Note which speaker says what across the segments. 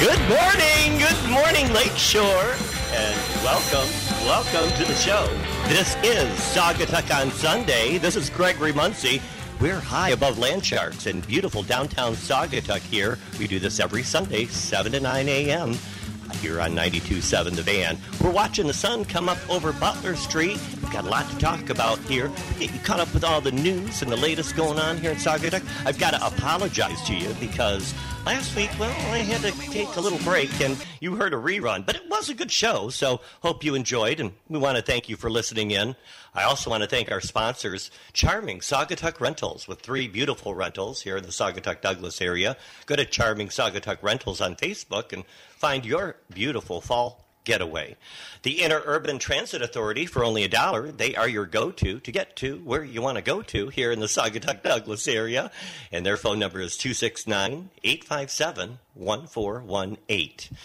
Speaker 1: morning, good morning, Lakeshore, and welcome, welcome to the show. This is Saugatuck on Sunday. This is Gregory Muncie. We're high above land sharks in beautiful downtown Saugatuck here. We do this every Sunday, 7 to 9 a.m. here on 92.7 The Van. We're watching the sun come up over Butler Street. We've got a lot to talk about here. Get you caught up with all the news and the latest going on here in Saugatuck. I've got to apologize to you because last week, well, I had to take a little break and you heard a rerun, but it was a good show, so hope you enjoyed and we want to thank you for listening in. I also want to thank our sponsors, Charming Saugatuck Rentals, with three beautiful rentals here in the Saugatuck Douglas area. Go to Charming Saugatuck Rentals on Facebook and find your beautiful fall getaway. The Interurban Transit Authority, for only a dollar, they are your go to to get to where you want to go to here in the Saugatuck Douglas area. And their phone number is 269 857 1418.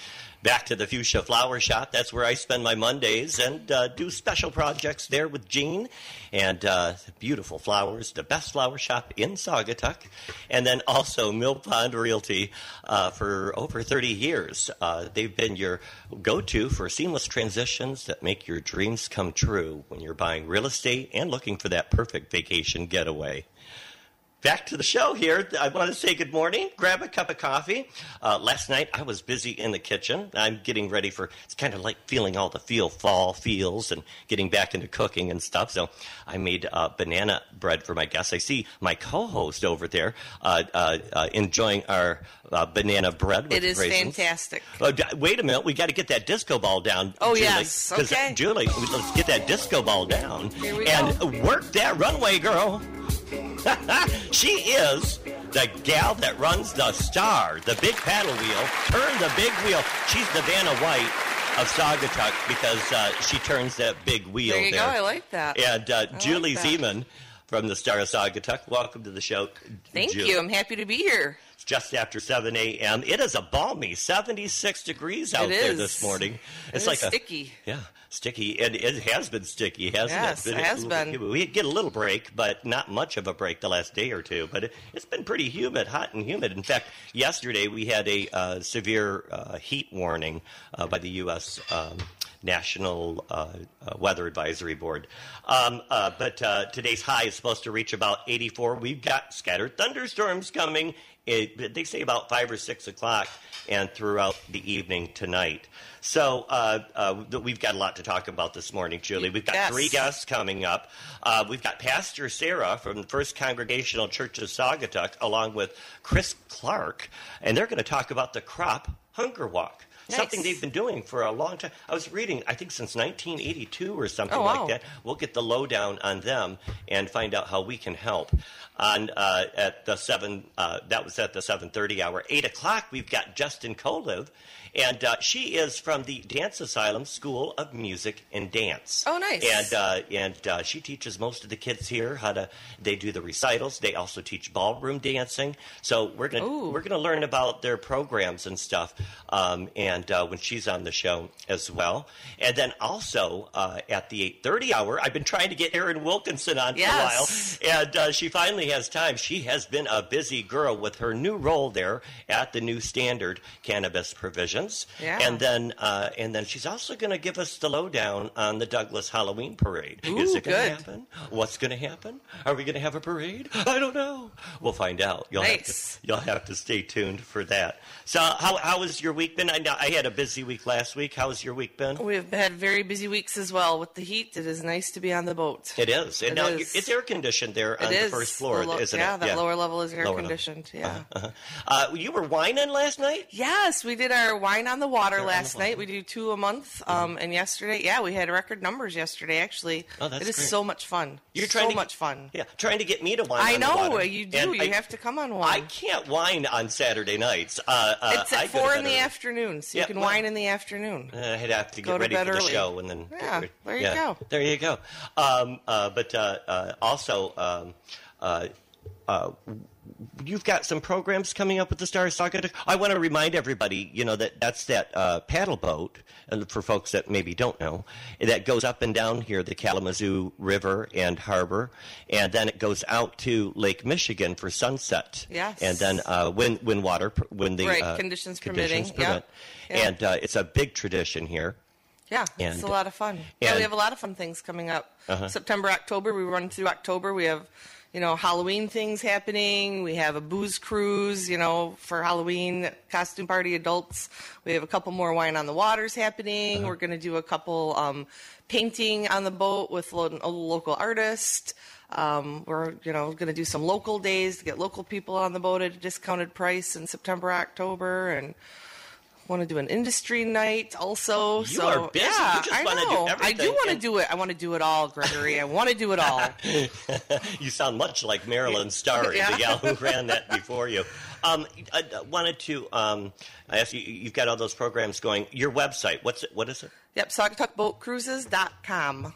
Speaker 1: Back to the Fuchsia Flower Shop. That's where I spend my Mondays and uh, do special projects there with Jean. And uh, beautiful flowers, the best flower shop in Saugatuck. And then also Mill Pond Realty uh, for over 30 years. Uh, they've been your go to for seamless transitions that make your dreams come true when you're buying real estate and looking for that perfect vacation getaway back to the show here. I want to say good morning. Grab a cup of coffee. Uh, last night I was busy in the kitchen. I'm getting ready for. It's kind of like feeling all the feel fall feels and getting back into cooking and stuff. So I made uh, banana bread for my guests. I see my co-host over there uh, uh, uh, enjoying our uh, banana bread. With
Speaker 2: It is
Speaker 1: raisins.
Speaker 2: fantastic.
Speaker 1: Uh, d- wait a minute, we got to get that disco ball down.
Speaker 2: Oh,
Speaker 1: Julie,
Speaker 2: yes,
Speaker 1: 'cause,
Speaker 2: okay.
Speaker 1: Julie, we- let's get that disco ball down
Speaker 2: Here we
Speaker 1: and work that runway, girl. she is the gal that runs the star, the big paddle wheel. Turn the big wheel. She's the Vanna White of Saugatuck because uh, she turns that big wheel.
Speaker 2: There you go. I like that.
Speaker 1: And uh, Julie
Speaker 2: that.
Speaker 1: Zeman from the Star of Saugatuck, welcome to the show.
Speaker 2: Thank
Speaker 1: Julie.
Speaker 2: you. I'm happy to be here.
Speaker 1: It's just after 7 a.m. It is a balmy 76 degrees out there
Speaker 2: is.
Speaker 1: this morning. It's
Speaker 2: is
Speaker 1: like a
Speaker 2: sticky.
Speaker 1: Yeah, sticky. And it has been sticky, hasn't
Speaker 2: Yes,
Speaker 1: it?
Speaker 2: it has been.
Speaker 1: We get a little break, but not much of a break the last day or two. But it, it's been pretty humid, hot and humid. In fact, yesterday we had a uh, severe uh, heat warning uh, by the U.S. Um, National uh, uh, Weather Advisory Board. Um, uh, but uh, today's high is supposed to reach about 84. We've got scattered thunderstorms coming. It, they say about 5 or 6 o'clock and throughout the evening tonight. So uh, uh, th- we've got a lot to talk about this morning, Julie. We've got
Speaker 2: Yes.
Speaker 1: three guests coming up. Uh, we've got Pastor Sarah from the First Congregational Church of Saugatuck, along with Chris Clark, and they're going to talk about the crop hunger walk. Something
Speaker 2: Nice.
Speaker 1: they've been doing for a long time. I was reading, I think since 1982 or something
Speaker 2: Oh,
Speaker 1: like
Speaker 2: wow.
Speaker 1: that. We'll get the lowdown on them and find out how we can help. On uh, at the seven, uh, that was at the seven thirty hour. Eight o'clock, we've got Justin Colive, and uh, she is from the Dance Asylum School of Music and Dance.
Speaker 2: Oh, nice.
Speaker 1: And uh, and uh, she teaches most of the kids here how to. They do the recitals. They also teach ballroom dancing. So we're gonna
Speaker 2: Ooh.
Speaker 1: we're gonna learn about their programs and stuff. Um, and uh, when she's on the show as well, and then also uh, at the eight thirty hour, I've been trying to get Erin Wilkinson on
Speaker 2: Yes.
Speaker 1: for a while, and uh, she finally has time. She has been a busy girl with her new role there at the New Standard Cannabis Provisions.
Speaker 2: Yeah.
Speaker 1: And then uh, and then she's also going to give us the lowdown on the Douglas Halloween parade. Is
Speaker 2: Ooh,
Speaker 1: it going to
Speaker 2: good.
Speaker 1: happen? What's going to happen? Are we going to have a parade? I don't know. We'll find out. You'll
Speaker 2: Nice.
Speaker 1: Have to, you'll have to stay tuned for that. So how how has your week been? I know I had a busy week last week. How's your week been?
Speaker 2: We have had very busy weeks as well with the heat. It is nice to be on the boat.
Speaker 1: It is. And
Speaker 2: It
Speaker 1: now
Speaker 2: is.
Speaker 1: you- it's air conditioned there
Speaker 2: It
Speaker 1: on the
Speaker 2: is.
Speaker 1: first floor,
Speaker 2: The lo-
Speaker 1: isn't
Speaker 2: yeah,
Speaker 1: it?
Speaker 2: that lower level is air
Speaker 1: Lower level.
Speaker 2: conditioned. Yeah.
Speaker 1: Uh-huh. Uh, you were whining last night?
Speaker 2: Yes, we did our wine on the water
Speaker 1: the
Speaker 2: last
Speaker 1: water. Mm-hmm.
Speaker 2: night. We do two a month. Um, and yesterday, yeah, we had record numbers yesterday. Actually,
Speaker 1: Oh, that's
Speaker 2: it is
Speaker 1: great.
Speaker 2: so much fun.
Speaker 1: You're
Speaker 2: so
Speaker 1: trying to
Speaker 2: much fun.
Speaker 1: Yeah, trying to get me to whine.
Speaker 2: I
Speaker 1: on the
Speaker 2: know
Speaker 1: water.
Speaker 2: you do.
Speaker 1: And
Speaker 2: you
Speaker 1: I,
Speaker 2: have to come on one.
Speaker 1: I can't whine on Saturday nights. Uh, uh,
Speaker 2: it's at
Speaker 1: I go to
Speaker 2: four
Speaker 1: bed
Speaker 2: in the
Speaker 1: early.
Speaker 2: afternoon, so you
Speaker 1: Yeah,
Speaker 2: can
Speaker 1: well-
Speaker 2: wine in the afternoon.
Speaker 1: Uh, I'd have to get
Speaker 2: Go to
Speaker 1: ready
Speaker 2: bed
Speaker 1: for the
Speaker 2: early.
Speaker 1: show and then. get
Speaker 2: Yeah,
Speaker 1: ready.
Speaker 2: there you go.
Speaker 1: There you go. Um, uh, but uh, uh, also, um, uh, uh, you've got some programs coming up with the Star Saga. I want to remind everybody, you know, that that's that uh, paddle boat, and for folks that maybe don't know, that goes up and down here the Kalamazoo River and harbor, and then it goes out to Lake Michigan for sunset.
Speaker 2: Yes.
Speaker 1: And then uh, when when water per- when the
Speaker 2: Right,
Speaker 1: uh,
Speaker 2: conditions
Speaker 1: conditions
Speaker 2: permitting, yep,
Speaker 1: permit.
Speaker 2: yep.
Speaker 1: and uh, it's a big tradition here.
Speaker 2: Yeah, it's
Speaker 1: And-
Speaker 2: a lot of fun. yeah,
Speaker 1: and- Uh-huh.
Speaker 2: we have a lot of fun things coming up. September, October, we run through October. We have, you know, Halloween things happening. We have a booze cruise, you know, for Halloween costume party adults. We have a couple more wine on the waters happening.
Speaker 1: Uh-huh.
Speaker 2: We're going to do a couple um, painting on the boat with lo- a local artist. Um, we're you know going to do some local days to get local people on the boat at a discounted price in September, October, and want to do an industry night also.
Speaker 1: You
Speaker 2: so
Speaker 1: are busy. You
Speaker 2: yeah,
Speaker 1: just
Speaker 2: I
Speaker 1: wanna do
Speaker 2: know. I
Speaker 1: everything.
Speaker 2: do want to
Speaker 1: And-
Speaker 2: do it. I want to do it all, Gregory. I want to do it all.
Speaker 1: You sound much like Marilyn Starry,
Speaker 2: Yeah.
Speaker 1: the gal who ran that before you. Um, I I wanted to um, I ask you. You've got all those programs going. Your website. What's it? What is it?
Speaker 2: yep, SaugatuckBoatCruises.com.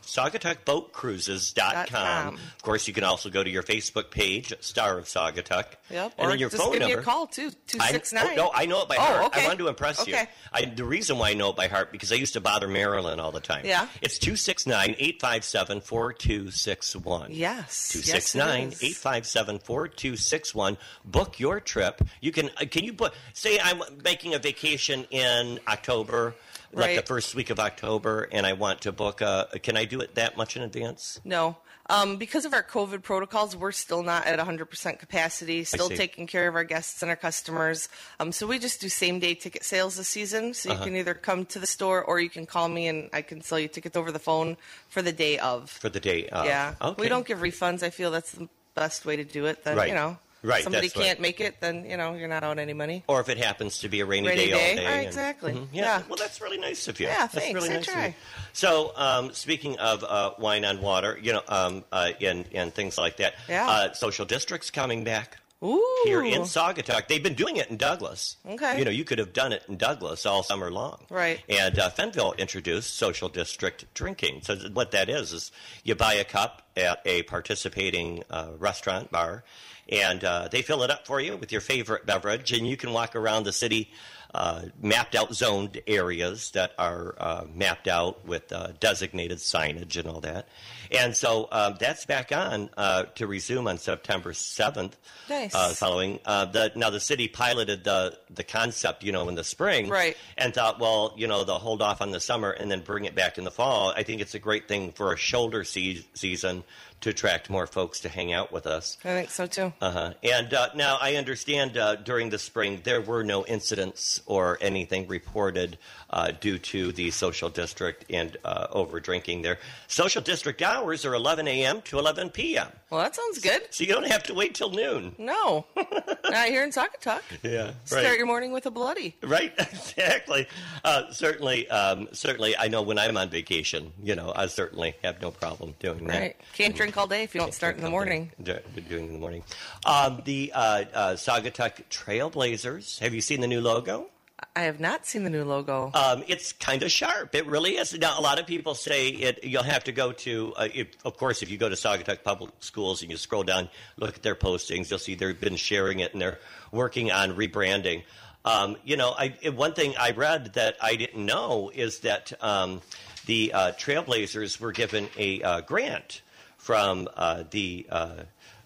Speaker 1: SaugatuckBoatCruises.com.
Speaker 2: com.
Speaker 1: Of course, you can also go to your Facebook page, Star of Saugatuck.
Speaker 2: Yep.
Speaker 1: And
Speaker 2: or
Speaker 1: then your
Speaker 2: just
Speaker 1: phone
Speaker 2: give
Speaker 1: number.
Speaker 2: me a call too. Two
Speaker 1: I-
Speaker 2: six nine.
Speaker 1: oh, no, I know it by
Speaker 2: Oh,
Speaker 1: heart. I
Speaker 2: okay.
Speaker 1: wanted to impress you.
Speaker 2: Okay.
Speaker 1: I, the reason why I know it by heart because I used to bother Marilyn all the time.
Speaker 2: Yeah.
Speaker 1: It's 269 857 4261.
Speaker 2: Yes. Yes, it
Speaker 1: 269
Speaker 2: is.
Speaker 1: 857 4261. Book your trip. You can, uh, can you book, say I'm making a vacation in October, like the
Speaker 2: Right.
Speaker 1: first week of October, and I want to book a, can I do it that much in advance?
Speaker 2: No. Um, because of our COVID protocols, we're still not at 100% capacity, still
Speaker 1: see.
Speaker 2: taking care of our guests and our customers. Um, so we just do same day ticket sales this season. So you
Speaker 1: Uh-huh.
Speaker 2: can either come to the store or you can call me and I can sell you tickets over the phone for the day of.
Speaker 1: For the day. Of.
Speaker 2: yeah.
Speaker 1: Okay.
Speaker 2: We don't give refunds. I feel that's the best way to do it. Then,
Speaker 1: Right.
Speaker 2: you know,
Speaker 1: Right,
Speaker 2: somebody
Speaker 1: that's right.
Speaker 2: can't make it, then, you know, you're not out any money.
Speaker 1: or if it happens to be a rainy,
Speaker 2: Rainy
Speaker 1: day, all
Speaker 2: day.
Speaker 1: day.
Speaker 2: Right,
Speaker 1: and-
Speaker 2: exactly.
Speaker 1: Mhm.
Speaker 2: Yeah.
Speaker 1: Well, that's really nice of you.
Speaker 2: Yeah,
Speaker 1: that's
Speaker 2: thanks.
Speaker 1: Really
Speaker 2: I
Speaker 1: nice of
Speaker 2: try.
Speaker 1: you. So, um, speaking of uh, wine on water, you know, um, uh, and and things like that.
Speaker 2: Yeah.
Speaker 1: Uh, social districts coming back.
Speaker 2: Ooh.
Speaker 1: Oh, Here in Saugatuck, they've been doing it in Douglas.
Speaker 2: Okay.
Speaker 1: You know, you could have done it in Douglas all summer long.
Speaker 2: Right.
Speaker 1: And uh, Fenville introduced social district drinking. So th- what that is is you buy a cup at a participating uh, restaurant bar, and uh, they fill it up for you with your favorite beverage, and you can walk around the city. Uh, mapped out zoned areas that are uh, mapped out with uh, designated signage and all that. And so um, that's back on uh, to resume on September 7th.
Speaker 2: Nice.
Speaker 1: Uh, following. Uh, the, now the city piloted the the concept, you know, in the spring,
Speaker 2: Right.
Speaker 1: And thought, well, you know, they'll hold off on the summer and then bring it back in the fall. I think it's a great thing for a shoulder se- season to attract more folks to hang out with us.
Speaker 2: I think so too.
Speaker 1: Uh-huh. And uh, now I understand uh, during the spring there were no incidents or anything reported uh, due to the social district and uh, over drinking there. Social district hours are 11 a.m. to 11 p.m.
Speaker 2: well, that sounds good.
Speaker 1: So you don't have to wait till noon.
Speaker 2: No. not here in Saugatuck.
Speaker 1: Yeah.
Speaker 2: Start your morning with a bloody.
Speaker 1: Right, exactly. Uh, certainly, um, certainly. I know when I'm on vacation, you know, I certainly have no problem doing that.
Speaker 2: Right. Can't drink all day if you don't start in the morning.
Speaker 1: Do- Doing in the morning. Um, the uh, uh, Saugatuck Trailblazers. Have you seen the new logo?
Speaker 2: I have not seen the new logo.
Speaker 1: Um, it's kind of sharp. It really is. Now, a lot of people say it. You'll have to go to, uh, if, of course, if you go to Saugatuck Public Schools and you scroll down, look at their postings, you'll see they've been sharing it and they're working on rebranding. Um, you know, I, it- one thing I read that I didn't know is that um, the uh, Trailblazers were given a uh, grant from uh, the uh,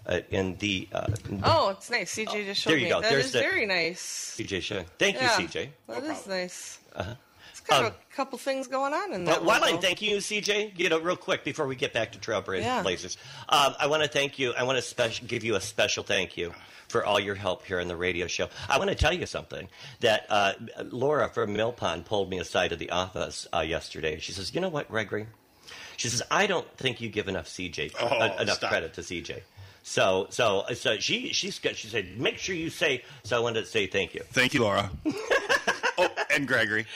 Speaker 1: uh, in the uh,
Speaker 2: oh, it's nice. CJ just showed
Speaker 1: there you
Speaker 2: me.
Speaker 1: go.
Speaker 2: That
Speaker 1: There's
Speaker 2: is
Speaker 1: the-
Speaker 2: very nice.
Speaker 1: CJ show. Thank
Speaker 2: yeah,
Speaker 1: you, CJ.
Speaker 2: That is nice. It's
Speaker 1: Um,
Speaker 2: kind of a couple things going on in
Speaker 1: Uh,
Speaker 2: that.
Speaker 1: While
Speaker 2: logo.
Speaker 1: I'm thanking you, CJ, you know, real quick before we get back to Trailblazers,
Speaker 2: Yeah.
Speaker 1: Blazers, um, I want to thank you. I want to spec- give you a special thank you for all your help here on the radio show. I want to tell you something that uh, Laura from Mill Pond pulled me aside at the office uh, yesterday. She says, "You know what, Gregory?" She says, "I don't think you give enough CJ
Speaker 3: Oh,
Speaker 1: en- enough
Speaker 3: stop.
Speaker 1: credit to CJ." So, so, so she she's got, she said, "Make sure you say." So I wanted to say thank you.
Speaker 3: Thank you, Laura. oh, and Gregory.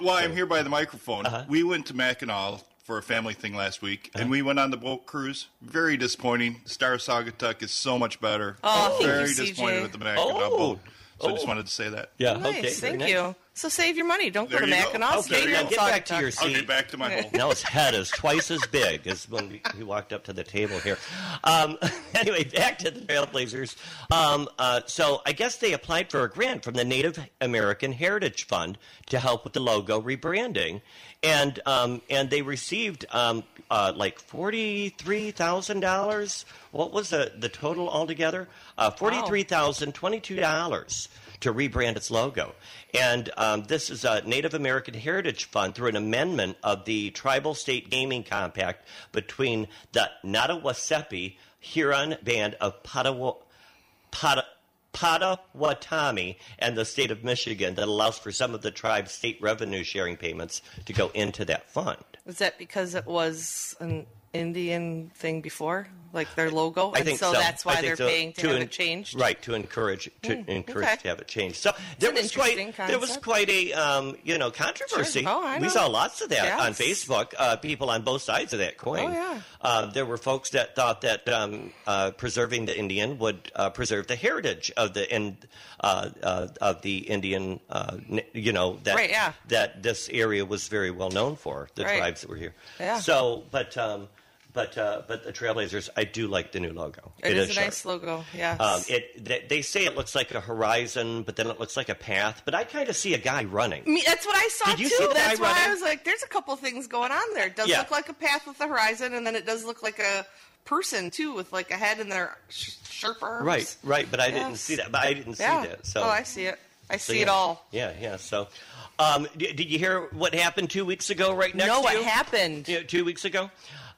Speaker 3: While I'm here by the microphone,
Speaker 1: Uh-huh.
Speaker 3: we went to Mackinac for a family thing last week, and we went on the boat cruise. Very disappointing. Star Saugatuck is so much better.
Speaker 2: Oh, thank you,
Speaker 3: very
Speaker 2: CJ.
Speaker 3: disappointed with the Mackinac
Speaker 1: Oh.
Speaker 3: boat. So I just
Speaker 1: Oh.
Speaker 3: wanted to say that.
Speaker 1: Yeah.
Speaker 2: Nice.
Speaker 1: okay. very
Speaker 2: Thank
Speaker 1: nice.
Speaker 2: you. So save your money. Don't go to
Speaker 3: There you go.
Speaker 2: Mackinac.
Speaker 3: Okay,
Speaker 2: Stay
Speaker 3: now
Speaker 2: here in
Speaker 1: get back to
Speaker 2: Saugatuck.
Speaker 1: your
Speaker 3: I'll
Speaker 1: See?
Speaker 3: get back to my hole.
Speaker 1: Now his head is twice as big as when we- he walked up to the table here. Um, anyway, back to the Trailblazers. Um, uh, so I guess they applied for a grant from the Native American Heritage Fund to help with the logo rebranding, and um, and they received um, uh, like forty three thousand dollars. What was the the total altogether? Uh, forty three thousand twenty two dollars to rebrand its logo. And um, this is a Native American Heritage Fund through an amendment of the Tribal State Gaming Compact between the Nottawasepi Huron Band of Pottawa- Potta- Potawatomi and the state of Michigan that allows for some of the tribe's state revenue sharing payments to go into that fund.
Speaker 2: Is that because it was an Indian thing before, like their logo,
Speaker 1: I
Speaker 2: and
Speaker 1: think
Speaker 2: so, that's
Speaker 1: I
Speaker 2: why
Speaker 1: think
Speaker 2: they're
Speaker 1: so.
Speaker 2: paying to have
Speaker 1: en-
Speaker 2: it changed? Hmm,
Speaker 1: Right, to encourage to encourage
Speaker 2: okay.
Speaker 1: to have it changed. So there
Speaker 2: an
Speaker 1: was quite
Speaker 2: interesting
Speaker 1: there was
Speaker 2: concept.
Speaker 1: quite a um, you know controversy.
Speaker 2: Oh, I
Speaker 1: we
Speaker 2: know.
Speaker 1: saw lots of that on
Speaker 2: Yes.
Speaker 1: Facebook. Uh, people on both sides of that coin.
Speaker 2: Oh, yeah.
Speaker 1: Uh, there were folks that thought that um, uh, preserving the Indian would uh, preserve the heritage of the in, uh, uh, of the Indian. Uh, n- you know that
Speaker 2: Right, yeah.
Speaker 1: that this area was very well known for the
Speaker 2: Right.
Speaker 1: tribes that were here.
Speaker 2: Yeah.
Speaker 1: So, but. Um, but uh, but the Trailblazers, I do like the new logo.
Speaker 2: It is, a
Speaker 1: sharp.
Speaker 2: nice logo. Yes.
Speaker 1: Um, it they, they say it looks like a horizon, but then it looks like a path. But I kind of see a guy running.
Speaker 2: Me- that's what I saw
Speaker 1: Did you
Speaker 2: too.
Speaker 1: see the
Speaker 2: that's
Speaker 1: guy
Speaker 2: why
Speaker 1: running?
Speaker 2: I was like, "There's a couple things going on there. It does
Speaker 1: Yeah.
Speaker 2: look like a path with the horizon, and then it does look like a person too, with like a head and their sh- sharp arms."
Speaker 1: Right, right. But I didn't
Speaker 2: Yes.
Speaker 1: see that. But I didn't
Speaker 2: Yeah.
Speaker 1: see that. So
Speaker 2: oh, I see it. I
Speaker 1: so
Speaker 2: see it
Speaker 1: yeah.
Speaker 2: all.
Speaker 1: Yeah, yeah. So, um, d- did you hear what happened two weeks ago? Right next
Speaker 2: know
Speaker 1: to
Speaker 2: what
Speaker 1: you?
Speaker 2: happened?
Speaker 1: Yeah, two weeks ago.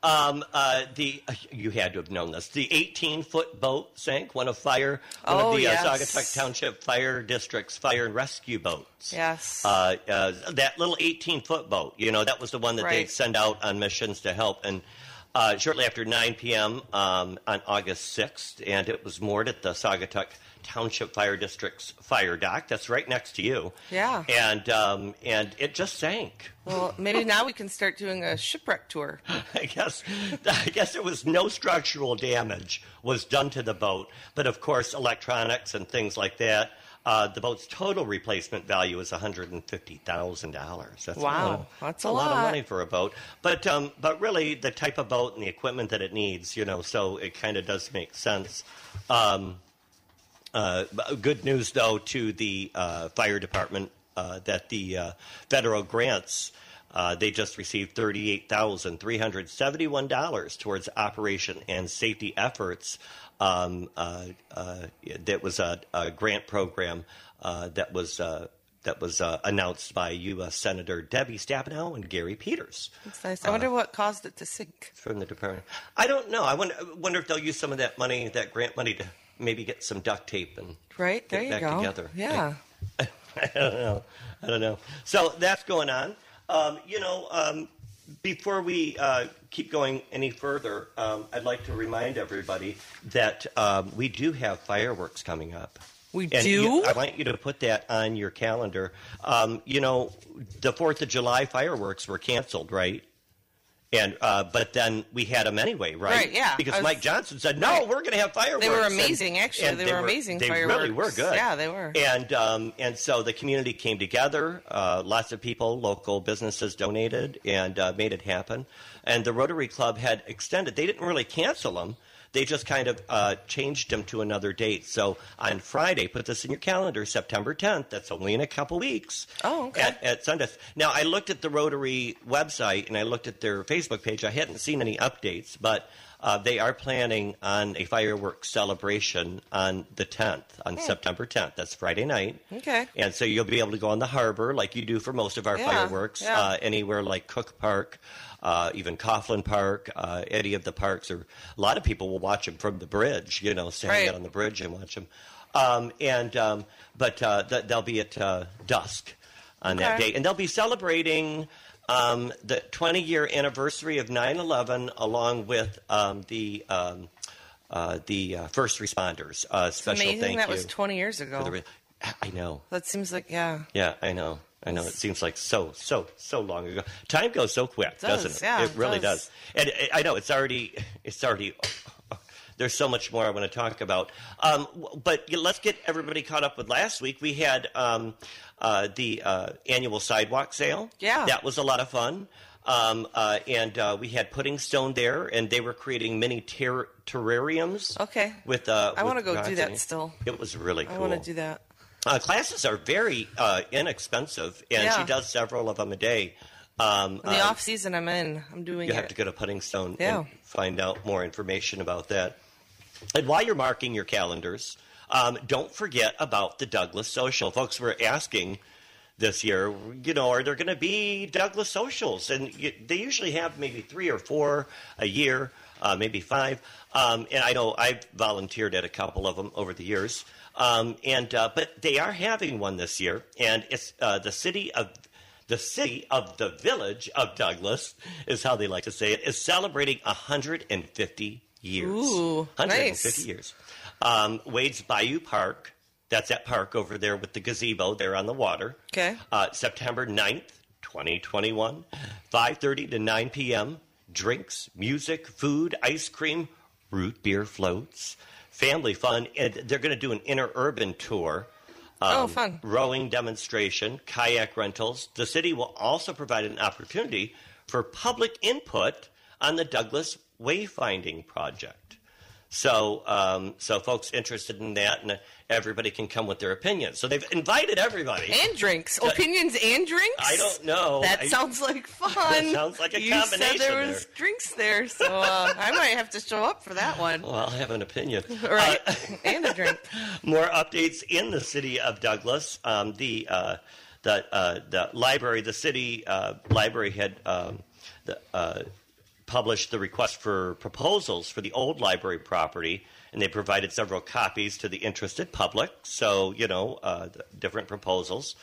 Speaker 1: Um, uh, the you had to have known this. The 18 foot boat sank. One of fire. One
Speaker 2: Oh,
Speaker 1: of the
Speaker 2: yes.
Speaker 1: uh, Saugatuck Township Fire District's fire and rescue boats.
Speaker 2: Yes.
Speaker 1: Uh, uh, that little 18 foot boat. You know that was the one that they
Speaker 2: Right.
Speaker 1: send out on missions to help. And uh, shortly after 9 p.m. Um, on August 6th, and it was moored at the Saugatuck Township Fire District's fire dock. That's right next to you.
Speaker 2: Yeah.
Speaker 1: And um, and it just sank.
Speaker 2: well, maybe now we can start doing a shipwreck tour.
Speaker 1: I guess I guess there was no structural damage was done to the boat, but of course electronics and things like that. Uh, the boat's total replacement value is one hundred and fifty thousand dollars. That's a
Speaker 2: Wow,
Speaker 1: lot of-
Speaker 2: that's
Speaker 1: a
Speaker 2: a
Speaker 1: lot. of
Speaker 2: lot.
Speaker 1: money for a boat. But um, but really, the type of boat and the equipment that it needs, you know, so it kind of does make sense. Um, uh, b- good news, though, to the uh, fire department uh, that the uh, federal grants. Uh, they just received $38,371 towards operation and safety efforts. Um, uh, uh, that was a, a grant program uh, that was uh, that was uh, announced by U.S. Senator Debbie Stabenow and Gary Peters
Speaker 2: It's nice. I wonder what caused it to sink.
Speaker 1: from the department. I don't know. I wonder, wonder if they'll use some of that money, that grant money, to maybe get some duct tape and
Speaker 2: Right there,
Speaker 1: get
Speaker 2: you
Speaker 1: back
Speaker 2: go.
Speaker 1: together.
Speaker 2: Yeah.
Speaker 1: I don't know. I don't know. So that's going on. Um, you know, um, before we uh, keep going any further, um, I'd like to remind everybody that um, we do have fireworks coming up.
Speaker 2: We
Speaker 1: And
Speaker 2: do?
Speaker 1: you- I want you to put that on your calendar. Um, you know, the Fourth of July fireworks were canceled, right? And uh, but then we had them anyway, right?
Speaker 2: Right, yeah.
Speaker 1: Because
Speaker 2: I was-
Speaker 1: Mike Johnson said, "No,
Speaker 2: Right.
Speaker 1: we're going to have fireworks."
Speaker 2: They were
Speaker 1: And-
Speaker 2: amazing, actually.
Speaker 1: and
Speaker 2: They were amazing
Speaker 1: They really were
Speaker 2: fireworks.
Speaker 1: good.
Speaker 2: Yeah, they were.
Speaker 1: And um, and so the community came together. Uh, lots of people, local businesses donated and uh, made it happen. And the Rotary Club had extended. They didn't really cancel them. They just kind of uh, changed them to another date. So on Friday, put this in your calendar, September 10th. That's only in a couple weeks.
Speaker 2: Oh, okay.
Speaker 1: At, at Sundance. Now I looked at the Rotary website and I looked at their Facebook page. I hadn't seen any updates, but uh, they are planning on a fireworks celebration on the 10th, on September 10th. That's Friday night.
Speaker 2: Hmm. Okay.
Speaker 1: And so you'll be able to go on the harbor like you do for most of our
Speaker 2: Yeah,
Speaker 1: fireworks,
Speaker 2: yeah.
Speaker 1: Uh, anywhere like Cook Park, uh, even Coughlin Park, uh, any of the parks. Or a lot of people will watch them from the bridge. You know, standing
Speaker 2: Right.
Speaker 1: out on the bridge and watch them. Um, and um, but uh, th- they'll be at uh, dusk on that
Speaker 2: Okay.
Speaker 1: day, and they'll be celebrating. Um, the 20 year anniversary of 9 11, along with um, the um, uh, the uh, first responders. Uh, special
Speaker 2: Amazing.
Speaker 1: thank
Speaker 2: That
Speaker 1: you.
Speaker 2: was 20 years
Speaker 1: for the
Speaker 2: ago.
Speaker 1: re- I know.
Speaker 2: That seems like yeah.
Speaker 1: Yeah, I know. I know. It seems like so, so, so long ago. Time goes so quick,
Speaker 2: does,
Speaker 1: not it?
Speaker 2: yeah,
Speaker 1: it
Speaker 2: it
Speaker 1: really does.
Speaker 2: does.
Speaker 1: And I- I know it's already, it's already There's so much more I want to talk about. Um, w- but yeah, let's get everybody caught up with last week. We had um, uh, the uh, annual sidewalk sale.
Speaker 2: Yeah.
Speaker 1: That was a lot of fun. Um, uh, and uh, we had Pudding Stone there, and they were creating mini ter- terrariums.
Speaker 2: Okay.
Speaker 1: With uh,
Speaker 2: I
Speaker 1: with
Speaker 2: wanna go do
Speaker 1: rods
Speaker 2: that
Speaker 1: in it.
Speaker 2: still.
Speaker 1: It was really
Speaker 2: I
Speaker 1: cool.
Speaker 2: want to do that.
Speaker 1: Uh, classes are very uh, inexpensive, and she
Speaker 2: Yeah.
Speaker 1: does several of them a day. Um,
Speaker 2: In the
Speaker 1: uh,
Speaker 2: off season, I'm in. I'm doing
Speaker 1: you
Speaker 2: it.
Speaker 1: have to go to Putting Stone
Speaker 2: Yeah.
Speaker 1: and find out more information about that. And while you're marking your calendars, um, don't forget about the Douglas Social. Folks were asking this year, you know, are there going to be Douglas Socials? And you, they usually have maybe three or four a year, uh, maybe five. Um, and I know I've volunteered at a couple of them over the years. Um, and uh, but they are having one this year, and it's uh, the city of the city of the village of Douglas is how they like to say it is celebrating 150 years
Speaker 2: Ooh,
Speaker 1: 150
Speaker 2: nice.
Speaker 1: years. Um, Wade's Bayou Park. That's that park over there with the gazebo there on the water.
Speaker 2: Okay.
Speaker 1: Uh, September 9th, 2021, 5.30 to 9 p.m. Drinks, music, food, ice cream, root beer floats, family fun. And they're going to do an interurban tour. uh,
Speaker 2: Oh, fun.
Speaker 1: Rowing demonstration, kayak rentals. The city will also provide an opportunity for public input on the Douglas Wayfinding Project. So, um, so folks interested in that, and everybody can come with their opinions. So they've invited everybody.
Speaker 2: And drinks. Opinions and drinks?
Speaker 1: I don't know.
Speaker 2: That
Speaker 1: I-
Speaker 2: sounds like fun.
Speaker 1: That sounds like a
Speaker 2: you
Speaker 1: combination
Speaker 2: said there was
Speaker 1: there.
Speaker 2: drinks there, so uh, I might have to show up for that one.
Speaker 1: Well, I'll have an opinion.
Speaker 2: Right?
Speaker 1: Uh,
Speaker 2: and a drink.
Speaker 1: More updates in the city of Douglas. Um, the uh, the uh, the library, the city uh, library had um, the, uh, published the request for proposals for the old library property, and they provided several copies to the interested public. So you know, uh, the different proposals.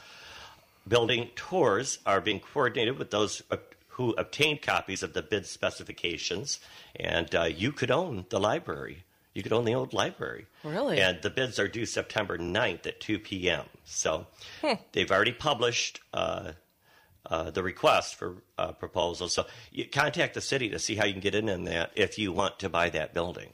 Speaker 1: Building tours are being coordinated with those uh, who obtained copies of the bid specifications, and uh, you could own the library. You could own the old library.
Speaker 2: Really?
Speaker 1: And the bids are due September 9th at 2 p.m. So they've already published uh, uh, the request for uh, proposals. So you contact the city to see how you can get in on that if you want to buy that building.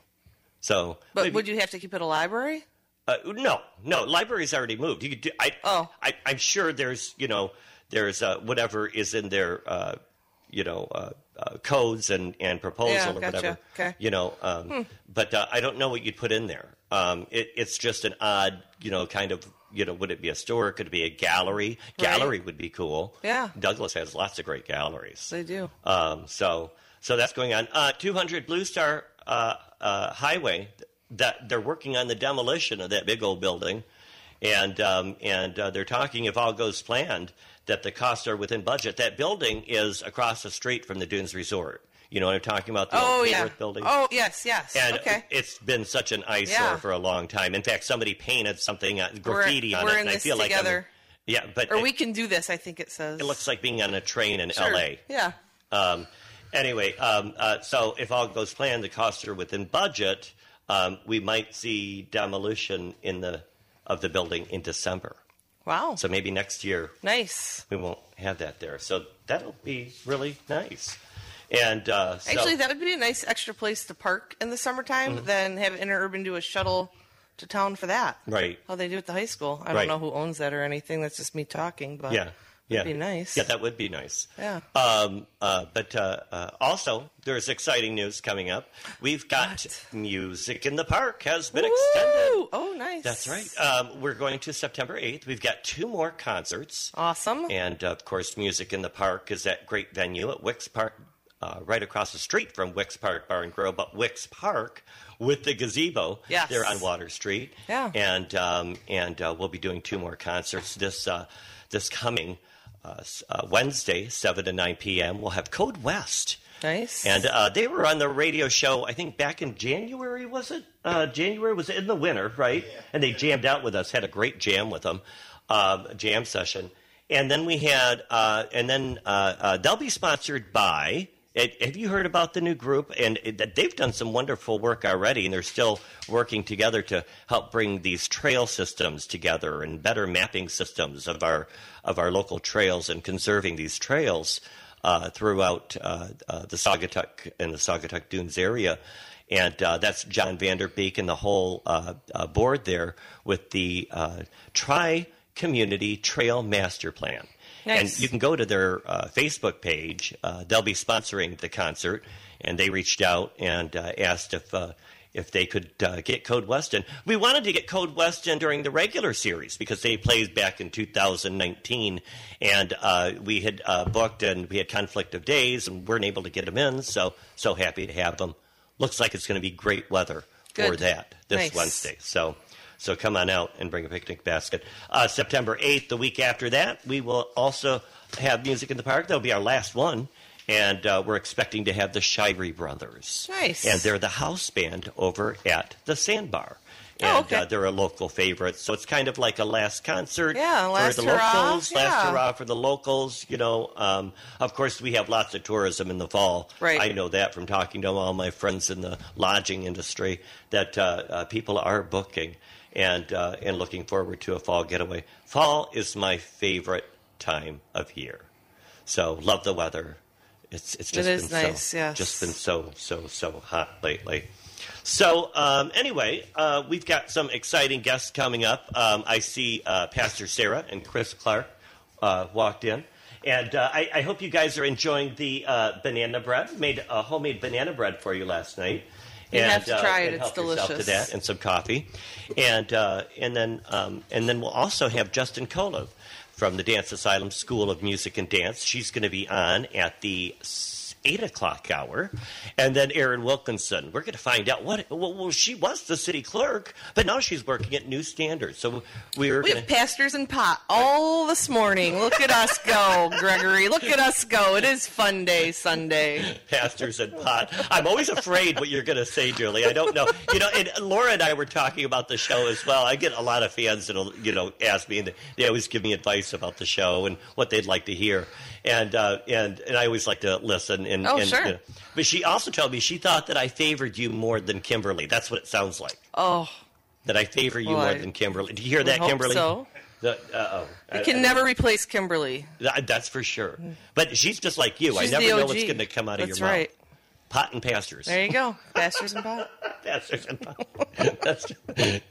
Speaker 1: So,
Speaker 2: But
Speaker 1: maybe-
Speaker 2: would you have to keep it a library?
Speaker 1: uh, no, no. Library's already moved. You could do. I,
Speaker 2: Oh.
Speaker 1: I, I'm sure there's, you know, there's uh, whatever is in their, uh, you know, uh, uh, codes and and proposal
Speaker 2: Yeah,
Speaker 1: or
Speaker 2: gotcha.
Speaker 1: whatever.
Speaker 2: Okay. Hmm.
Speaker 1: You know, um, but uh, I don't know what you'd put in there. Um, it, it's just an odd, you know, kind of. You know, would it be a store? Could it be a gallery? Gallery would be cool.
Speaker 2: Yeah.
Speaker 1: Douglas has lots of great galleries.
Speaker 2: They do.
Speaker 1: Um, so so that's going on. Uh, 200 Blue Star uh, uh, Highway. That they're working on the demolition of that big old building, and um, and uh, they're talking if all goes planned that the costs are within budget. That building is across the street from the Dunes Resort. You know what I'm talking about? The
Speaker 2: Oh,
Speaker 1: old
Speaker 2: yeah.
Speaker 1: Woolworth building.
Speaker 2: Oh, yes, yes.
Speaker 1: And
Speaker 2: okay.
Speaker 1: it's been such an eyesore
Speaker 2: Yeah.
Speaker 1: for a long time. In fact, somebody painted something uh, graffiti on
Speaker 2: we're
Speaker 1: it,
Speaker 2: in
Speaker 1: and I
Speaker 2: this
Speaker 1: feel like I'm,
Speaker 2: together.
Speaker 1: yeah, but
Speaker 2: or
Speaker 1: it,
Speaker 2: we can do this, I think it says.
Speaker 1: it looks like being on a train in
Speaker 2: Sure.
Speaker 1: L.A.
Speaker 2: Yeah.
Speaker 1: Um, anyway, um, uh, so if all goes planned, the costs are within budget. Um, we might see demolition in the of the building in December.
Speaker 2: Wow.
Speaker 1: So maybe next year
Speaker 2: nice.
Speaker 1: we won't have that there. So that'll be really nice. And uh, so, Mm-hmm.
Speaker 2: Actually, that would be a nice extra place to park in the summertime. Then have Interurban do a shuttle to town for that.
Speaker 1: Right.
Speaker 2: How they do at the high school.
Speaker 1: Right.
Speaker 2: I don't know who owns that or anything. That's just me talking. But
Speaker 1: yeah, yeah,
Speaker 2: That'd be nice.
Speaker 1: Yeah, that would be nice.
Speaker 2: Yeah.
Speaker 1: Um, uh, but uh, uh, also, there's exciting news coming up. We've got music in the park has been extended.
Speaker 2: Woo! Oh, nice.
Speaker 1: That's right. Um, we're going to September 8th. We've got two more concerts.
Speaker 2: Awesome.
Speaker 1: And of course, Music in the Park is that great venue at Wicks Park, uh, right across the street from Wicks Park Bar and Grill, but Wicks Park with the gazebo
Speaker 2: Yes.
Speaker 1: there on Water Street.
Speaker 2: Yeah.
Speaker 1: And um, and uh, we'll be doing two more concerts this uh, this coming uh, s- uh, Wednesday, seven to nine p.m. We'll have Code West.
Speaker 2: Nice.
Speaker 1: And uh, they were on the radio show, I think back in January, was it? Uh, January was in the winter, right? And they jammed out with us, had a great jam with them, um, jam session. And then we had, uh, and then uh, uh, they'll be sponsored by. it- Have you heard about the new group? And it- that they've done some wonderful work already, and they're still working together to help bring these trail systems together and better mapping systems of our of our local trails and conserving these trails uh, throughout uh, uh, the Saugatuck and the Saugatuck Dunes area. And uh, that's John Vanderbeek and the whole uh, uh, board there with the uh, Tri Community Trail Master Plan.
Speaker 2: Nice.
Speaker 1: And you can go to their uh, Facebook page. Uh, they'll be sponsoring the concert, and they reached out and uh, asked if uh, if they could uh, get Code West in. We wanted to get Code West in during the regular series because they played back in 2019, and uh, we had uh, booked and we had conflict of days and weren't able to get them in. So so happy to have them. Looks like it's going to be great weather for
Speaker 2: Good.
Speaker 1: that this
Speaker 2: Nice.
Speaker 1: Wednesday. So, so come on out and bring a picnic basket. Uh, September 8th, the week after that, we will also have Music in the Park. That'll be our last one. And uh, we're expecting to have the Shirey Brothers.
Speaker 2: Nice.
Speaker 1: And they're the house band over at the Sandbar. And
Speaker 2: Oh, okay.
Speaker 1: uh, they're a local favorite. So it's kind of like a last concert
Speaker 2: Yeah, last
Speaker 1: for the
Speaker 2: hurrah,
Speaker 1: locals, last
Speaker 2: yeah.
Speaker 1: hurrah for the locals. You know, um, of course, we have lots of tourism in the fall.
Speaker 2: Right.
Speaker 1: I know that from talking to all my friends in the lodging industry that uh, uh, people are booking and uh, and looking forward to a fall getaway. Fall is my favorite time of year, so love the weather. It's it's just
Speaker 2: is
Speaker 1: been
Speaker 2: nice,
Speaker 1: so
Speaker 2: yes.
Speaker 1: just been so so so hot lately. So um, anyway, uh, we've got some exciting guests coming up. Um, I see uh, Pastor Sarah and Chris Clark uh, walked in, and uh, I, I hope you guys are enjoying the uh, banana bread. Made a homemade banana bread for you last night.
Speaker 2: You
Speaker 1: and,
Speaker 2: have to try
Speaker 1: uh,
Speaker 2: it.
Speaker 1: and
Speaker 2: It's
Speaker 1: help yourself To
Speaker 2: delicious.
Speaker 1: that and some coffee, and uh, and then um, and then we'll also have Justin Kolob from the Dance Asylum School of Music and Dance. She's going to be on at the s- eight o'clock hour, and then Erin Wilkinson. We're going to find out what. Well, well, she was the city clerk, but now she's working at New Standard. So we're
Speaker 2: We
Speaker 1: going
Speaker 2: have pastors and pot all this morning. Look at us go, Gregory. Look at us go. It is fun day Sunday.
Speaker 1: pastors and pot. I'm always afraid what you're going to say, Julie. I don't know. You know, and Laura and I were talking about the show as well. I get a lot of fans that'll you know ask me, and they always give me advice about the show and what they'd like to hear, and uh, and and I always like to listen. And
Speaker 2: Oh,
Speaker 1: and,
Speaker 2: sure.
Speaker 1: you know. but she also told me she thought that I favored you more than Kimberly. That's what it sounds like.
Speaker 2: Oh,
Speaker 1: That I favor you
Speaker 2: Well,
Speaker 1: more
Speaker 2: I
Speaker 1: than Kimberly. Do you hear that,
Speaker 2: hope
Speaker 1: Kimberly?
Speaker 2: so.
Speaker 1: The, uh-oh. I-
Speaker 2: you
Speaker 1: I-
Speaker 2: can never replace Kimberly.
Speaker 1: Th- uh, That's for sure. But she's just like you.
Speaker 2: She's
Speaker 1: I never
Speaker 2: the
Speaker 1: know
Speaker 2: OG.
Speaker 1: what's going to come out of
Speaker 2: That's
Speaker 1: your mouth.
Speaker 2: right.
Speaker 1: Pot and pastors.
Speaker 2: There you go. Pastors and pot.
Speaker 1: Pastors and pot. That's,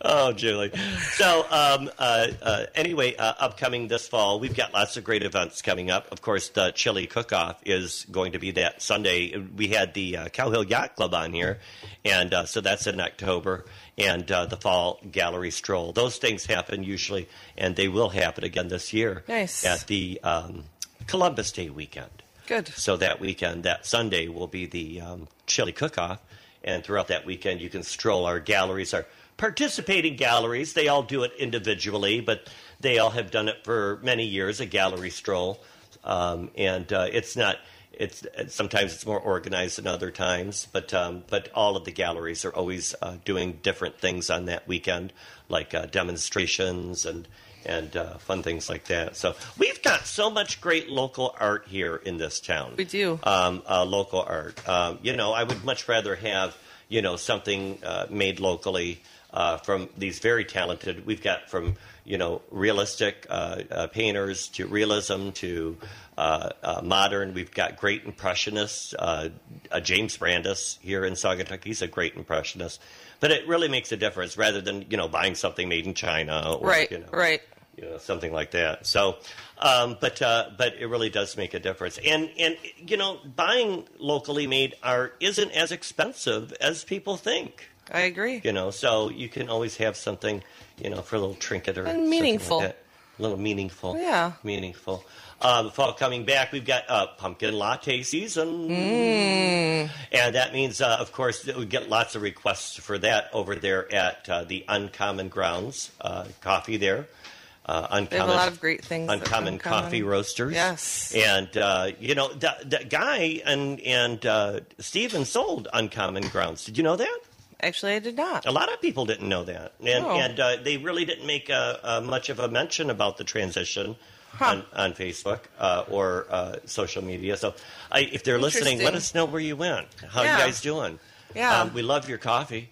Speaker 1: oh, Julie. So, um, uh, uh, anyway, uh, upcoming this fall, we've got lots of great events coming up. Of course, the chili cook-off is going to be that Sunday. We had the uh, Cow Hill Yacht Club on here, and uh, so that's in October. And uh, the fall gallery stroll. Those things happen usually, and they will happen again this year.
Speaker 2: Nice.
Speaker 1: At the um, Columbus Day weekend.
Speaker 2: Good.
Speaker 1: So that weekend, that Sunday, will be the um, chili cook-off, and throughout that weekend, you can stroll our galleries, our participating galleries. They all do it individually, but they all have done it for many years. A gallery stroll, um, and uh, it's not. It's it's- sometimes it's more organized than other times, but um, but all of the galleries are always uh, doing different things on that weekend, like uh, demonstrations and and uh, fun things like that. So we've got so much great local art here in this town.
Speaker 2: We do.
Speaker 1: um, uh, local art. Um, you know, I would much rather have you know something uh, made locally uh, from these very talented. We've got from you know realistic uh, uh, painters to realism to uh, uh, modern. We've got great impressionists. Uh, uh, James Brandis here in Saugatuck. He's a great impressionist. But it really makes a difference rather than you know buying something made in China or
Speaker 2: Right,
Speaker 1: you know,
Speaker 2: right.
Speaker 1: you know, something like that. So, um, but uh, but it really does make a difference. And and you know, buying locally made art isn't as expensive as people think.
Speaker 2: I agree.
Speaker 1: You know, so you can always have something, you know, for a little trinket or something like
Speaker 2: meaningful. Oh,
Speaker 1: that. A little meaningful.
Speaker 2: Yeah.
Speaker 1: Meaningful. Um, fall coming back, we've got uh, pumpkin latte season.
Speaker 2: Mm.
Speaker 1: And that means, uh, of course, that we get lots of requests for that over there at uh, the Uncommon Grounds uh, coffee there. Uh, uncommon,
Speaker 2: They have a lot of great things. that
Speaker 1: Uncommon,
Speaker 2: come
Speaker 1: Coffee
Speaker 2: on.
Speaker 1: Roasters.
Speaker 2: Yes.
Speaker 1: And, uh, you know, that, that guy and, and uh, Steven sold Uncommon Grounds. Did you know that?
Speaker 2: Actually, I did not.
Speaker 1: A lot of people didn't know that, and
Speaker 2: Oh.
Speaker 1: and uh, they really didn't make uh, uh, much of a mention about the transition on, on Facebook uh, or uh, social media. So, I, if they're listening, let
Speaker 2: Interesting.
Speaker 1: us know where you went. How
Speaker 2: Yeah.
Speaker 1: you guys doing?
Speaker 2: Yeah.
Speaker 1: um, we love your coffee.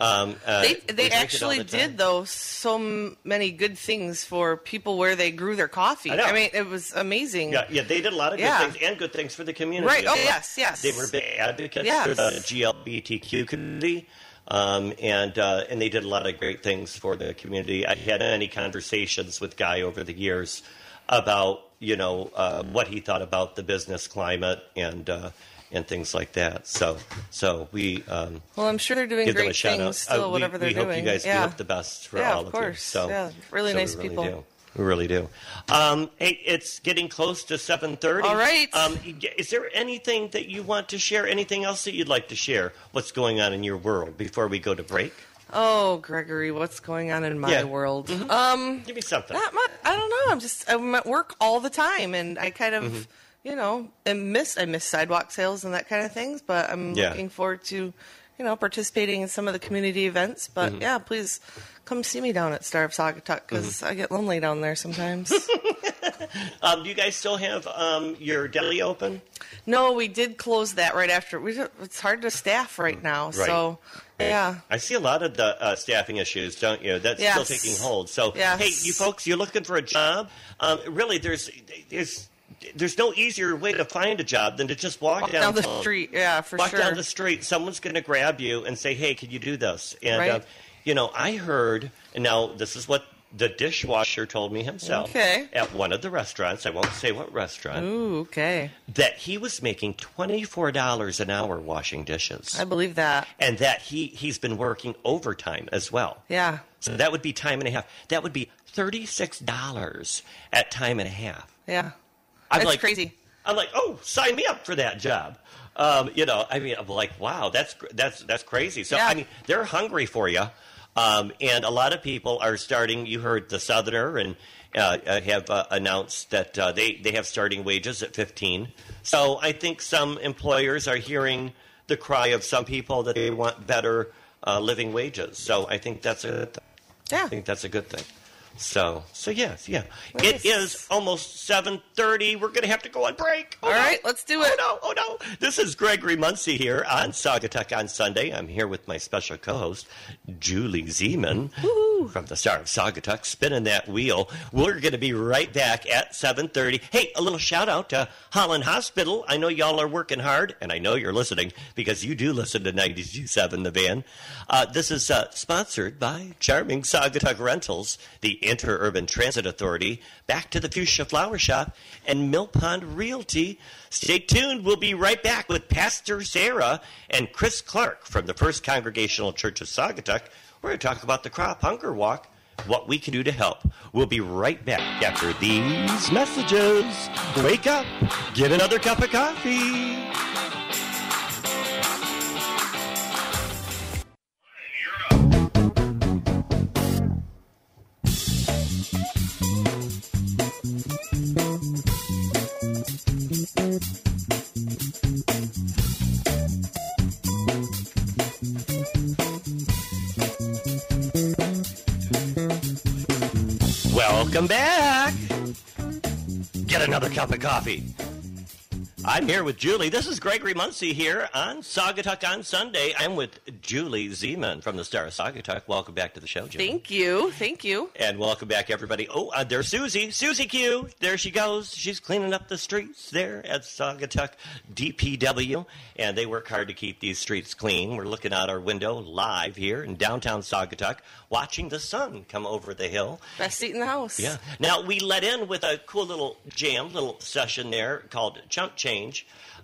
Speaker 1: Um, uh,
Speaker 2: They,
Speaker 1: we
Speaker 2: they
Speaker 1: drink it all
Speaker 2: actually
Speaker 1: the time.
Speaker 2: did though so m- many good things for people where they grew their coffee.
Speaker 1: I know.
Speaker 2: mean, it was amazing.
Speaker 1: Yeah, yeah, they did a lot of good
Speaker 2: Yeah.
Speaker 1: things and good things for the community.
Speaker 2: Right,
Speaker 1: as
Speaker 2: oh,
Speaker 1: well.
Speaker 2: yes, yes.
Speaker 1: They were big advocates for
Speaker 2: Yes.
Speaker 1: the GLBTQ community, um, and uh, and they did a lot of great things for the community. I had many conversations with Guy over the years about you know uh, what he thought about the business climate and uh, and things like that. So so we um,
Speaker 2: Well, I'm sure they're doing
Speaker 1: give them a
Speaker 2: great
Speaker 1: shout out.
Speaker 2: things still,
Speaker 1: Uh, we-
Speaker 2: whatever they're
Speaker 1: we
Speaker 2: doing.
Speaker 1: Hope you guys,
Speaker 2: yeah.
Speaker 1: We hope the best for
Speaker 2: Yeah,
Speaker 1: all
Speaker 2: of
Speaker 1: of, you.
Speaker 2: course.
Speaker 1: So,
Speaker 2: Yeah, really
Speaker 1: so we
Speaker 2: nice people.
Speaker 1: do. We really do. Um, hey, it's getting close to seven thirty.
Speaker 2: All right.
Speaker 1: Um, is there anything that you want to share? Anything else that you'd like to share? What's going on in your world before we go to break?
Speaker 2: Oh, Gregory, what's going on in my
Speaker 1: Yeah. Mm-hmm.
Speaker 2: world? Um,
Speaker 1: Give me something.
Speaker 2: not much. I don't know. I'm just I'm at work all the time, and I kind of
Speaker 1: Mm-hmm.
Speaker 2: you know I miss I miss sidewalk sales and that kind of things. But I'm
Speaker 1: Yeah.
Speaker 2: looking forward to you know participating in some of the community events. But
Speaker 1: Mm-hmm.
Speaker 2: yeah, please come see me down at Star of Saugatuck because
Speaker 1: Mm-hmm.
Speaker 2: I get lonely down there sometimes.
Speaker 1: Um, do you guys still have um, your deli open?
Speaker 2: no, we did close that right after. We don't- it's hard to staff right
Speaker 1: Mm-hmm.
Speaker 2: now, so yeah.
Speaker 1: I see a lot of the uh, staffing issues, don't you? That's still
Speaker 2: Yes.
Speaker 1: taking hold. So,
Speaker 2: Yes.
Speaker 1: hey, you folks, you're looking for a job. Um, really, there's there's there's no easier way to find a job than to just walk,
Speaker 2: Walk down the
Speaker 1: home.
Speaker 2: street, yeah, for
Speaker 1: walk
Speaker 2: sure.
Speaker 1: down the street. Someone's going to grab you and say, "Hey, could you do this?" And
Speaker 2: Right.
Speaker 1: uh, you know, I heard. And now this is what the dishwasher told me himself
Speaker 2: Okay.
Speaker 1: at one of the restaurants. I won't say what restaurant.
Speaker 2: Ooh, okay.
Speaker 1: That he was making twenty four dollars an hour washing dishes
Speaker 2: I believe that.
Speaker 1: and that he he's been working overtime as well.
Speaker 2: Yeah.
Speaker 1: So that would be time and a half. That would be thirty six dollars at time and a half.
Speaker 2: Yeah.
Speaker 1: I'm
Speaker 2: That's
Speaker 1: like-
Speaker 2: crazy.
Speaker 1: I'm like, oh, sign me up for that job. Um, you know, I mean, I'm like, wow, that's cr- that's that's crazy. So
Speaker 2: Yeah.
Speaker 1: I mean, they're hungry for you, um, and a lot of people are starting. You heard the Southerner and uh, uh, have uh, announced that uh, they they have starting wages at 15. So I think some employers are hearing the cry of some people that they want better uh, living wages. So I think that's a good thing.
Speaker 2: Yeah.
Speaker 1: I think that's a good thing. So, so yes, yeah. It
Speaker 2: Nice.
Speaker 1: is almost 7:30. We're going to have to go on break.
Speaker 2: All right, let's do it.
Speaker 1: Oh no, oh no. This is Gregory Muncie here on Saugatuck on Sunday. I'm here with my special co-host, Julie Zeman from the Star of Saugatuck, spinning that wheel. We're going to be right back at 7.30. Hey, a little shout out to Holland Hospital. I know y'all are working hard, and I know you're listening because you do listen to 927 The Van. Uh, this is uh, sponsored by Charming Saugatuck Rentals, the Interurban Transit Authority, Back to the Fuchsia Flower Shop, and Mill Pond Realty. Stay tuned. We'll be right back with Pastor Sarah and Chris Clark from the First Congregational Church of Saugatuck. We're going to talk about the Crop Hunger Walk, what we can do to help. We'll be right back after these messages. Wake up, get another cup of coffee. Welcome back. Get another cup of coffee. I'm here with Julie. This is Gregory Muncie here on Saugatuck on Sunday. I'm with Julie Zeman from the Star of Saugatuck. Welcome back to the show, Julie.
Speaker 2: Thank you. Thank you.
Speaker 1: And welcome back, everybody. Oh, uh, there's Susie. Susie Q. There she goes. She's cleaning up the streets there at Saugatuck DPW. And they work hard to keep these streets clean. We're looking out our window live here in downtown Saugatuck, watching the sun come over the hill.
Speaker 2: Best seat in the house.
Speaker 1: Yeah. Now we let in with a cool little jam, little session there called Jump Change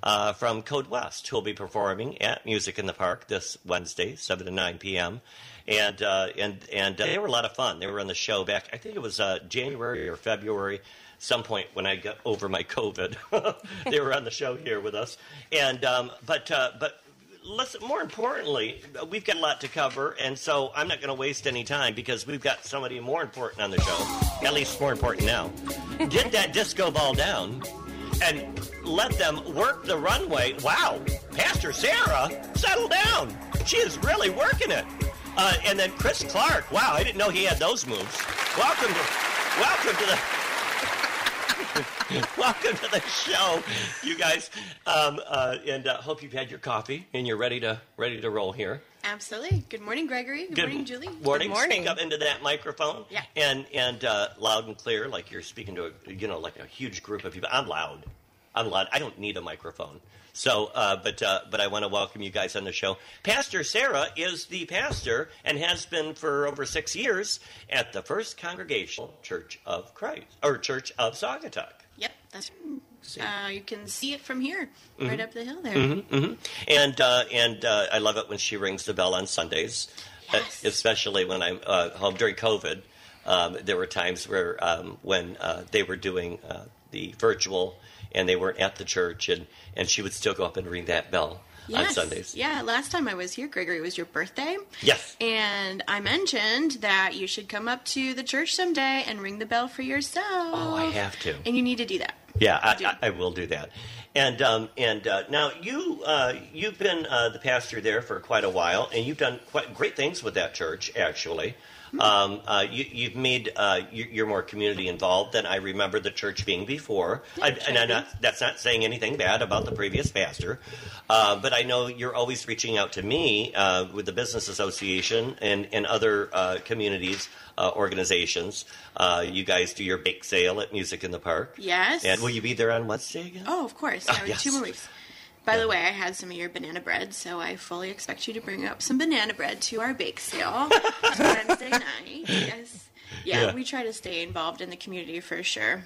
Speaker 1: uh, from Code West, who'll be performing at Music in the Park this Wednesday, seven to nine p.m. And uh, and and uh, they were a lot of fun. They were on the show back. I think it was uh, January or February. Some point when I got over my COVID, they were on the show here with us. And um, but uh, but let's more importantly, we've got a lot to cover, and so I'm not going to waste any time because we've got somebody more important on the show. At least more important now. Get that disco ball down and let them work the runway. Wow, Pastor Sarah, settle down. She is really working it. Uh, and then Chris Clark. Wow, I didn't know he had those moves. Welcome to, welcome to the welcome to the show, you guys, um, uh, and uh, hope you've had your coffee and you're ready to ready to roll here.
Speaker 4: Absolutely. Good morning, Gregory. Good, morning, Julie.
Speaker 1: Morning.
Speaker 2: Good morning.
Speaker 1: Speak up into that microphone.
Speaker 4: Yeah.
Speaker 1: And and uh, loud and clear, like you're speaking to a, you know like a huge group of people. I'm loud. I'm loud. I don't need a microphone. So, uh, but uh, but I want to welcome you guys on the show. Pastor Sarah is the pastor and has been for over six years at the First Congregational Church of Christ or Church of Saugatuck.
Speaker 4: Yep, that's uh, you can see it from here,
Speaker 1: Mm-hmm.
Speaker 4: right up the hill there.
Speaker 1: And uh, and uh, I love it when she rings the bell on Sundays,
Speaker 4: Yes.
Speaker 1: uh, especially when I'm uh, home during COVID. Um, there were times where um, when uh, they were doing uh, the virtual and they weren't at the church, and, and she would still go up and ring that bell on
Speaker 4: Yes.
Speaker 1: Sundays.
Speaker 4: Yeah, last time I was here, Gregory, it was your birthday.
Speaker 1: Yes.
Speaker 4: And I mentioned that you should come up to the church someday and ring the bell for yourself.
Speaker 1: Oh, I have to.
Speaker 4: And you need to do that.
Speaker 1: Yeah,
Speaker 4: do.
Speaker 1: I, I, I will do that. And um, and uh, now you uh, you've been uh, the pastor there for quite a while, and you've done quite great things with that church. Actually, um, uh, you, you've made uh, you, you're more community involved than I remember the church being before. I, and I'm not, that's not saying anything bad about the previous pastor, uh, but I know you're always reaching out to me uh, with the business association and and other uh, communities. Uh, organizations, uh, you guys do your bake sale at Music in the Park.
Speaker 4: Yes.
Speaker 1: And will you be there on Wednesday again?
Speaker 4: Oh, of course. I was
Speaker 1: yes.
Speaker 4: two Maloof. By the way, I had some of your banana bread, so I fully expect you to bring up some banana bread to our bake sale Wednesday night. Yes. Yeah,
Speaker 1: Yeah.
Speaker 4: we try to stay involved in the community for sure.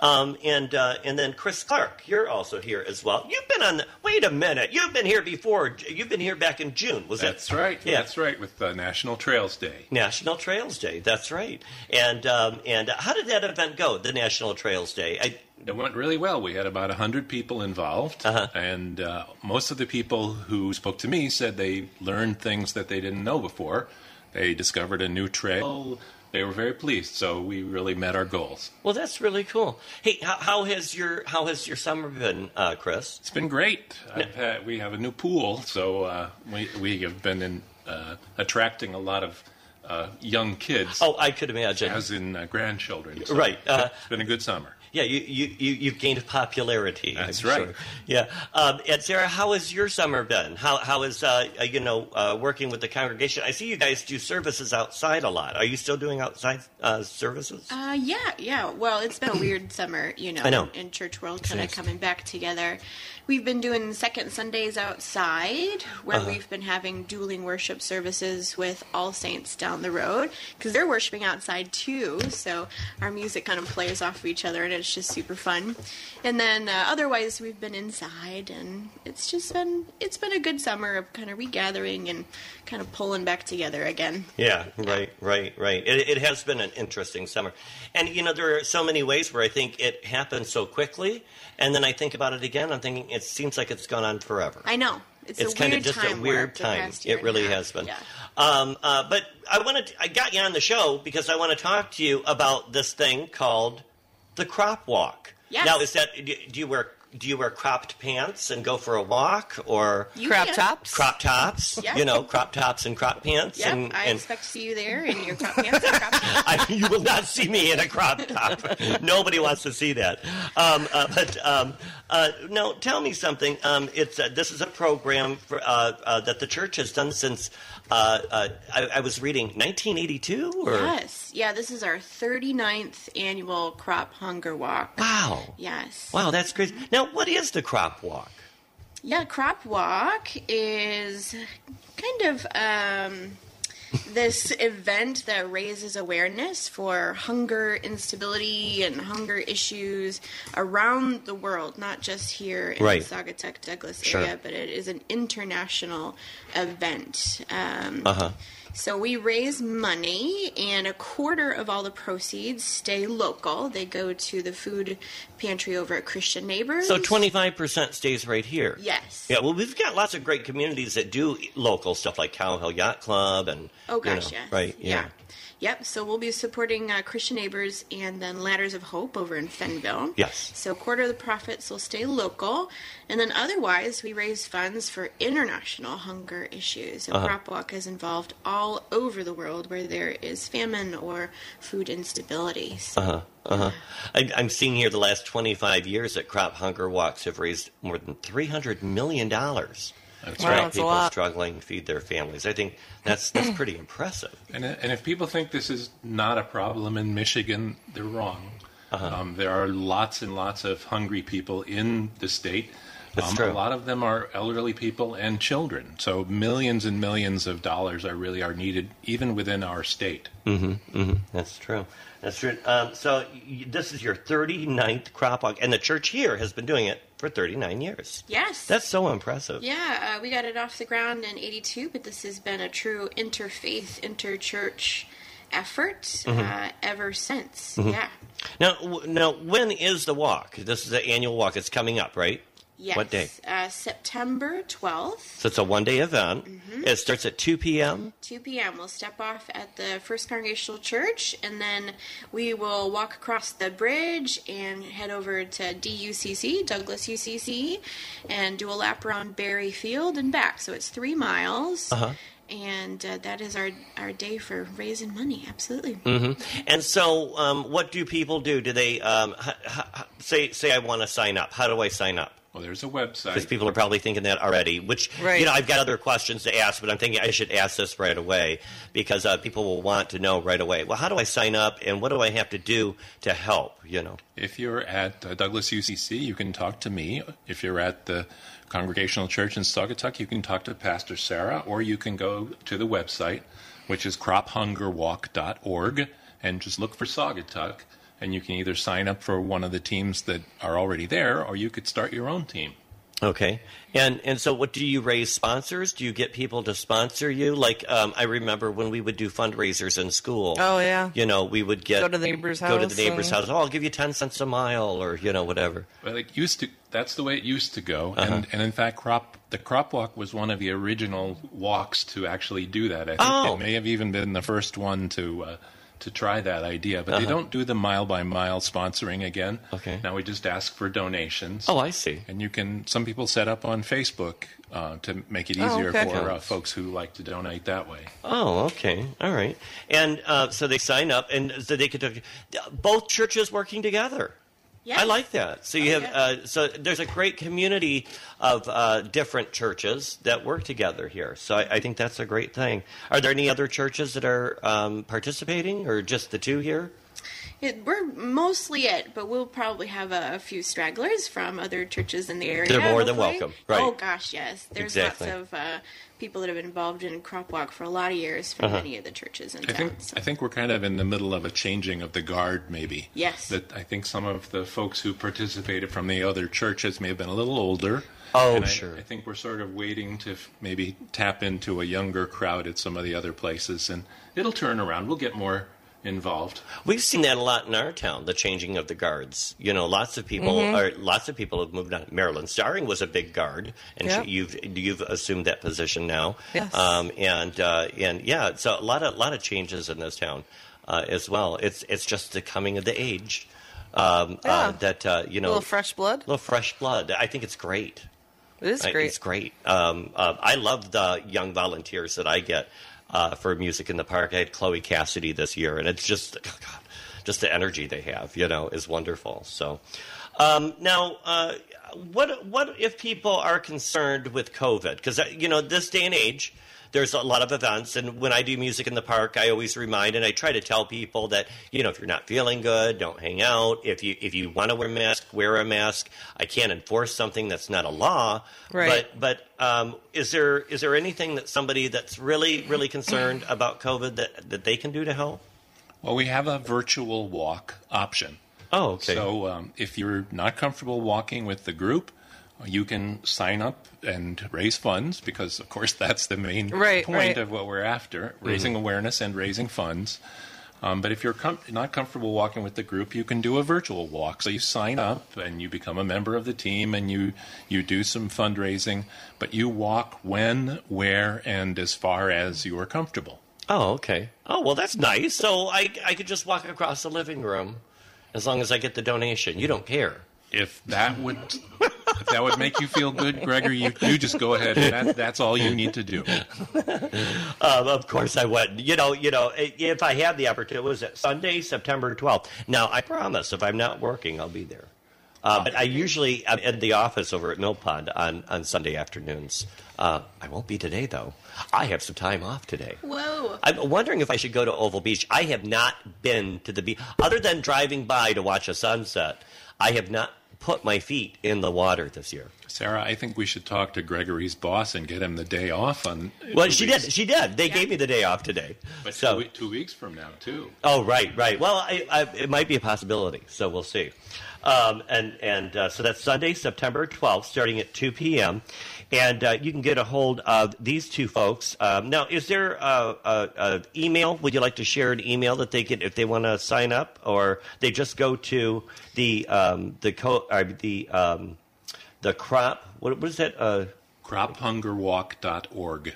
Speaker 1: Um, and uh, and then Chris Clark, you're also here as well. You've been on. The, wait a minute, you've been here before. J- You've been here back in June. Was
Speaker 5: That's
Speaker 1: that
Speaker 5: right.
Speaker 1: Yeah.
Speaker 5: That's right. With uh, National Trails Day.
Speaker 1: National Trails Day. That's right. And um, and how did that event go? The National Trails Day. I,
Speaker 5: It went really well. We had about 100 people involved,
Speaker 1: Uh-huh.
Speaker 5: and uh, most of the people who spoke to me said they learned things that they didn't know before. They discovered a new
Speaker 1: Oh.
Speaker 5: trail. They were very pleased, so we really met our goals.
Speaker 1: well, that's really cool. Hey, how, how has your how has your summer been, uh, Chris?
Speaker 5: It's been great. I've had, we have a new pool, so uh, we, we have been in, uh, attracting a lot of uh, young kids,
Speaker 1: Oh, I could imagine.
Speaker 5: as in uh, grandchildren. So
Speaker 1: Right, uh,
Speaker 5: it's been a good summer.
Speaker 1: Yeah, you you you you've gained popularity.
Speaker 5: That's
Speaker 1: I'm
Speaker 5: right.
Speaker 1: sure. Yeah, um, and Sarah, how has your summer been? How how is uh, uh, you know uh, working with the congregation? I see you guys do services outside a lot. Are you still doing outside uh, services?
Speaker 4: Uh, yeah, yeah. Well, it's been a weird summer, you know,
Speaker 1: I know.
Speaker 4: in church world, kind of
Speaker 1: Yes.
Speaker 4: coming back together. We've been doing second Sundays outside, where
Speaker 1: Uh-huh.
Speaker 4: we've been having dueling worship services with All Saints down the road, because they're worshiping outside too. So our music kind of plays off of each other, and it's just super fun. And then uh, otherwise, we've been inside, and it's just been it's been a good summer of kind of regathering and kind of pulling back together again.
Speaker 1: Yeah, right, right, right. It, it has been an interesting summer. And, you know, there are so many ways where I think it happened so quickly. And then I think about it again. I'm thinking it seems like it's gone on forever.
Speaker 4: I know. It's,
Speaker 1: it's
Speaker 4: a
Speaker 1: kind
Speaker 4: weird
Speaker 1: of just
Speaker 4: time
Speaker 1: a
Speaker 4: warp
Speaker 1: weird
Speaker 4: the
Speaker 1: time.
Speaker 4: past year
Speaker 1: It
Speaker 4: and a
Speaker 1: really
Speaker 4: half.
Speaker 1: has been.
Speaker 4: Yeah.
Speaker 1: Um, uh, but I wanted to, I got you on the show because I want to talk to you about this thing called the crop walk.
Speaker 4: Yes.
Speaker 1: Now, is that do do you wear do you wear cropped pants and go for a walk or
Speaker 4: You
Speaker 2: Crop
Speaker 4: can.
Speaker 2: tops.
Speaker 1: crop tops?
Speaker 4: Yeah.
Speaker 1: You know, crop tops and crop pants.
Speaker 4: Yep,
Speaker 1: and,
Speaker 4: I
Speaker 1: and
Speaker 4: expect to see you there in your crop pants. and crop tops.
Speaker 1: I, you will not see me in a crop top. Nobody wants to see that. Um, uh, but um, uh, no, tell me something. Um, it's uh, this is a program for, uh, uh, that the church has done since uh, uh, I, I was reading 1982. Or
Speaker 4: Yes. Yeah, this is our 39th annual crop hunger walk.
Speaker 1: wow,
Speaker 4: Yes.
Speaker 1: wow, that's great. Now, what is the crop walk?
Speaker 4: Yeah, crop walk is kind of um, this event that raises awareness for hunger instability and hunger issues around the world, not just here in
Speaker 1: Right.
Speaker 4: the Saugatuck Douglas
Speaker 1: Sure.
Speaker 4: area, but it is an international event. Um,
Speaker 1: Uh huh.
Speaker 4: So we raise money, and a quarter of all the proceeds stay local. They go to the food pantry over at Christian Neighbors.
Speaker 1: So 25 percent stays right here.
Speaker 4: Yes.
Speaker 1: Yeah, well, we've got lots of great communities that do local stuff like Cow Hill Yacht Club and
Speaker 4: Oh
Speaker 1: you know,
Speaker 4: gosh, yes.
Speaker 1: right,
Speaker 4: Yep. So we'll be supporting uh, Christian Neighbors and then Ladders of Hope over in Fenville.
Speaker 1: Yes.
Speaker 4: So a quarter of the profits will stay local, and then otherwise we raise funds for international hunger issues.
Speaker 1: Uh-huh.
Speaker 4: And Crop Walk is involved all over the world where there is famine or food instability. So
Speaker 1: Uh, Uh-huh. I, I'm seeing here the last 25 years that crop hunger walks have raised more than 300 million dollars.
Speaker 5: That's
Speaker 1: That's
Speaker 2: Wow,
Speaker 1: right.
Speaker 2: it's a
Speaker 1: People
Speaker 2: lot.
Speaker 1: struggling to feed their families. I think that's that's pretty impressive.
Speaker 5: And, and if people think this is not a problem in Michigan, they're wrong.
Speaker 1: Uh-huh.
Speaker 5: Um, there are lots and lots of hungry people in the state.
Speaker 1: That's
Speaker 5: um,
Speaker 1: true.
Speaker 5: A lot of them are elderly people and children. So millions and millions of dollars are really are needed, even within our state.
Speaker 1: Mm-hmm. That's true. That's true. Um, so y this is your 39th crop walk, and the church here has been doing it for 39 years.
Speaker 4: Yes.
Speaker 1: That's so impressive.
Speaker 4: Yeah, uh, we got it off the ground in 82, but this has been a true interfaith, interchurch effort
Speaker 1: Mm-hmm.
Speaker 4: uh, ever since. Yeah.
Speaker 1: Now, w- now, when is the walk? This is the annual walk. It's coming up, right?
Speaker 4: Yes.
Speaker 1: What day?
Speaker 4: Uh, September 12th,
Speaker 1: So it's a one-day event. It starts at 2 p.m.
Speaker 4: 2 p.m. We'll step off at the First Congregational Church, and then we will walk across the bridge and head over to DUCC, Douglas UCC, and do a lap around Berry Field and back. So it's three miles.
Speaker 1: Uh-huh.
Speaker 4: And uh, that is our, our day for raising money. Absolutely.
Speaker 1: And so, um, what do people do? Do they um, h- h- h- say say I want to sign up? How do I sign up?
Speaker 5: Well, there's a website.
Speaker 1: Because people are probably thinking that already. Which
Speaker 2: Right.
Speaker 1: you know, I've got other questions to ask, but I'm thinking I should ask this right away because uh, people will want to know right away. Well, how do I sign up, and what do I have to do to help? You know.
Speaker 5: If you're at uh, Douglas UCC, you can talk to me. If you're at the Congregational Church in Saugatuck, you can talk to Pastor Sarah, or you can go to the website, which is crophungerwalk.org, and just look for Saugatuck. And you can either sign up for one of the teams that are already there, or you could start your own team.
Speaker 1: Okay, and and so what do you raise sponsors? Do you get people to sponsor you? Like um, I remember when we would do fundraisers in school.
Speaker 2: Oh, yeah.
Speaker 1: you know we would get
Speaker 2: Go to the neighbor's
Speaker 1: go to the
Speaker 2: house
Speaker 1: neighbor's
Speaker 2: and-
Speaker 1: house. Oh, I'll give you ten cents a mile, or you know whatever.
Speaker 5: Well, it used to. That's the way it used to go,
Speaker 1: Uh-huh.
Speaker 5: and and in fact, crop the crop walk was one of the original walks to actually do that. I think
Speaker 1: Oh.
Speaker 5: it may have even been the first one to uh, to try that idea. But they don't do the mile by mile sponsoring again.
Speaker 1: Uh-huh. Okay.
Speaker 5: Now we just ask for donations.
Speaker 1: Oh, I see.
Speaker 5: And you can. Some people set up on Facebook uh, to make it easier
Speaker 2: okay.
Speaker 5: for uh, folks who like to donate that way.
Speaker 1: Oh, okay, all right. And uh, so they sign up, and so they could talk- both churches working together.
Speaker 4: Yes. Oh,
Speaker 1: I like that. So you have
Speaker 4: yeah.
Speaker 1: uh, so there's a great community of uh, different churches that work together here. So I, I think that's a great thing. Are there any other churches that are um, participating, or just the two here?
Speaker 4: It, we're mostly it, but we'll probably have a, a few stragglers from other churches in the area.
Speaker 1: They're more than
Speaker 4: hopefully.
Speaker 1: welcome, right.
Speaker 4: Oh gosh, yes. There's
Speaker 1: Exactly.
Speaker 4: lots of uh, people that have been involved in crop walk for a lot of years
Speaker 1: Uh-huh.
Speaker 4: from many of the churches in
Speaker 5: I
Speaker 4: town.
Speaker 5: think
Speaker 4: so-
Speaker 5: I think we're kind of in the middle of a changing of the guard, maybe.
Speaker 4: Yes.
Speaker 5: That I think some of the folks who participated from the other churches may have been a little older.
Speaker 1: Oh,
Speaker 5: And I-
Speaker 1: sure.
Speaker 5: I think we're sort of waiting to f- maybe tap into a younger crowd at some of the other places, and it'll turn around. We'll get more involved.
Speaker 1: We've seen that a lot in our town, the changing of the guards. You know, lots of people
Speaker 2: Mm-hmm.
Speaker 1: are lots of people have moved on. Marilyn Starring was a big guard, and
Speaker 2: Yep.
Speaker 1: she, you've you've assumed that position now.
Speaker 2: Yes.
Speaker 1: Um, and uh, and yeah, so a lot of lot of changes in this town uh, as well. It's it's just the coming of the age um, uh,
Speaker 2: Yeah.
Speaker 1: that uh, you know,
Speaker 2: little fresh blood.
Speaker 1: little fresh blood. I think it's great.
Speaker 2: It is
Speaker 1: I-
Speaker 2: great.
Speaker 1: It's great. Um, uh, I love the young volunteers that I get uh, for Music in the Park. I had Chloe Cassidy this year, and it's just, oh God, just the energy they have, you know, is wonderful. So um, now, uh, what what if people are concerned with COVID? Because you know, this day and age. There's a lot of events, and when I do music in the park, I always remind and I try to tell people that you know if you're not feeling good, don't hang out. If you if you want to wear a mask, wear a mask. I can't enforce something that's not a law,
Speaker 2: Right.
Speaker 1: but but um, is there is there anything that somebody that's really really concerned about COVID that that they can do to help?
Speaker 5: Well, we have a virtual walk option.
Speaker 1: Oh, okay.
Speaker 5: So um, if you're not comfortable walking with the group, you can sign up and raise funds because, of course, that's the main
Speaker 2: Right,
Speaker 5: point
Speaker 2: right.
Speaker 5: of what we're after raising awareness and raising funds. Um, but if you're com- not comfortable walking with the group, you can do a virtual walk. So you sign up and you become a member of the team and you, you do some fundraising, but you walk when, where, and as far as you are comfortable.
Speaker 1: oh, okay. Oh, well, that's nice. So I I could just walk across the living room, as long as I get the donation. You don't care.
Speaker 5: if that would if that would make you feel good, Gregory, you, you just go ahead. And that, that's all you need to do.
Speaker 1: Um, of course I wouldn't. You know, you know, i- if I had the opportunity, was it Sunday, September twelfth? Now I promise, if I'm not working, I'll be there. Uh, but I usually I'm in the office over at Mill Pond on, on Sunday afternoons. Uh, I won't be today, though. I have some time off today.
Speaker 4: Whoa.
Speaker 1: I'm wondering if I should go to Oval Beach. I have not been to the beach other than driving by to watch a sunset. I have not put my feet in the water this year.
Speaker 5: Sarah, I think we should talk to Gregory's boss and get him the day off on.
Speaker 1: Well,
Speaker 5: two
Speaker 1: she
Speaker 5: weeks.
Speaker 1: did. She did. They gave me the day off today.
Speaker 5: But
Speaker 1: so,
Speaker 5: two, we- two weeks from now too.
Speaker 1: oh right, right. Well, I, I, it might be a possibility. So we'll see. Um, and and uh, so that's Sunday, September twelfth, starting at two p.m. And uh, you can get a hold of these two folks. Um, now, is there a, a, a email? Would you like to share an email that they can, if they want to sign up, or they just go to the um, the co- or the um, the crop? What, what is that? Uh,
Speaker 5: Crophungerwalk.org,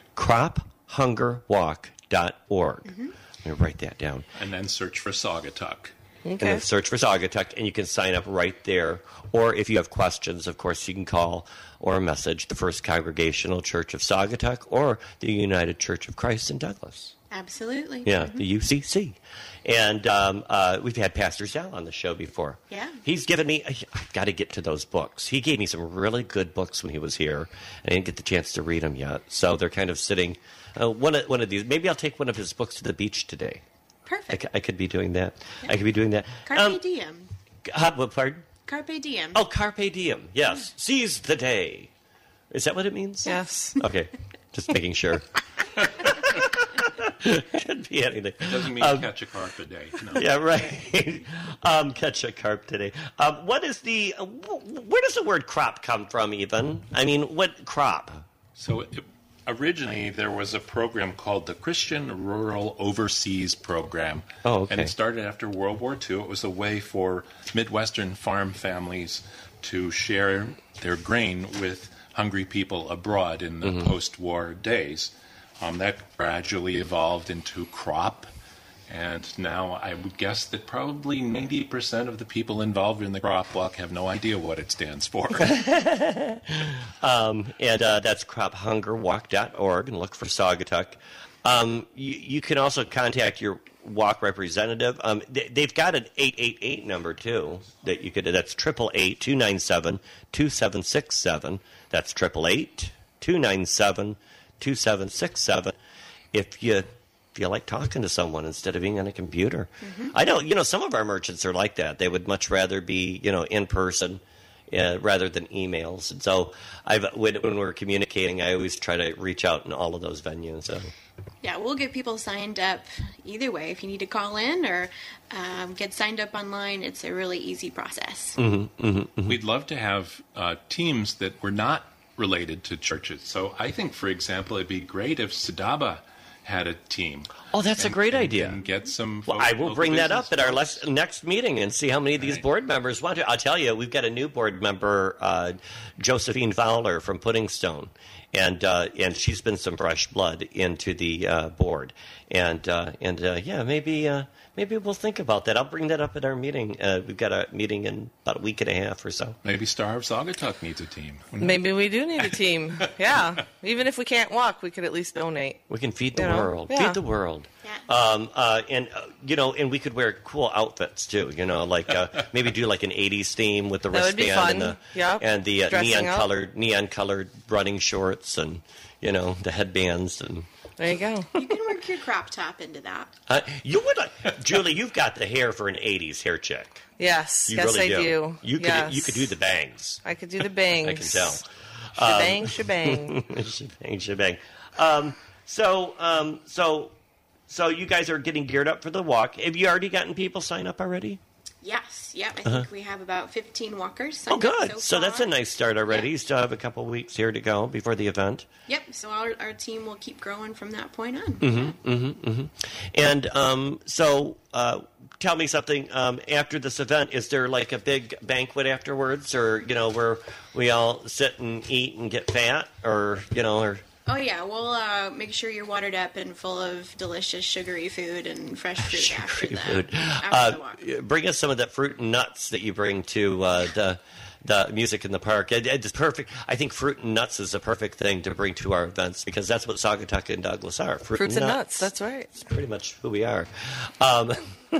Speaker 1: crophungerwalk.org. I'm going to write that down.
Speaker 5: and then search for Saugatuck.
Speaker 1: And
Speaker 2: Okay.
Speaker 1: then search for Saugatuck, and you can sign up right there. Or if you have questions, of course, you can call or message the First Congregational Church of Saugatuck or the United Church of Christ in Douglas.
Speaker 4: Absolutely.
Speaker 1: Yeah, the UCC. And um, uh, we've had Pastor Zal on the show before.
Speaker 4: Yeah.
Speaker 1: He's given me, I've got to get to those books. He gave me some really good books when he was here. I didn't get the chance to read them yet. So they're kind of sitting, uh, one, of, one of these. Maybe I'll take one of his books to the beach today. I,
Speaker 4: Perfect.
Speaker 1: c- I could be doing that. I could be doing that.
Speaker 4: Carpe
Speaker 1: Um,
Speaker 4: diem.
Speaker 1: uh, well, pardon?
Speaker 4: Carpe diem.
Speaker 1: Oh, carpe diem. Yes. Seize the day. Is that what it means?
Speaker 2: Yes.
Speaker 1: Okay. Just making sure. Could be anything.
Speaker 5: Doesn't mean
Speaker 1: Um,
Speaker 5: catch a carp a day. No.
Speaker 1: Yeah, right. um, catch a carp today. Um, what is the? uh, wh- Where does the word crop come from? Even I mean, what crop?
Speaker 5: So it, originally there was a program called the Christian Rural Overseas Program.
Speaker 1: Oh, okay.
Speaker 5: And it started after World War II. It was a way for Midwestern farm families to share their grain with hungry people abroad in
Speaker 1: Mm-hmm.
Speaker 5: the post-war days. Um, that gradually evolved into crop. And now I would guess that probably 90% of the people involved in the crop walk have no idea what it stands for.
Speaker 1: And uh, that's crophungerwalk.org and look for Saugatuck. Um, you, you can also contact your walk representative. Um, they, they've got an 888 number too that you could. That's triple eight two nine seven two seven six seven. That's triple eight two nine seven two seven six seven. If you feel like talking to someone instead of being on a computer, I know you know some of our merchants are like that. They would much rather be you know in person uh, rather than emails. And so I've when, when we're communicating, I always try to reach out in all of those venues. So.
Speaker 4: Yeah, we'll get people signed up either way. If you need to call in or um, get signed up online, it's a really easy process.
Speaker 1: Mm.
Speaker 5: We'd love to have uh, teams that were not related to churches. So I think, for example, it'd be great if Sadaba had a team.
Speaker 1: Oh, that's a great
Speaker 5: and,
Speaker 1: idea.
Speaker 5: And get some.
Speaker 1: Well,
Speaker 5: folk-
Speaker 1: I will
Speaker 5: local
Speaker 1: bring that up
Speaker 5: business
Speaker 1: at our
Speaker 5: folks.
Speaker 1: les- next meeting and see how many of these
Speaker 5: Right.
Speaker 1: board members want to. I'll tell you, we've got a new board member, uh, Josephine Fowler from Pudding Stone, and uh, and she's been some fresh blood into the uh, board, and uh, and uh, yeah, maybe uh, maybe we'll think about that. I'll bring that up at our meeting. Uh, we've got a meeting in about a week and a half or so.
Speaker 5: Maybe Star of Saugatuck needs a team.
Speaker 2: Maybe we do need a team. Yeah. Even if we can't walk, we could at least donate.
Speaker 1: We can feed the
Speaker 2: You know?
Speaker 1: world.
Speaker 2: Yeah.
Speaker 1: Feed the world.
Speaker 4: Yeah.
Speaker 1: Um, uh, and uh, you know, and we could wear cool outfits too. You know, like uh, maybe do like an '80s theme with the
Speaker 2: That would
Speaker 1: wristband
Speaker 2: be
Speaker 1: and
Speaker 2: fun.
Speaker 1: the
Speaker 2: Yep.
Speaker 1: and the uh,
Speaker 2: Dressing
Speaker 1: neon
Speaker 2: up.
Speaker 1: colored neon colored running shorts and you know the headbands and.
Speaker 2: There you go.
Speaker 4: You can work your crop top into that.
Speaker 1: Uh, you would, uh, Julie. You've got the hair for an '80s hair check.
Speaker 2: Yes.
Speaker 1: You
Speaker 2: yes,
Speaker 1: really
Speaker 2: I do.
Speaker 1: You could
Speaker 2: yes.
Speaker 1: you could do the bangs.
Speaker 2: I could do the bangs.
Speaker 1: I can tell. Um,
Speaker 2: Shebang, shebang.
Speaker 1: shebang, shebang. Um, so um, so so you guys are getting geared up for the walk. Have you already gotten people sign up already?
Speaker 4: Yes, yep. I think we have about 15 walkers.
Speaker 1: Uh-huh. Oh,
Speaker 4: signed up
Speaker 1: good. So, that's a
Speaker 4: far.
Speaker 1: nice start already.
Speaker 4: Yeah.
Speaker 1: You still have a couple weeks here to go before the event.
Speaker 4: Yep, so our, our team will keep growing from that point on.
Speaker 1: Mm-hmm. And um, so uh, tell me something. Um, after this event, is there like a big banquet afterwards, or you know, where we all sit and eat and get fat, or you know, or
Speaker 4: Oh, yeah, we'll uh, make sure you're watered up and full of delicious sugary food and fresh fruit after
Speaker 1: sugary
Speaker 4: that.
Speaker 1: food?
Speaker 4: After the
Speaker 1: Uh,
Speaker 4: walk.
Speaker 1: bring us some of that fruit and nuts that you bring to uh, the the music in the park. It, it's perfect. I think fruit and nuts is the perfect thing to bring to our events because that's what Saugatuck and Douglas are. Fruit
Speaker 2: Fruits and nuts. That's right.
Speaker 1: It's pretty much who we are. Um,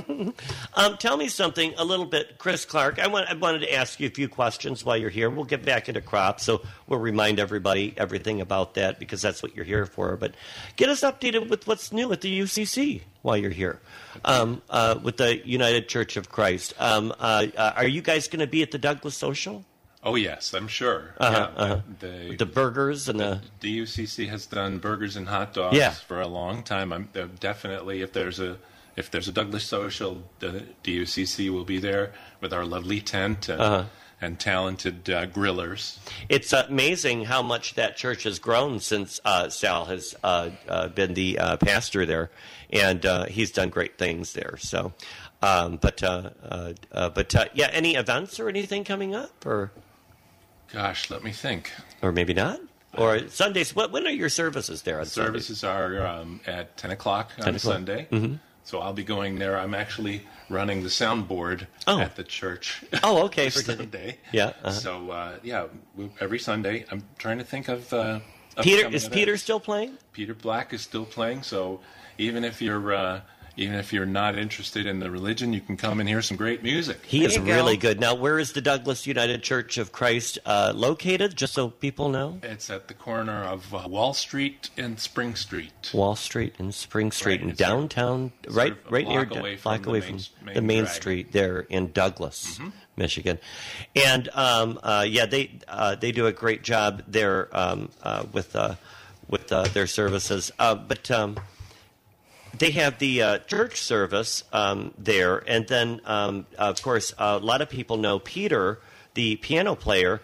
Speaker 1: um, tell me something a little bit, Chris Clark. I, want, I wanted to ask you a few questions while you're here. We'll get back into crop, so we'll remind everybody everything about that because that's what you're here for. But get us updated with what's new at the UCC while you're here um, uh, with the United Church of Christ. Um, uh, uh, are you guys going to be at the Douglas Social?
Speaker 5: Oh yes, I'm sure. yeah, They,
Speaker 1: Uh-huh, The burgers and the.
Speaker 5: DUCC has done burgers and hot dogs
Speaker 1: Yeah.
Speaker 5: for a long time. I'm they're definitely if there's a if there's a Douglas Social, the DUCC will be there with our lovely tent and,
Speaker 1: Uh-huh.
Speaker 5: and talented uh, grillers.
Speaker 1: It's amazing how much that church has grown since uh, Sal has uh, uh, been the uh, pastor there, and uh, he's done great things there. So, um, but uh, uh, uh, but uh, yeah, any events or anything coming up, or
Speaker 5: Gosh, let me think.
Speaker 1: or maybe not, or Sundays. What when are your services there on Sundays?
Speaker 5: Services are um, at 10 o'clock on
Speaker 1: 10 o'clock. Mm-hmm.
Speaker 5: Sunday. So I'll be going there. I'm actually running the soundboard
Speaker 1: Oh.
Speaker 5: at the church
Speaker 1: Oh, okay, for
Speaker 5: Sunday.
Speaker 1: Yeah, uh-huh.
Speaker 5: So, uh, yeah, we- every Sunday. I'm trying to think of. Uh,
Speaker 1: Peter
Speaker 5: upcoming
Speaker 1: is
Speaker 5: events.
Speaker 1: Peter still playing?
Speaker 5: Peter Black is still playing, so even if you're uh, even if you're not interested in the religion, you can come and hear some great music.
Speaker 1: He
Speaker 2: There
Speaker 1: is
Speaker 2: you go.
Speaker 1: really good. Now, where is the Douglas United Church of Christ uh, located? Just so people know.
Speaker 5: It's at the corner of uh, Wall Street and Spring Street.
Speaker 1: Wall Street and Spring Street
Speaker 5: Right,
Speaker 1: and
Speaker 5: it's sort of-
Speaker 1: downtown,
Speaker 5: sort
Speaker 1: right,
Speaker 5: of a
Speaker 1: right near
Speaker 5: block away from
Speaker 1: block
Speaker 5: the
Speaker 1: away
Speaker 5: main-
Speaker 1: from
Speaker 5: main Mm-hmm.
Speaker 1: the main
Speaker 5: drag.
Speaker 1: street there in Douglas, Michigan, and um, uh, yeah, they uh, they do a great job there um, uh, with uh, with uh, their services, uh, but. Um, they have the uh, church service um, there, and then um, of course a lot of people know Peter, the piano player,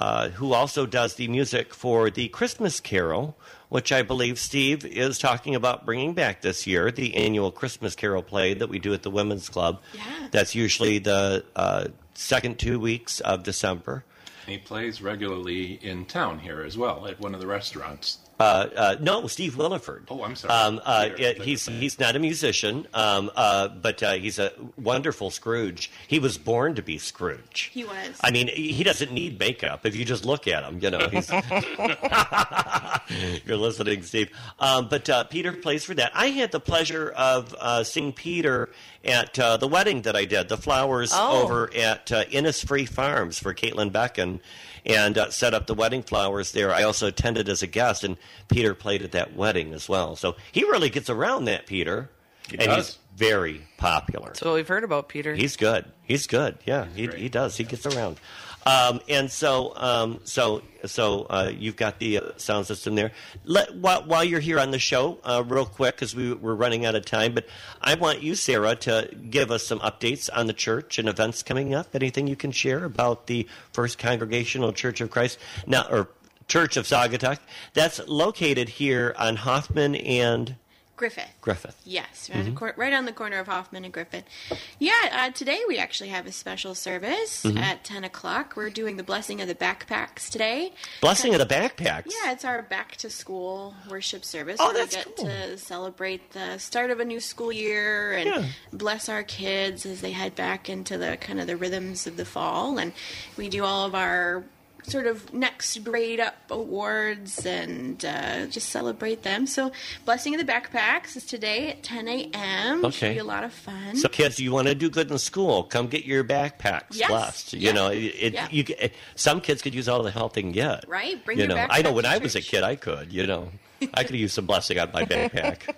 Speaker 1: uh, who also does the music for the Christmas Carol, which I believe Steve is talking about bringing back this year, the annual Christmas Carol play that we do at the Women's Club.
Speaker 4: Yeah.
Speaker 1: That's usually the uh, second two weeks of December.
Speaker 5: And he plays regularly in town here as well at one of the restaurants.
Speaker 1: uh, no, Steve Williford.
Speaker 5: Oh, I'm sorry.
Speaker 1: Um, uh,
Speaker 5: Peter.
Speaker 1: it- he's he's not a musician, um, uh, but uh, he's a wonderful Scrooge. He was born to be Scrooge.
Speaker 4: He was.
Speaker 1: I mean, he he doesn't need makeup if you just look at him. You know, he's. You're listening, Steve. Um, but uh, Peter plays for that. I had the pleasure of uh, seeing Peter at uh, the wedding that I did, the flowers
Speaker 2: Oh.
Speaker 1: over at uh, Innis Free Farms for Caitlin Becken, and uh, set up the wedding flowers there. I also attended as a guest, and Peter played at that wedding as well. So he really gets around that, Peter. He and he's
Speaker 5: does.
Speaker 1: very popular.
Speaker 2: That's what we've heard about Peter.
Speaker 1: He's good. He's good. Yeah, he,
Speaker 5: great.
Speaker 1: he does. He gets around. Um, and so, um, so, so uh, you've got the uh, sound system there. Let, while, while you're here on the show, uh, real quick, because we, we're running out of time, but I want you, Sarah, to give us some updates on the church and events coming up. Anything you can share about the First Congregational Church of Christ now, or Church of Saugatuck? That's located here on Hoffman and
Speaker 4: Griffith.
Speaker 1: Griffith. Mm-hmm.
Speaker 4: Yes, right, on the cor- right on the corner of Hoffman and Griffin. Yeah, uh, today we actually have a special service
Speaker 1: Mm-hmm.
Speaker 4: at 10 o'clock. We're doing the blessing of the backpacks today.
Speaker 1: Blessing of the backpacks.
Speaker 4: Yeah, it's our back to school worship service.
Speaker 1: Oh,
Speaker 4: where
Speaker 1: that's
Speaker 4: we get
Speaker 1: cool.
Speaker 4: to celebrate the start of a new school year and
Speaker 1: Yeah.
Speaker 4: bless our kids as they head back into the kind of the rhythms of the fall. And we do all of our sort of next grade up awards and uh, just celebrate them. So, blessing of the backpacks is today at 10 a.m.
Speaker 1: Okay.
Speaker 4: Should be a lot of fun.
Speaker 1: So kids, you want to do good in school? Come get your backpacks
Speaker 4: Mm-hmm. Yes.
Speaker 1: blessed. You
Speaker 4: Yeah.
Speaker 1: know, it, it-
Speaker 4: Yeah.
Speaker 1: you ca- some kids could use all the help they can get.
Speaker 4: Right. Bring
Speaker 1: you
Speaker 4: your
Speaker 1: know, I know
Speaker 4: backpack
Speaker 1: when
Speaker 4: to
Speaker 1: I was a
Speaker 4: church.
Speaker 1: kid, I could. You know, I could use some blessing on my backpack.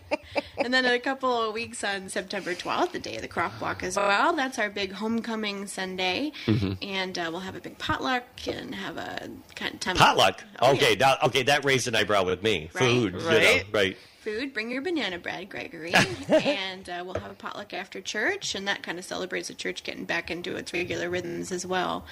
Speaker 4: And then in a couple of weeks on September 12th, the day of the crop walk as well. That's our big homecoming Sunday.
Speaker 1: Mm-hmm.
Speaker 4: And uh, we'll have a big potluck and have a kind of time
Speaker 1: Potluck.
Speaker 4: Oh,
Speaker 1: okay,
Speaker 4: yeah.
Speaker 1: now, okay, that raised an eyebrow with me.
Speaker 4: Right.
Speaker 1: Food, you know,
Speaker 2: Right.
Speaker 1: right.
Speaker 4: Food, bring your banana bread, Gregory. and uh, we'll have a potluck after church. And that kind of celebrates the church getting back into its regular rhythms as well.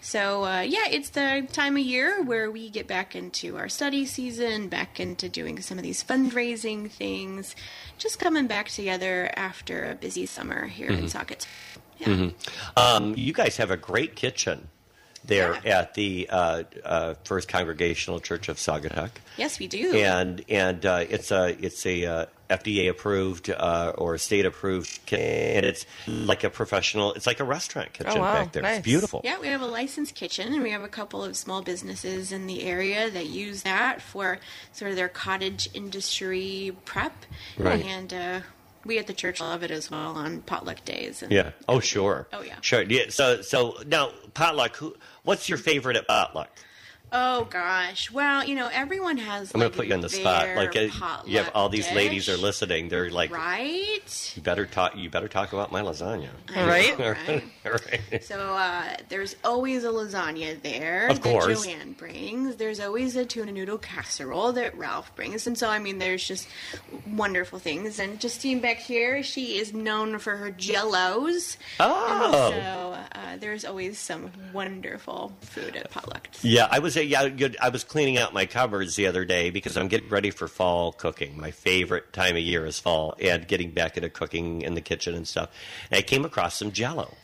Speaker 4: So, uh, yeah, it's the time of year where we get back into our study season, back into doing some of these fundraising things, just coming back together after a busy summer here in Saugatuck. Yeah.
Speaker 1: Um, you guys have a great kitchen there
Speaker 4: Yeah.
Speaker 1: at the uh, uh, First Congregational Church of Saugatuck.
Speaker 4: Yes, we do.
Speaker 1: and and uh, it's a it's a uh, FDA approved uh, or state approved, ki- and it's like a professional. It's like a restaurant kitchen
Speaker 2: wow.
Speaker 1: back there.
Speaker 2: Nice.
Speaker 1: It's beautiful.
Speaker 4: Oh, Yeah, we have a licensed kitchen, and we have a couple of small businesses in the area that use that for sort of their cottage industry prep.
Speaker 1: Right.
Speaker 4: And uh, we at the church love it as well on potluck days. And
Speaker 1: Yeah. Oh, sure.
Speaker 4: Oh, yeah.
Speaker 1: Sure. Yeah. So, so now potluck. Who? What's your favorite at potluck?
Speaker 4: Oh gosh. Well, you know, everyone has.
Speaker 1: I'm gonna
Speaker 4: like,
Speaker 1: put you on the spot.
Speaker 4: their
Speaker 1: Like uh, you have
Speaker 4: potluck
Speaker 1: all these ladies are
Speaker 4: dish,
Speaker 1: listening. They're like,
Speaker 4: Right.
Speaker 1: you better talk. You better talk about my lasagna.
Speaker 4: I know,
Speaker 2: Right?
Speaker 4: right.
Speaker 1: right.
Speaker 4: So uh, there's always a lasagna there
Speaker 1: Of
Speaker 4: that
Speaker 1: course.
Speaker 4: Joanne brings. There's always a tuna noodle casserole that Ralph brings. And so, I mean, there's just wonderful things. And Justine back here, she is known for her jellos.
Speaker 1: Oh.
Speaker 4: And so uh, there's always some wonderful food at potluck.
Speaker 1: Yeah, I was uh, yeah, good. I was cleaning out my cupboards the other day because I'm getting ready for fall cooking. My favorite time of year is fall and getting back into cooking in the kitchen and stuff. And I came across some Jello,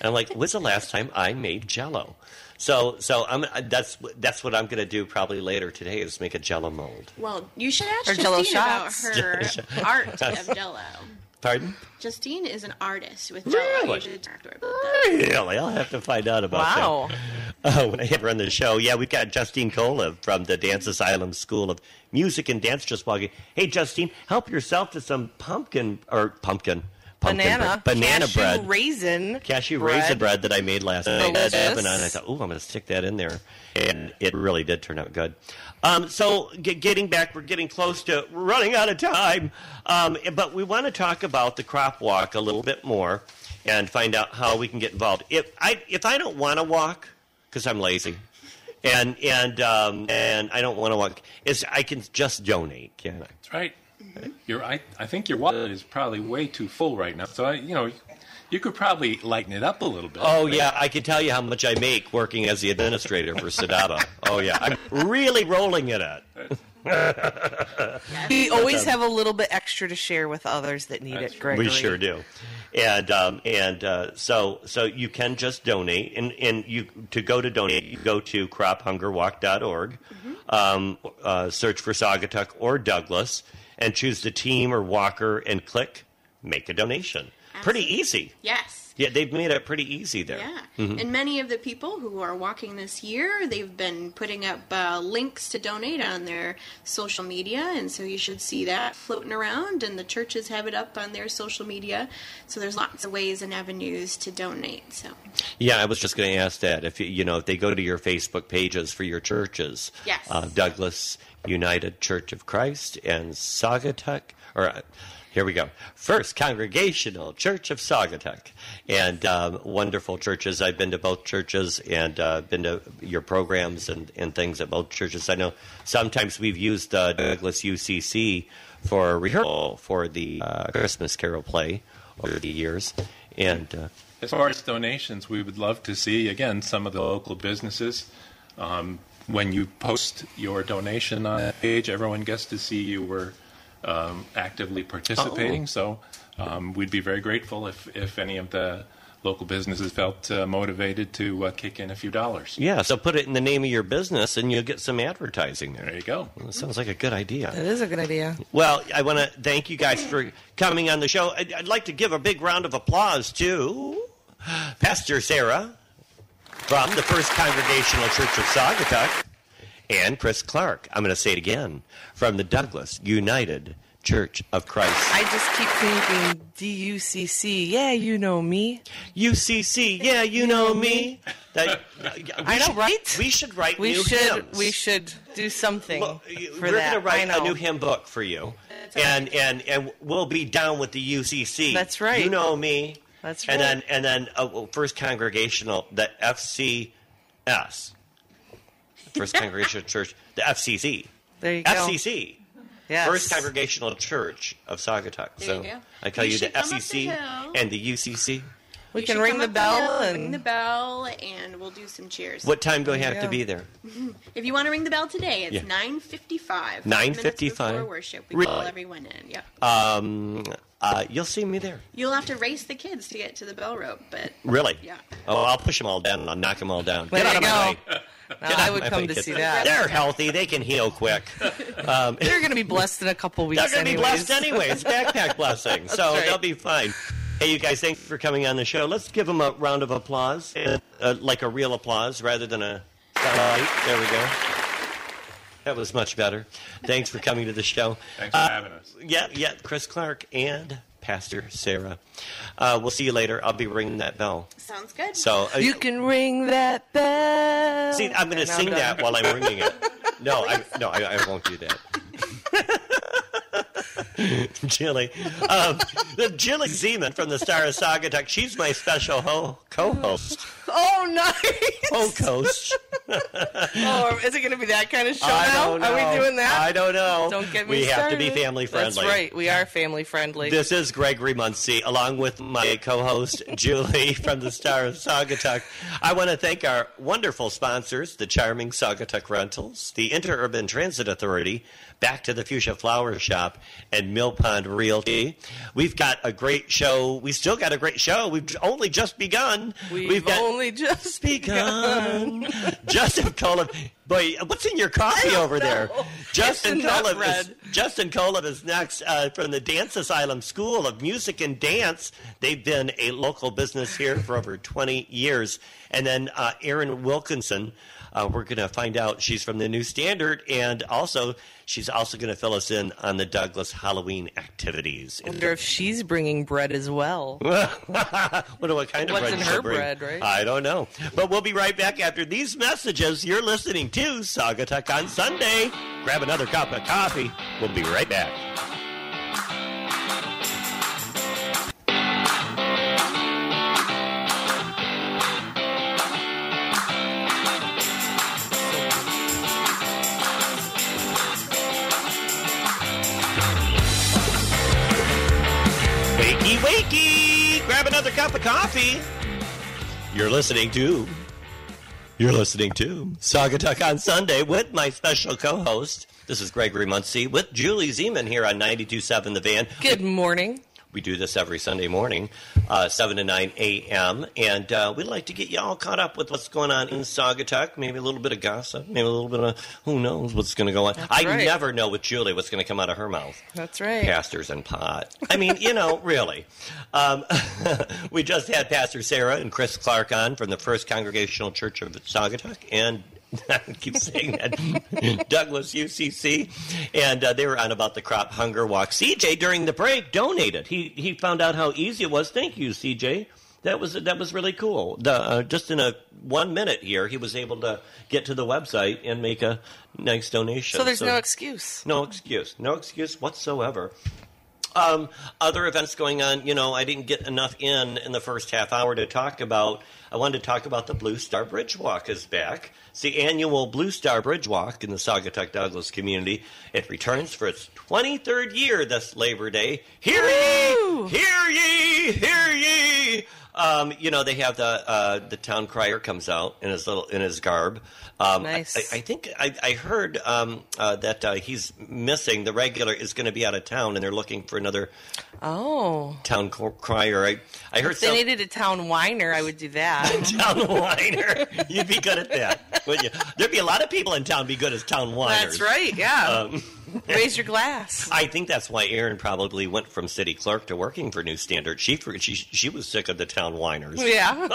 Speaker 1: and I'm like, "When's the last time I made Jello?" So, so I'm uh, that's that's what I'm gonna do probably later today is make a Jello mold.
Speaker 4: Well, you should ask
Speaker 2: Or Jell-O
Speaker 4: Justine about
Speaker 2: shots.
Speaker 4: her art of jello.
Speaker 1: Pardon?
Speaker 4: Justine is an artist with Jello.
Speaker 1: Really?
Speaker 4: You should talk to her about that.
Speaker 1: Really? I'll have to find out about that.
Speaker 2: Wow.
Speaker 1: Oh, when I have her on the show, yeah, we've got Justine Kola from the Dance Asylum School of Music and Dance just walking. Hey, Justine, help yourself to some pumpkin or pumpkin, pumpkin bread,
Speaker 2: Banana.
Speaker 1: banana
Speaker 2: cashew
Speaker 1: bread,
Speaker 2: Raisin.
Speaker 1: cashew raisin bread that I made last night. I had
Speaker 2: Delicious.
Speaker 1: oven on. I thought, oh, I'm going to stick that in there, and it really did turn out good. Um, so, g- getting back, we're getting close to we're running out of time, um, but we want to talk about the crop walk a little bit more and find out how we can get involved. If I if I don't want to walk because I'm lazy. And and um, and I don't want to walk. Is I can just donate, can I?
Speaker 5: That's right. Your I I think your wallet is probably way too full right now. So I you know you could probably lighten it up a little bit.
Speaker 1: Oh yeah, I can tell you how much I make working as the administrator for Sedata. Oh yeah, I'm really rolling in it.
Speaker 2: We always have a little bit extra to share with others that need it, Gregory.
Speaker 1: We sure do. And um, and uh, so so you can just donate, and and you to go to donate, you go to crophungerwalk.org, um, uh, search for Saugatuck or Douglas, and choose the team or walker, and click make a donation. Pretty easy.
Speaker 4: Yes.
Speaker 1: Yeah, they've made it pretty easy there.
Speaker 4: Yeah. And many of the people who are walking this year, they've been putting up uh, links to donate on their social media. And so you should see that floating around. And the churches have it up on their social media. So there's lots of ways and avenues to donate. So,
Speaker 1: Yeah, I was just going to ask that. If you- you know, if they go to your Facebook pages for your churches,
Speaker 4: Yes.
Speaker 1: uh, Douglas United Church of Christ and Saugatuck, or uh, here we go, First Congregational Church of Saugatuck, and um, wonderful churches. I've been to both churches and uh, been to your programs and, and things at both churches. I know sometimes we've used uh, Douglas UCC for rehearsal for the uh, Christmas Carol play over the years, and. Uh,
Speaker 5: As far as donations, we would love to see again some of the local businesses. Um, when you post your donation on that page, everyone gets to see you were um, actively participating. So um, we'd be very grateful if, if any of the local businesses felt uh, motivated to uh, kick in a few dollars.
Speaker 1: Yeah, so put it in the name of your business and you'll get some advertising there.
Speaker 5: There you go.
Speaker 1: That sounds like a good idea.
Speaker 2: That is a good idea.
Speaker 1: Well, I want to thank you guys for coming on the show. I'd, I'd like to give a big round of applause to Pastor Sarah from the First Congregational Church of Saugatuck and Chris Clark. I'm going to say it again from the Douglas United Church of Christ.
Speaker 2: I just keep thinking DUCC. Yeah, you know me.
Speaker 1: UCC, yeah, you know me. That,
Speaker 2: I know, right?
Speaker 1: We should write
Speaker 2: We
Speaker 1: new
Speaker 2: should
Speaker 1: hymns.
Speaker 2: we should do something
Speaker 1: Well,
Speaker 2: for
Speaker 1: we're
Speaker 2: that.
Speaker 1: going to
Speaker 2: I
Speaker 1: write
Speaker 2: know.
Speaker 1: a new hymn book for you, and and and we'll be down with the UCC.
Speaker 2: That's right.
Speaker 1: You know me.
Speaker 2: That's
Speaker 1: And
Speaker 2: right.
Speaker 1: then and then uh, well, first congregational the FCS, first congregational church the FCC,
Speaker 2: There you go.
Speaker 1: FCC,
Speaker 2: Yes.
Speaker 1: first congregational church of Saugatuck.
Speaker 4: There
Speaker 1: so
Speaker 4: you go.
Speaker 1: I tell
Speaker 4: You
Speaker 1: you, the
Speaker 4: should come up the
Speaker 1: FCC
Speaker 4: hill.
Speaker 1: and the UCC.
Speaker 2: we
Speaker 4: you
Speaker 2: can
Speaker 4: should
Speaker 2: ring
Speaker 4: come
Speaker 2: the
Speaker 4: up
Speaker 2: bell
Speaker 4: hill, ring the
Speaker 2: and
Speaker 4: bell, and we'll do some cheers.
Speaker 1: What time do I have
Speaker 2: Yeah.
Speaker 1: to be there?
Speaker 4: If you want to ring the bell today, it's
Speaker 1: Yeah.
Speaker 4: 9:55.
Speaker 1: 9:55.
Speaker 4: Before worship, we
Speaker 1: Really?
Speaker 4: call everyone in. Yep.
Speaker 1: Um, uh, you'll see me there.
Speaker 4: You'll have to race the kids to get to the bell rope, but
Speaker 1: Really?
Speaker 4: Yeah.
Speaker 1: Oh, I'll push them all down. I'll knock them all down.
Speaker 2: There
Speaker 1: Get out
Speaker 2: you
Speaker 1: of my way.
Speaker 2: go. Now,
Speaker 1: Get
Speaker 2: I
Speaker 1: off
Speaker 2: would
Speaker 1: my
Speaker 2: come to
Speaker 1: face,
Speaker 2: see
Speaker 1: kids.
Speaker 2: that.
Speaker 1: They're healthy. They can heal quick. Um,
Speaker 2: They're going to be blessed in a couple weeks.
Speaker 1: they're going to be
Speaker 2: anyways.
Speaker 1: blessed anyway. It's backpack blessing. So
Speaker 2: right.
Speaker 1: they'll be fine. Hey, you guys, thanks for coming on the show. Let's give them a round of applause, uh, uh, like a real applause rather than a. There we go. That was much better. Thanks for coming to the show. Uh,
Speaker 5: Thanks for having us.
Speaker 1: Yeah, yeah, Chris Clark and Pastor Sarah. Uh, we'll see you later. I'll be ringing that bell.
Speaker 4: Sounds good.
Speaker 1: So uh,
Speaker 2: You can ring that bell.
Speaker 1: See, I'm going to
Speaker 2: And
Speaker 1: sing
Speaker 2: done.
Speaker 1: that while I'm ringing it. No, I, no, I, I won't do that. Jilly, um, the Jilly Zeman from the Star of Sagatuck. She's my special ho- co-host.
Speaker 2: Oh, nice.
Speaker 1: Co-host.
Speaker 2: Oh, is it going to be that kind of show
Speaker 1: I
Speaker 2: now?
Speaker 1: don't know.
Speaker 2: Are we doing that?
Speaker 1: I don't know.
Speaker 2: Don't get me
Speaker 1: We have to be
Speaker 2: started.
Speaker 1: family friendly.
Speaker 2: That's right. We are family friendly.
Speaker 1: This is Gregory Muncie, along with my co-host Julie from the Star of Saugatuck. I want to thank our wonderful sponsors, the charming Saugatuck Rentals, the Interurban Transit Authority, Back to the Fuchsia Flower Shop, and Mill Pond Realty. We've got a great show. We still got a great show. We've only just begun.
Speaker 2: We've,
Speaker 1: got
Speaker 2: only just
Speaker 1: begun. Justin Colum, boy, what's in your coffee over there? Justin
Speaker 2: It's enough
Speaker 1: Colum is
Speaker 2: red.
Speaker 1: Justin Colum is next uh, from the Dance Asylum School of Music and Dance. They've been a local business here for over 20 years. And then uh, Erin Wilkinson, uh, we're going to find out she's from the New Standard, and also she's also going to fill us in on the Douglas Halloween activities.
Speaker 2: I wonder if she's bringing bread as well.
Speaker 1: Wonder what kind of
Speaker 2: What's
Speaker 1: bread
Speaker 2: in
Speaker 1: she'll
Speaker 2: her
Speaker 1: bring.
Speaker 2: bread, right?
Speaker 1: I don't know. But we'll be right back after these messages. You're listening to Sagatuck on Sunday. Grab another cup of coffee. We'll be right back. Wakey, wakey! Grab another cup of coffee. You're listening to. You're listening to Sagatuck on Sunday with my special co host. This is Gregory Muncie with Julie Zeman here on 92.7 The Van.
Speaker 2: Good morning.
Speaker 1: We do this every Sunday morning, uh, 7 to 9 a.m. And uh, we'd like to get you all caught up with what's going on in Saugatuck. Maybe a little bit of gossip, maybe a little bit of who knows what's going to go on. I
Speaker 2: right.
Speaker 1: never know with Julie what's going to come out of her mouth
Speaker 2: That's right.
Speaker 1: pastors and pot. I mean, you know, really. Um, we just had Pastor Sarah and Chris Clark on from the First Congregational Church of Saugatuck and. I keep saying that Douglas UCC, and uh, they were on about the crop hunger walk. CJ during the break donated. He he found out how easy it was. Thank you, CJ. That was that was really cool. The, uh, just in a one minute here, he was able to get to the website and make a nice donation.
Speaker 2: So there's no excuse.
Speaker 1: No excuse. No excuse whatsoever. Um, other events going on, you know, I didn't get enough in in the first half hour to talk about. I wanted to talk about the Blue Star Bridge Walk is back. It's the annual Blue Star Bridge Walk in the Saugatuck Douglas community. It returns for its 23rd year this Labor Day. Hear ye! Hear ye! Hear ye! Um, you know, they have the uh, the town crier comes out in his little in his garb. Um,
Speaker 2: Nice.
Speaker 1: I, I, I think I, I heard um, uh, that uh, he's missing. The regular is going to be out of town, and they're looking for another
Speaker 2: Oh.
Speaker 1: town cor- crier. I, I heard
Speaker 2: If they
Speaker 1: some-
Speaker 2: needed a town whiner, I would do that.
Speaker 1: town whiner. You'd be good at that, wouldn't you? There'd be a lot of people in town be good as town whiners.
Speaker 2: That's right, yeah.
Speaker 1: Um,
Speaker 2: Raise your glass.
Speaker 1: I think that's why Erin probably went from city clerk to working for New Standard. She for- she she was sick of the town whiners.
Speaker 2: Yeah.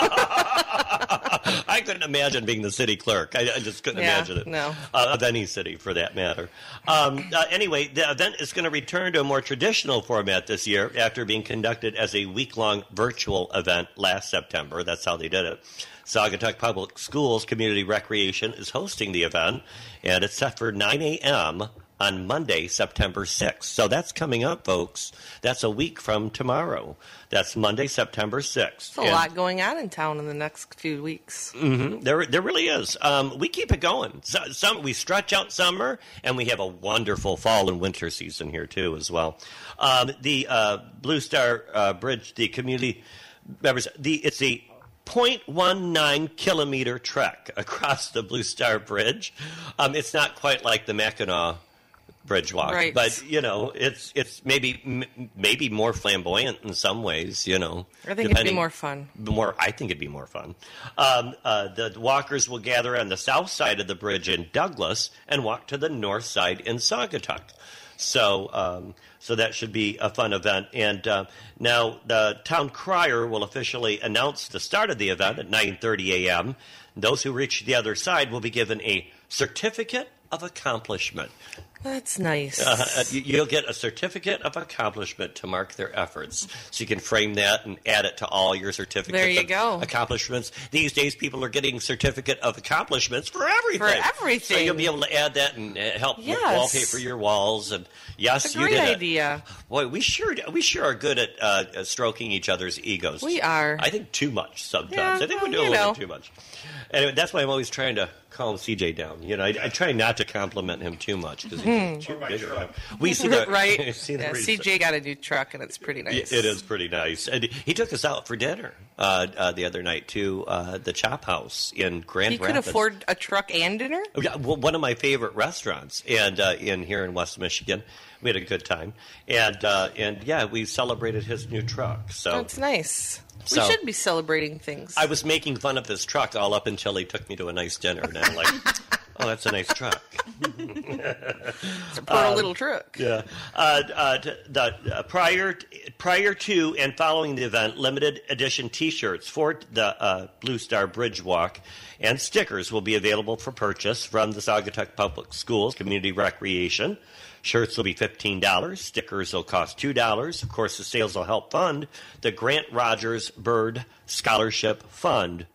Speaker 1: I couldn't imagine being the city clerk. I, I just couldn't
Speaker 2: Yeah,
Speaker 1: imagine it.
Speaker 2: no.
Speaker 1: Uh, of any city, for that matter. Um, uh, anyway, the event is going to return to a more traditional format this year after being conducted as a week long virtual event last September. That's how they did it. Saugatuck Public Schools Community Recreation is hosting the event, and it's set for 9 a.m. on Monday, September 6th. So that's coming up, folks. That's a week from tomorrow. That's Monday, September 6th.
Speaker 2: There's a lot going on in town in the next few weeks.
Speaker 1: There, there really is. Um, we keep it going. So, some we stretch out summer, and we have a wonderful fall and winter season here too, as well. Um, the uh, Blue Star uh, Bridge, the community members, the it's a 0.19 kilometer trek across the Blue Star Bridge. Um, it's not quite like the Mackinac bridge walk.
Speaker 2: Right.
Speaker 1: But you know, it's it's maybe m- maybe more flamboyant in some ways. You know,
Speaker 2: I think it'd be
Speaker 1: depending-
Speaker 2: more fun.
Speaker 1: More, I think it'd be more fun. Um, uh, the walkers will gather on the south side of the bridge in Douglas and walk to the north side in Saugatuck. So, um, so that should be a fun event. And uh, now the town crier will officially announce the start of the event at 9:30 a.m. Those who reach the other side will be given a certificate of accomplishment.
Speaker 2: That's nice.
Speaker 1: Uh, you- You'll get a certificate of accomplishment to mark their efforts. So you can frame that and add it to all your certificates
Speaker 2: There you
Speaker 1: of
Speaker 2: go.
Speaker 1: accomplishments. These days, people are getting certificate of accomplishments for everything.
Speaker 2: everything.
Speaker 1: So you'll be able to add that and uh, help with
Speaker 2: Yes.
Speaker 1: wallpaper your walls. And yes,
Speaker 2: It's a
Speaker 1: you
Speaker 2: great
Speaker 1: did it.
Speaker 2: idea.
Speaker 1: Boy, we sure we sure are good at uh, uh, stroking each other's egos.
Speaker 2: We are.
Speaker 1: I think too much sometimes.
Speaker 2: Yeah,
Speaker 1: I think we do
Speaker 2: well,
Speaker 1: a
Speaker 2: you
Speaker 1: little
Speaker 2: know.
Speaker 1: bit too much. Anyway, that's why I'm always trying to calm CJ down. You know, I, I try not to compliment him too much because he's too big around. We see the
Speaker 2: Hmm. right?
Speaker 1: see the
Speaker 2: Yeah,
Speaker 1: reason.
Speaker 2: CJ got a new truck, and it's pretty
Speaker 1: Y-
Speaker 2: nice.
Speaker 1: It is pretty nice. And he took us out for dinner uh, uh, the other night to uh, the Chop House in Grand
Speaker 2: He could
Speaker 1: Rapids.
Speaker 2: afford a truck and dinner.
Speaker 1: Oh, Yeah, well, one of my favorite restaurants, and uh, in here in West Michigan, we had a good time, and uh, and yeah, we celebrated his new truck. So
Speaker 2: That's nice.
Speaker 1: So-
Speaker 2: we should be celebrating things.
Speaker 1: I was making fun of his truck all up until he took me to a nice dinner, and I'm like, oh, that's a nice truck.
Speaker 2: Poor
Speaker 1: um,
Speaker 2: little truck.
Speaker 1: Yeah. Uh, uh, t- the, uh, prior prior to and following the event, limited edition T-shirts for the uh, Blue Star Bridge Walk and stickers will be available for purchase from the Saugatuck Public Schools Community Recreation. Shirts will be fifteen dollars. Stickers will cost two dollars. Of course, the sales will help fund the Grant Rogers Bird Scholarship Fund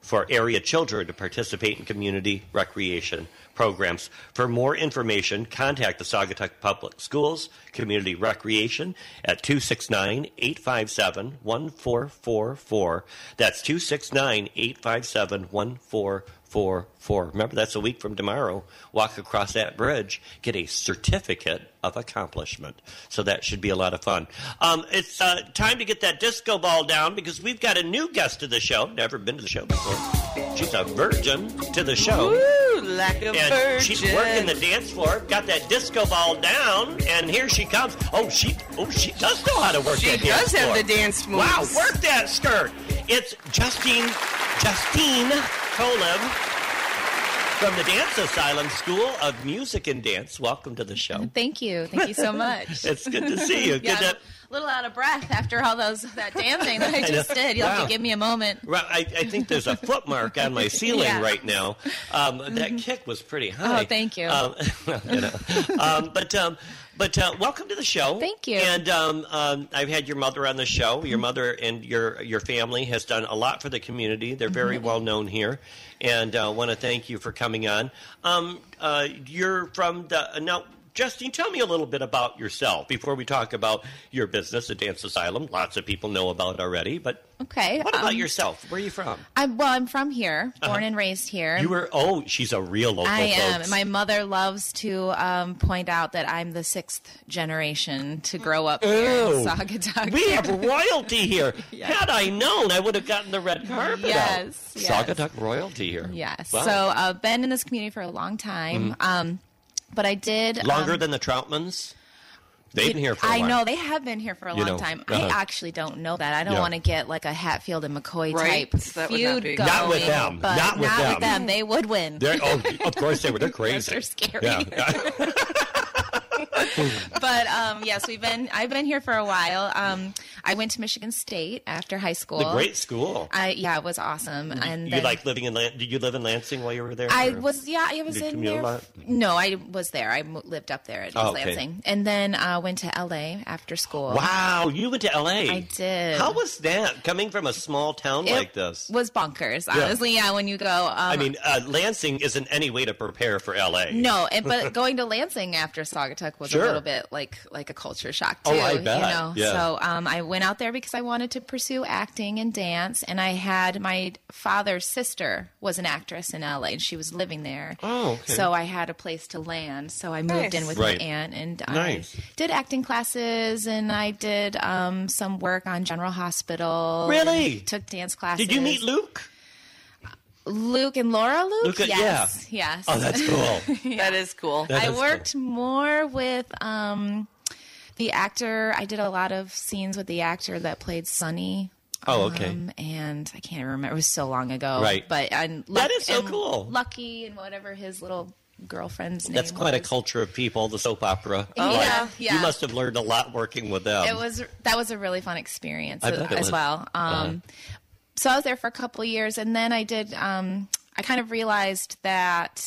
Speaker 1: for area children to participate in community recreation programs. For more information, contact the Saugatuck Public Schools Community Recreation at 269-857-1444. That's 269-857-1444. Remember, that's a week from tomorrow. Walk across that bridge, get a certificate of accomplishment. So that should be a lot of fun. Um, it's uh, time to get that disco ball down because we've got a new guest to the show. Never been to the show before. She's a virgin to the show.
Speaker 2: Ooh, like a
Speaker 1: And
Speaker 2: virgin.
Speaker 1: she's working the dance floor, got that disco ball down, and here she comes. Oh, she, oh, she does know how to work
Speaker 2: She
Speaker 1: that dance
Speaker 2: does have
Speaker 1: floor.
Speaker 2: the dance moves.
Speaker 1: Wow, work that skirt. It's Justine, Justine Kolev from the Dance Asylum School of Music and Dance. Welcome to the show.
Speaker 6: Thank you. Thank you so much.
Speaker 1: It's good to see you. Good
Speaker 6: yeah, I'm
Speaker 1: to,
Speaker 6: a little out of breath after all those that dancing that I just
Speaker 1: know.
Speaker 6: did. You'll have
Speaker 1: Wow.
Speaker 6: to give me a moment.
Speaker 1: Right, I, I think there's a foot mark on my ceiling
Speaker 6: Yeah. Mm-hmm. Oh,
Speaker 1: right now. Um, That kick was pretty high.
Speaker 6: thank you.
Speaker 1: Um, you know. um, but um, but uh, welcome to the show.
Speaker 6: Thank you.
Speaker 1: And um, um, I've had your mother on the show. Your mother and your your family has done a lot for the community. They're very
Speaker 6: Mm-hmm.
Speaker 1: well known here, and uh, want to thank you for coming on. Um, uh, you're from the now. Justine, tell me a little bit about yourself before we talk about your business, the Dance Asylum. Lots of people know about it already, but
Speaker 6: Okay.
Speaker 1: what about
Speaker 6: um,
Speaker 1: yourself? Where are you from?
Speaker 6: I'm, well, I'm from here, born and raised here.
Speaker 1: You were oh, she's a real local.
Speaker 6: I am.
Speaker 1: folks.
Speaker 6: My mother loves to um, point out that I'm the sixth generation to grow up here
Speaker 1: Ew.
Speaker 6: in Saugatuck.
Speaker 1: Oh. we have royalty here.
Speaker 6: Yes.
Speaker 1: Had I known, I would have gotten the red carpet.
Speaker 6: Yes,
Speaker 1: out.
Speaker 6: yes.
Speaker 1: Saugatuck royalty here.
Speaker 6: Yes.
Speaker 1: Wow. Mm-hmm.
Speaker 6: So I've been in this community for a long time. Um, but I did.
Speaker 1: longer
Speaker 6: um,
Speaker 1: than the Troutmans. They've been here for. a
Speaker 6: I
Speaker 1: while.
Speaker 6: know they have been here for a
Speaker 1: You
Speaker 6: long
Speaker 1: know,
Speaker 6: time.
Speaker 1: uh-huh.
Speaker 6: I actually don't know that. I don't
Speaker 1: Yeah.
Speaker 6: want to get like a Hatfield and McCoy
Speaker 2: Right,
Speaker 6: type
Speaker 2: that would not
Speaker 6: feud
Speaker 2: be-
Speaker 6: going.
Speaker 1: Not with them.
Speaker 6: But
Speaker 1: Not with them.
Speaker 6: They would win.
Speaker 1: They're, oh, of course they were. They're
Speaker 6: Yes,
Speaker 1: crazy.
Speaker 6: they're scary.
Speaker 1: Yeah.
Speaker 6: But um, yes, we've been. I've been here for a while. Um, I went to Michigan State after high school.
Speaker 1: the great school.
Speaker 6: I, yeah, it was awesome. And
Speaker 1: you
Speaker 6: then-
Speaker 1: like living in? Lan- Did you live in Lansing while you were there?
Speaker 6: I
Speaker 1: or-
Speaker 6: was yeah I was
Speaker 1: Did you
Speaker 6: in
Speaker 1: commute a
Speaker 6: there.
Speaker 1: lot?
Speaker 6: No, I was there. I mo- lived up there at
Speaker 1: Oh,
Speaker 6: East
Speaker 1: okay.
Speaker 6: Lansing, and then uh, went to L.A. after school.
Speaker 1: Wow, you went to L.A.
Speaker 6: I did.
Speaker 1: How was that? Coming from a small town
Speaker 6: It
Speaker 1: like this.
Speaker 6: was bonkers. Honestly, yeah. When you go, um,
Speaker 1: I mean, uh, Lansing isn't any way to prepare for L.A.
Speaker 6: No, and, but going to Lansing after Saugatuck was
Speaker 1: Sure.
Speaker 6: a little bit like like a culture shock too.
Speaker 1: Oh, I bet.
Speaker 6: You know,
Speaker 1: Yeah.
Speaker 6: so um, I went out there because I wanted to pursue acting and dance, and I had my father's sister was an actress in LA, and she was living there.
Speaker 1: Oh, okay.
Speaker 6: so I had a place to land, so I moved
Speaker 2: Nice.
Speaker 6: in with
Speaker 1: Right.
Speaker 6: my aunt, and I
Speaker 1: Nice.
Speaker 6: did acting classes, and I did um, some work on General Hospital.
Speaker 1: Really?
Speaker 6: and took dance classes.
Speaker 1: Did you meet Luke?
Speaker 6: Luke and Laura
Speaker 1: Luke,
Speaker 6: Luke?
Speaker 1: yeah.
Speaker 6: yes. Yes.
Speaker 1: Oh, that's cool.
Speaker 2: That is cool.
Speaker 1: That
Speaker 6: I
Speaker 1: is
Speaker 6: worked more with um, the actor. I did a lot of scenes with the actor that played Sonny.
Speaker 1: Oh, okay.
Speaker 6: Um, and I can't remember. It was so long ago.
Speaker 1: Right.
Speaker 6: But and
Speaker 1: That is so
Speaker 6: and
Speaker 1: cool.
Speaker 6: Lucky and whatever his little girlfriend's name.
Speaker 1: That's quite a
Speaker 6: was.
Speaker 1: culture of people, the soap opera.
Speaker 6: Oh,
Speaker 1: Like,
Speaker 6: yeah, yeah.
Speaker 1: You must have learned a lot working with them.
Speaker 6: It was that was a really fun experience
Speaker 1: I
Speaker 6: as,
Speaker 1: bet it was. Uh-huh.
Speaker 6: well. Um, So I was there for a couple of years, and then I did. Um, I kind of realized that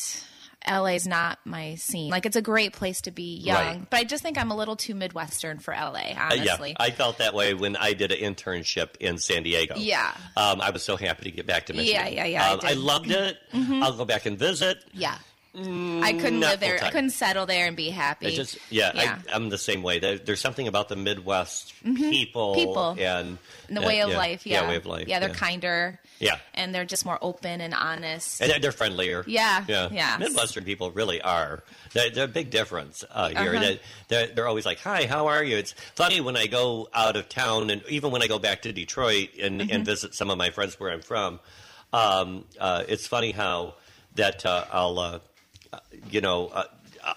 Speaker 6: LA is not my scene. Like it's a great place to be young,
Speaker 1: Right.
Speaker 6: but I just think I'm a little too Midwestern for LA.
Speaker 1: Uh,
Speaker 6: Honestly,
Speaker 1: Yeah, I felt that way when I did an internship in San Diego.
Speaker 6: Yeah.
Speaker 1: Um, I was so happy to get back to Michigan.
Speaker 6: Yeah, yeah, yeah, I
Speaker 1: Um, I,
Speaker 6: did. Mm-hmm.
Speaker 1: loved it. I'll go back and visit.
Speaker 6: Yeah. I couldn't
Speaker 1: not
Speaker 6: live there. I
Speaker 1: full-time.
Speaker 6: couldn't settle there and be happy.
Speaker 1: I just, yeah,
Speaker 6: Yeah. Mm-hmm.
Speaker 1: I, I'm the same way. There, there's something about the Midwest people,
Speaker 6: People.
Speaker 1: and
Speaker 6: And the
Speaker 1: and-
Speaker 6: way of
Speaker 1: yeah,
Speaker 6: life, yeah.
Speaker 1: way of life.
Speaker 6: Yeah, they're kinder.
Speaker 1: Yeah.
Speaker 6: And they're just more open and honest.
Speaker 1: And they're- they're friendlier.
Speaker 6: Yeah,
Speaker 1: yeah.
Speaker 6: yes.
Speaker 1: Midwestern people really are. They're, they're a big difference uh, here.
Speaker 6: Uh-huh.
Speaker 1: They- They're, they're always like, "Hi, how are you?" It's funny when I go out of town, and even when I go back to Detroit and,
Speaker 6: Mm-hmm.
Speaker 1: and visit some of my friends where I'm from, um, uh, it's funny how that uh, I'll, uh, uh, you know. Uh,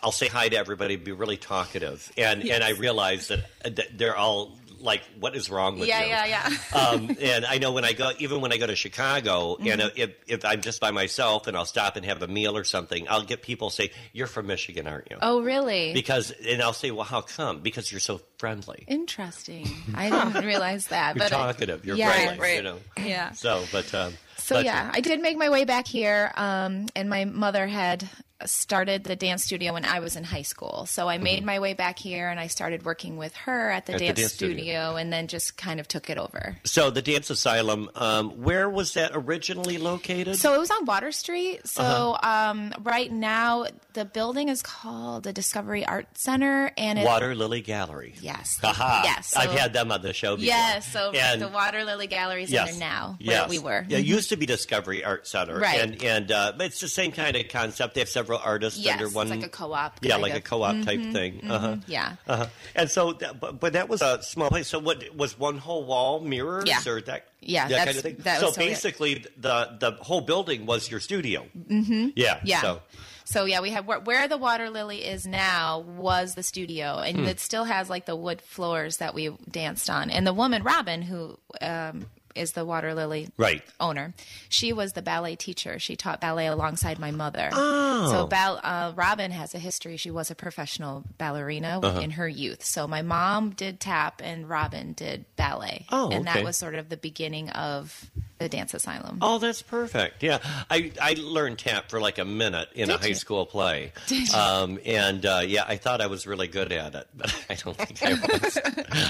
Speaker 1: I'll say hi to everybody, be really talkative, and and I realize that, that they're all like, "What is wrong with
Speaker 6: yeah,
Speaker 1: you?"
Speaker 6: yeah, yeah.
Speaker 1: um, and I know when I go, even when I go to Chicago, and
Speaker 6: Mm-hmm.
Speaker 1: uh, if, if I'm just by myself and I'll stop and have a meal or something, I'll get people say, "You're from Michigan, aren't you?"
Speaker 6: Oh, really?
Speaker 1: Because and I'll say, "Well, how come?" Because you're so friendly,
Speaker 6: Interesting. I didn't realize that.
Speaker 1: you're
Speaker 6: but I-
Speaker 1: talkative, you're
Speaker 6: yeah,
Speaker 1: friendly,
Speaker 2: right.
Speaker 1: you know.
Speaker 6: Yeah.
Speaker 1: So, but um,
Speaker 6: So
Speaker 1: but,
Speaker 6: yeah, I did make my way back here, um, and my mother had started the dance studio when I was in high school. So I made my way back here, and I started working with her at the,
Speaker 1: Mm-hmm. At the
Speaker 6: dance,
Speaker 1: dance studio.
Speaker 6: studio, and then just kind of took it over.
Speaker 1: So the Dance Asylum, um, where was that originally located?
Speaker 6: So it was on Water Street. So
Speaker 1: Uh-huh.
Speaker 6: um, right now, the building is called the Discovery Art Center, and it,
Speaker 1: Water Lily Gallery.
Speaker 6: Yes.
Speaker 1: Haha.
Speaker 6: Yes. So,
Speaker 1: I've had them on the show before.
Speaker 6: Yes. So
Speaker 1: And-
Speaker 6: the Water Lily Gallery's in there now, where
Speaker 1: yes.
Speaker 6: we were. Mm-hmm.
Speaker 1: Yeah, it used to be Discovery Art Center,
Speaker 6: Right.
Speaker 1: And and uh, but it's the same kind of concept. They have several artists
Speaker 6: Yes,
Speaker 1: under
Speaker 6: it's
Speaker 1: one,
Speaker 6: like a co-op
Speaker 1: yeah,
Speaker 6: kind
Speaker 1: like a
Speaker 6: of.
Speaker 1: co-op
Speaker 6: Mm-hmm.
Speaker 1: type thing. Uh-huh.
Speaker 6: Yeah.
Speaker 1: Uh-huh. And so, that, but, but that was a small place. So, what was one whole wall mirrors
Speaker 6: Yeah.
Speaker 1: or that?
Speaker 6: Yeah,
Speaker 1: that kind
Speaker 6: that's-
Speaker 1: of thing.
Speaker 6: that
Speaker 1: so,
Speaker 6: was so it.
Speaker 1: basically, the the whole building was your studio. Mm-hmm. Yeah,
Speaker 6: Yeah.
Speaker 1: So,
Speaker 6: So, yeah, we have where, where the water lily is now was the studio,
Speaker 1: Hmm.
Speaker 6: and it still has like the wood floors that we danced on. And the woman Robin, who um, is the water lily
Speaker 1: Right.
Speaker 6: owner, she was the ballet teacher. She taught ballet alongside my mother. Oh. So bal- uh, Robin has a history. She was a professional ballerina
Speaker 1: Uh-huh.
Speaker 6: in her youth. So my mom did tap, and Robin did ballet.
Speaker 1: Oh,
Speaker 6: and
Speaker 1: okay.
Speaker 6: that was sort of the beginning of the dance asylum.
Speaker 1: Oh, that's perfect. Yeah, I, I learned tap for like a minute in a high school play. Did you? Um, and uh, yeah, I thought I was really good at it, but I don't think I was.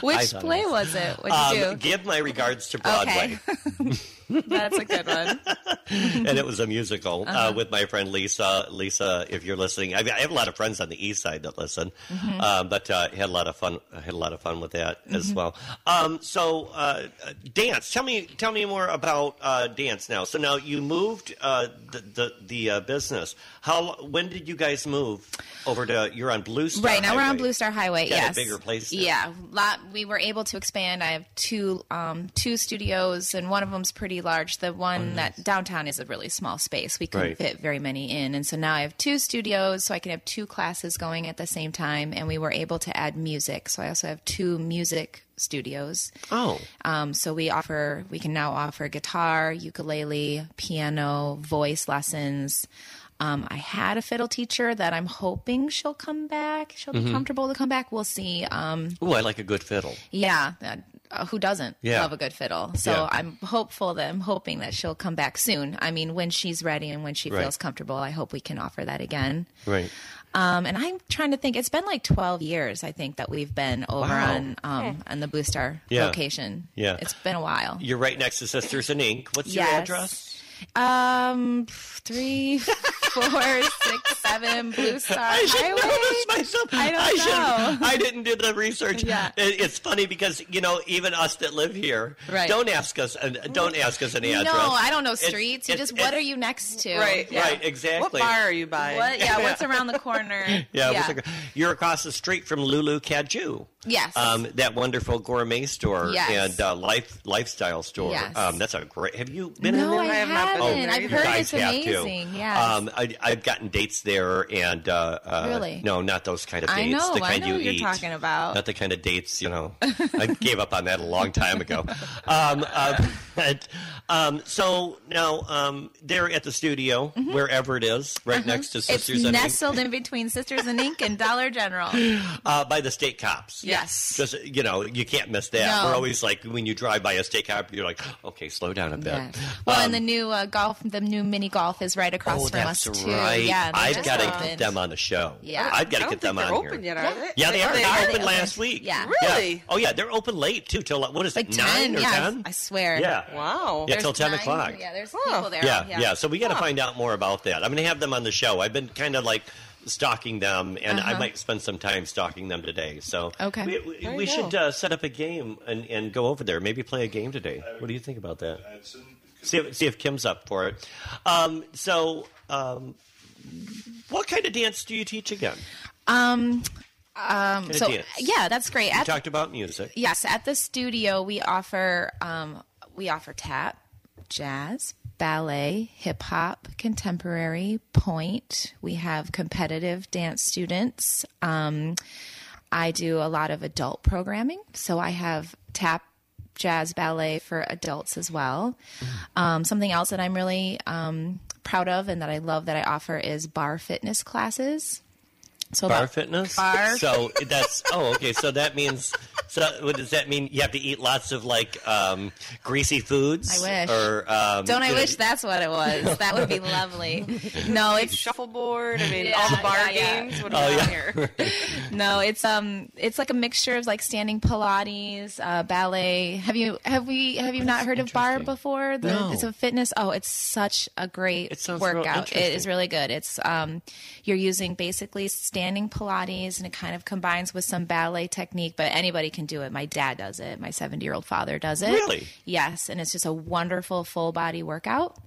Speaker 6: Which
Speaker 1: thought it
Speaker 6: play was it? What'd you do?
Speaker 1: Um, give my regards to Broadway,
Speaker 6: That's a good one.
Speaker 1: and it was a musical uh
Speaker 6: Uh-huh.
Speaker 1: with my friend Lisa. Lisa, if you're listening, I, I have a lot of friends on the East Side that listen,
Speaker 6: Mm-hmm.
Speaker 1: uh, but uh, had a lot of fun. Had a lot of fun with that as well. Um, so, uh, dance. Tell me, tell me more about uh, dance now. So now you moved uh, the the, the uh, business. How? When did you guys move over to? You're on Blue Star.
Speaker 6: Right now we're on
Speaker 1: Highway.
Speaker 6: Blue Star Highway.
Speaker 1: Got a
Speaker 6: yes,
Speaker 1: bigger place now.
Speaker 6: Yeah, lot. We were able to expand. I have two um, two studios, and one of them's pretty large. The one that downtown is a really small space. We
Speaker 1: Oh,
Speaker 6: couldn't
Speaker 1: Right.
Speaker 6: fit very many in, and so now I have two studios, so I can have two classes going at the same time. And we were able to add music, so I also have two music studios.
Speaker 1: Oh,
Speaker 6: Um, so we offer, we can now offer guitar, ukulele, piano, voice lessons. Um, I had a fiddle teacher that I'm hoping she'll come back. She'll
Speaker 1: Mm-hmm.
Speaker 6: be comfortable to come back. We'll see. Um,
Speaker 1: ooh, I like a good fiddle.
Speaker 6: yeah. Uh, who doesn't
Speaker 1: Yeah.
Speaker 6: love a good fiddle? So
Speaker 1: Yeah.
Speaker 6: I'm hopeful that I'm hoping that she'll come back soon. I mean, when she's ready and when she
Speaker 1: Right.
Speaker 6: feels comfortable, I hope we can offer that again.
Speaker 1: Right.
Speaker 6: Um, and I'm trying to think. It's been like 12 years, I think, that we've been over
Speaker 1: Wow.
Speaker 6: on um, on the Blue Star
Speaker 1: Yeah.
Speaker 6: location.
Speaker 1: Yeah.
Speaker 6: it's been a while.
Speaker 1: You're right next to Sisters in Ink. What's
Speaker 6: Yes.
Speaker 1: your address?
Speaker 6: Um, three. four, six, seven, Blue Star
Speaker 1: I should know this
Speaker 6: Highway.
Speaker 1: myself.
Speaker 6: I don't
Speaker 1: should.
Speaker 6: know.
Speaker 1: I didn't do the research.
Speaker 6: Yeah.
Speaker 1: It- It's funny because you know even us that live here
Speaker 6: Right.
Speaker 1: don't ask us an, don't ask us an address.
Speaker 6: No, I don't know
Speaker 1: It's-
Speaker 6: streets. you
Speaker 1: it's-
Speaker 6: just what
Speaker 1: it's-
Speaker 6: are you next to?
Speaker 2: Right.
Speaker 6: Yeah.
Speaker 1: Right,
Speaker 2: What
Speaker 1: exactly.
Speaker 2: bar are you by?
Speaker 6: What? Yeah. What's around the corner?
Speaker 1: Yeah, what's the- you're across the street from Lulu Caju.
Speaker 6: Yes.
Speaker 1: um, that wonderful gourmet store
Speaker 6: Yes.
Speaker 1: and uh, life lifestyle store.
Speaker 6: Yes.
Speaker 1: Um, that's a great. Have you been in
Speaker 6: no,
Speaker 1: there?
Speaker 6: I
Speaker 2: I have not been
Speaker 6: haven't.
Speaker 2: there
Speaker 6: I've
Speaker 2: either.
Speaker 6: heard
Speaker 1: guys
Speaker 6: it's amazing.
Speaker 1: have to.
Speaker 6: Yes.
Speaker 1: Um, I, I've gotten dates there, and uh, uh,
Speaker 6: Really?
Speaker 1: no, not those kind of dates.
Speaker 6: I know.
Speaker 1: The
Speaker 6: I
Speaker 1: kind
Speaker 6: know what
Speaker 1: you
Speaker 6: you're
Speaker 1: eat.
Speaker 6: talking about.
Speaker 1: Not the kind of dates, you know. I gave up on that a long time ago. Um, uh, but, um, so now um, they're at the studio, wherever it is, right next to
Speaker 6: Mm-hmm. it's
Speaker 1: Sisters and Ink,
Speaker 6: nestled in between Sisters and Ink and Dollar General.
Speaker 1: uh, by the state cops.
Speaker 2: Yes.
Speaker 1: Just you know, you can't miss that.
Speaker 6: No.
Speaker 1: We're always like when you drive by a state cop, you're like, okay, slow down a bit.
Speaker 6: Yeah. Well,
Speaker 1: Um,
Speaker 6: and the new uh, golf, the new mini golf is right across
Speaker 1: Oh,
Speaker 6: from
Speaker 1: that's
Speaker 6: us too.
Speaker 1: right.
Speaker 6: Yeah, they
Speaker 1: I've
Speaker 6: just
Speaker 1: got to get
Speaker 6: opened.
Speaker 1: them on the show.
Speaker 6: Yeah.
Speaker 1: I've got to
Speaker 2: I don't
Speaker 1: get
Speaker 2: think
Speaker 1: them
Speaker 2: they're
Speaker 1: on
Speaker 2: open
Speaker 1: here.
Speaker 2: yet, are they?
Speaker 1: Yeah, they are. They,
Speaker 6: are.
Speaker 1: opened
Speaker 6: They
Speaker 1: last
Speaker 6: opened.
Speaker 1: week.
Speaker 6: Yeah.
Speaker 2: Really?
Speaker 1: Oh yeah, they're open late too. Till like, what is it?
Speaker 6: Like
Speaker 1: nine
Speaker 6: 10,
Speaker 1: or
Speaker 6: yeah,
Speaker 1: ten?
Speaker 6: I swear.
Speaker 1: Yeah.
Speaker 2: Wow.
Speaker 1: Yeah,
Speaker 6: There's
Speaker 1: till ten
Speaker 6: nine-
Speaker 1: o'clock.
Speaker 6: Yeah, there's
Speaker 2: Huh.
Speaker 6: people there.
Speaker 1: Yeah, yeah. So we got to find out more about that. I'm going to have them on the show. I've been kind of like stalking them, and I
Speaker 6: Uh-huh.
Speaker 1: might spend some time stalking them today. So
Speaker 6: Okay.
Speaker 1: we, we,
Speaker 2: There you
Speaker 1: we should
Speaker 2: go.
Speaker 1: uh, set up a game and, and go over there. Maybe play a game today. What do you think about that? See if, see if Kim's up for it. Um, so, um, what kind of dance do you teach again? Um, um,
Speaker 6: So yeah, that's great.
Speaker 1: we
Speaker 6: At-
Speaker 1: talked about music.
Speaker 6: yes, at the studio we offer um, we offer tap, jazz, ballet, hip hop, contemporary, point. We have competitive dance students. Um, I do a lot of adult programming, so I have tap, jazz, ballet for adults as well. Um, something else that I'm really um, proud of and that I love that I offer is bar fitness classes. So
Speaker 1: Bar
Speaker 6: about-
Speaker 1: fitness.
Speaker 6: Bar.
Speaker 1: So that's oh okay. So that means so what does that mean? You have to eat lots of like um, greasy foods.
Speaker 6: I wish.
Speaker 1: Or um,
Speaker 6: Don't I
Speaker 1: you know,
Speaker 6: wish that's what it was? That would be lovely. No, it's
Speaker 2: Shuffleboard. I mean,
Speaker 6: Yeah,
Speaker 2: all the bar
Speaker 6: yeah, yeah.
Speaker 2: games. What
Speaker 1: Oh,
Speaker 2: about here?
Speaker 6: no, it's um, it's like a mixture of like standing Pilates, uh, ballet. Have you have we have you not heard of bar
Speaker 1: interesting.
Speaker 6: before? The,
Speaker 1: No.
Speaker 6: It's a fitness. Oh, it's such a great
Speaker 1: It sounds real
Speaker 6: workout. It is
Speaker 1: interesting.
Speaker 6: really good. It's um, you're using basically standing Pilates, and it kind of combines with some ballet technique. But anybody can do it. My dad does it. My 70 year old father does it.
Speaker 1: Really?
Speaker 6: Yes, and it's just a wonderful full body workout.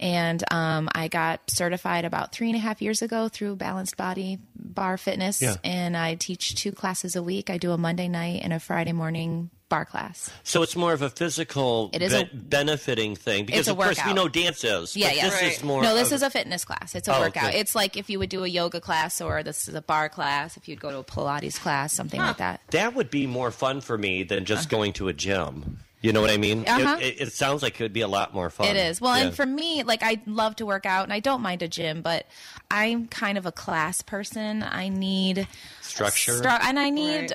Speaker 6: And um, I got certified about three and a half years ago through Balanced Body Bar Fitness,
Speaker 1: Yeah.
Speaker 6: and I teach two classes a week. I do a Monday night and a Friday morning bar class.
Speaker 1: So it's more of a physical
Speaker 6: It is
Speaker 1: be-
Speaker 6: a-
Speaker 1: benefiting thing because
Speaker 6: a
Speaker 1: of course we
Speaker 6: workout.
Speaker 1: know dance is.
Speaker 6: Yeah,
Speaker 1: but
Speaker 6: yeah.
Speaker 1: This is
Speaker 2: Right.
Speaker 1: more.
Speaker 6: No, this
Speaker 1: of-
Speaker 6: is a fitness class. It's a
Speaker 1: Oh,
Speaker 6: workout.
Speaker 1: okay.
Speaker 6: It's like if you would do a yoga class, or this is a bar class. If you'd go to a Pilates class, something like that.
Speaker 1: that would be more fun for me than just going to a gym. You know what I mean? It-
Speaker 6: Uh-huh.
Speaker 1: It, it, sounds like it would be a lot more fun.
Speaker 6: It is. Well,
Speaker 1: Yeah.
Speaker 6: and for me, like I love to work out and I don't mind a gym, but I'm kind of a class person. I need
Speaker 1: Structure.
Speaker 6: stru- and I need
Speaker 2: Right.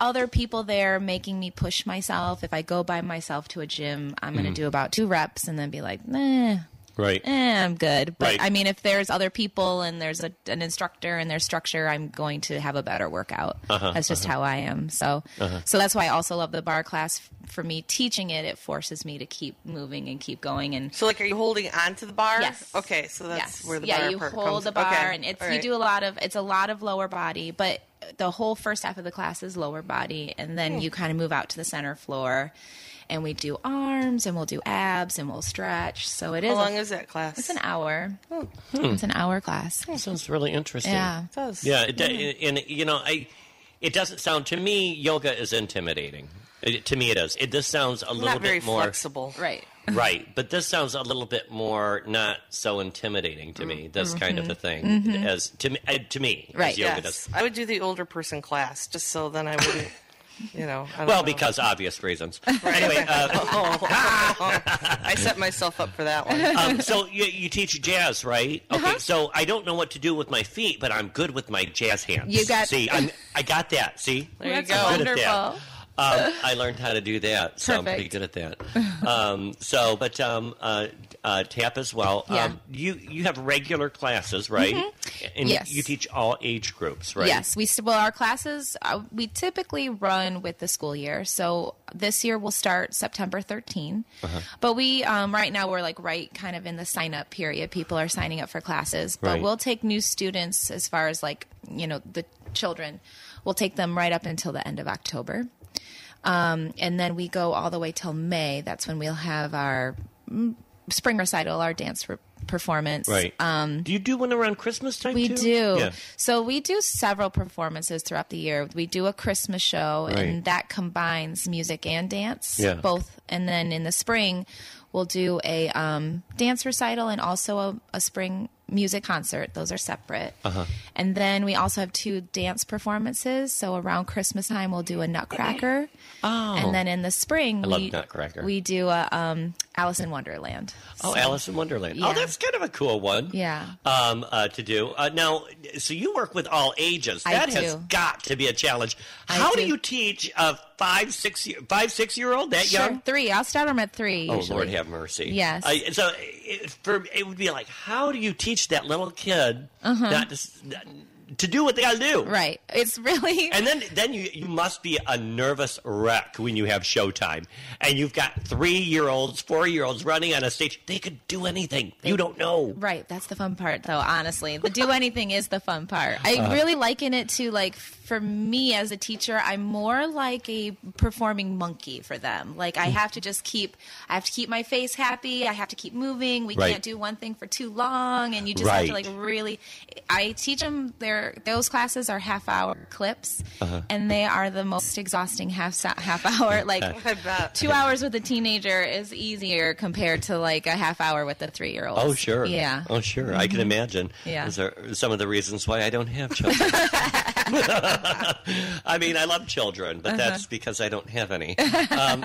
Speaker 6: other people there making me push myself. If I go by myself to a gym, I'm
Speaker 1: Mm-hmm.
Speaker 6: going to do about two reps and then be like, nah.
Speaker 1: right.
Speaker 6: Eh, I'm good, but
Speaker 1: Right.
Speaker 6: I mean, if there's other people and there's a, an instructor and there's structure, I'm going to have a better workout.
Speaker 1: Uh-huh,
Speaker 6: that's just how I am. So, so that's why I also love the bar class. For me, teaching it, it forces me to keep moving and keep going. And
Speaker 2: So, like, are you holding onto the bar?
Speaker 6: Yes.
Speaker 2: Okay, so that's
Speaker 6: Yes.
Speaker 2: where the
Speaker 6: yeah,
Speaker 2: bar
Speaker 6: you
Speaker 2: part
Speaker 6: hold
Speaker 2: comes.
Speaker 6: the bar,
Speaker 2: okay.
Speaker 6: and it's
Speaker 2: all
Speaker 6: you
Speaker 2: right.
Speaker 6: do a lot of it's a lot of lower body, but the whole first half of the class is lower body, and
Speaker 2: Hmm.
Speaker 6: then you kind of move out to the center floor, and we do arms, and we'll do abs, and we'll stretch. So it is
Speaker 2: How
Speaker 6: a-
Speaker 2: long is Hmm. that class?
Speaker 6: it's an hour. It's an hour class.
Speaker 1: Sounds really interesting.
Speaker 6: Yeah.
Speaker 2: does.
Speaker 1: Yeah, it, And, and, you know, I it doesn't sound to me yoga is intimidating. It, to me, it is. It this sounds a little
Speaker 2: Not very
Speaker 1: bit more
Speaker 2: flexible.
Speaker 6: Right.
Speaker 1: right, but this sounds a little bit more not so intimidating to me. This kind of a thing as to me uh, to me
Speaker 6: Right.
Speaker 1: as yoga
Speaker 2: Yes.
Speaker 1: does.
Speaker 2: I would do the older person class just so then I wouldn't, you know. I don't
Speaker 1: Well,
Speaker 2: know.
Speaker 1: because obvious reasons. anyway, uh,
Speaker 2: Oh, I set myself up for that one.
Speaker 1: um, so you, you teach jazz, right? Okay, so I don't know what to do with my feet, but I'm good with my jazz hands.
Speaker 6: You got-
Speaker 1: see, I'm, I got that. See,
Speaker 2: There you
Speaker 6: That's
Speaker 2: go.
Speaker 1: I'm good at that.
Speaker 6: wonderful.
Speaker 1: um, I learned how to do that, so I'm pretty
Speaker 6: Perfect.
Speaker 1: good at that. Um, so, but um, uh, uh, tap as well.
Speaker 6: Yeah. Mm-hmm.
Speaker 1: Um, you you have regular classes, right? And
Speaker 6: Yes.
Speaker 1: you teach all age groups, right?
Speaker 6: Yes, we st- well our classes uh, we typically run with the school year. So this year we'll start September 13,
Speaker 1: Uh-huh.
Speaker 6: but we um, right now we're like right kind of in the sign up period. People are signing up for classes, but
Speaker 1: Right.
Speaker 6: we'll take new students as far as like you know the children. We'll take them right up until the end of October. Um, and then we go all the way till May. That's when we'll have our mm, spring recital, our dance re- performance.
Speaker 1: Right. Um, do you do one around Christmas time?
Speaker 6: We
Speaker 1: too?
Speaker 6: do.
Speaker 1: Yeah.
Speaker 6: So we do several performances throughout the year. We do a Christmas show,
Speaker 1: Right.
Speaker 6: and that combines music and dance,
Speaker 1: Yeah.
Speaker 6: both. And then in the spring, we'll do a um, dance recital and also a, a spring music concert. Those are separate.
Speaker 1: Uh-huh.
Speaker 6: And then we also have two dance performances. So around Christmas time, we'll do a Nutcracker. Oh. And then in the spring,
Speaker 1: I love
Speaker 6: we,
Speaker 1: Nutcracker.
Speaker 6: we do a um, Alice in Wonderland.
Speaker 1: Oh, Alice in Wonderland. Oh,
Speaker 6: Yeah.
Speaker 1: that's kind of a cool one.
Speaker 6: Yeah.
Speaker 1: Um, uh, to do uh, now. So you work with all ages.
Speaker 6: I
Speaker 1: That has
Speaker 6: do.
Speaker 1: got to be a challenge.
Speaker 6: I
Speaker 1: How do.
Speaker 6: do.
Speaker 1: you teach a five, six, year, five, six year old that
Speaker 6: Sure,
Speaker 1: Uh, young?
Speaker 6: three. I'll start them at three.
Speaker 1: Oh
Speaker 6: usually.
Speaker 1: Lord, have mercy.
Speaker 6: Yes.
Speaker 1: I, so it, for it would be like, how do you teach that little kid not to, s- not- to do what they got to do?
Speaker 6: Uh-huh. Right. It's really
Speaker 1: And then, then you you must be a nervous wreck when you have showtime, and you've got three year olds, four year olds running on a stage. They could do anything. you don't know.
Speaker 6: right. That's the fun part, though. Honestly, the do anything is the fun part. I
Speaker 1: Uh-huh.
Speaker 6: really liken it to like for me as a teacher, I'm more like a performing monkey for them. Like
Speaker 1: Hmm.
Speaker 6: I have to just keep, I have to keep my face happy. I have to keep moving. We
Speaker 1: Right.
Speaker 6: can't do one thing for too long, and you just have to
Speaker 1: Right.
Speaker 6: like really. I teach them their those classes are half hour clips,
Speaker 1: Uh-huh.
Speaker 6: and they are the most exhausting half sa- half hour like.
Speaker 2: I bet.
Speaker 6: two hours with a teenager is easier compared to like a half hour with a three year old.
Speaker 1: Oh sure.
Speaker 6: Yeah. Mm-hmm.
Speaker 1: Oh sure. I can imagine.
Speaker 6: Yeah.
Speaker 1: Those are some of the reasons why I don't have children. I mean, I love children,
Speaker 6: Uh-huh.
Speaker 1: but that's because I don't have any. Um,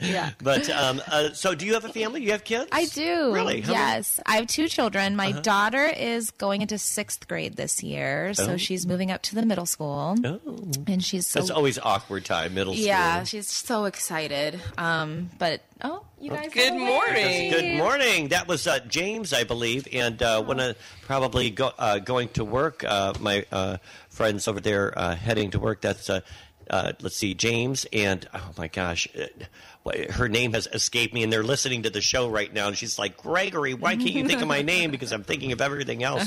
Speaker 6: Yeah.
Speaker 1: but um, uh, so, do you have a family? You have kids?
Speaker 6: I do.
Speaker 1: Really? How many- Uh-huh.
Speaker 6: yes. I have two children. My daughter is going into sixth grade this year, so
Speaker 1: Oh.
Speaker 6: she's moving up to the middle school.
Speaker 1: Oh.
Speaker 6: And she's so
Speaker 1: That's always awkward time. Middle school.
Speaker 6: Yeah, she's so excited. Um, but oh, you guys.
Speaker 2: Good
Speaker 6: have a wave.
Speaker 2: morning.
Speaker 1: Good morning. That was uh, James, I believe, and uh, one of probably go, uh, going to work. Uh, my uh, friends over there uh, heading to work. That's uh, uh, let's see, James, and oh my gosh, uh, what- her name has escaped me, and they're listening to the show right now, and she's like, Gregory, why can't you think of my name? Because I'm thinking of everything else.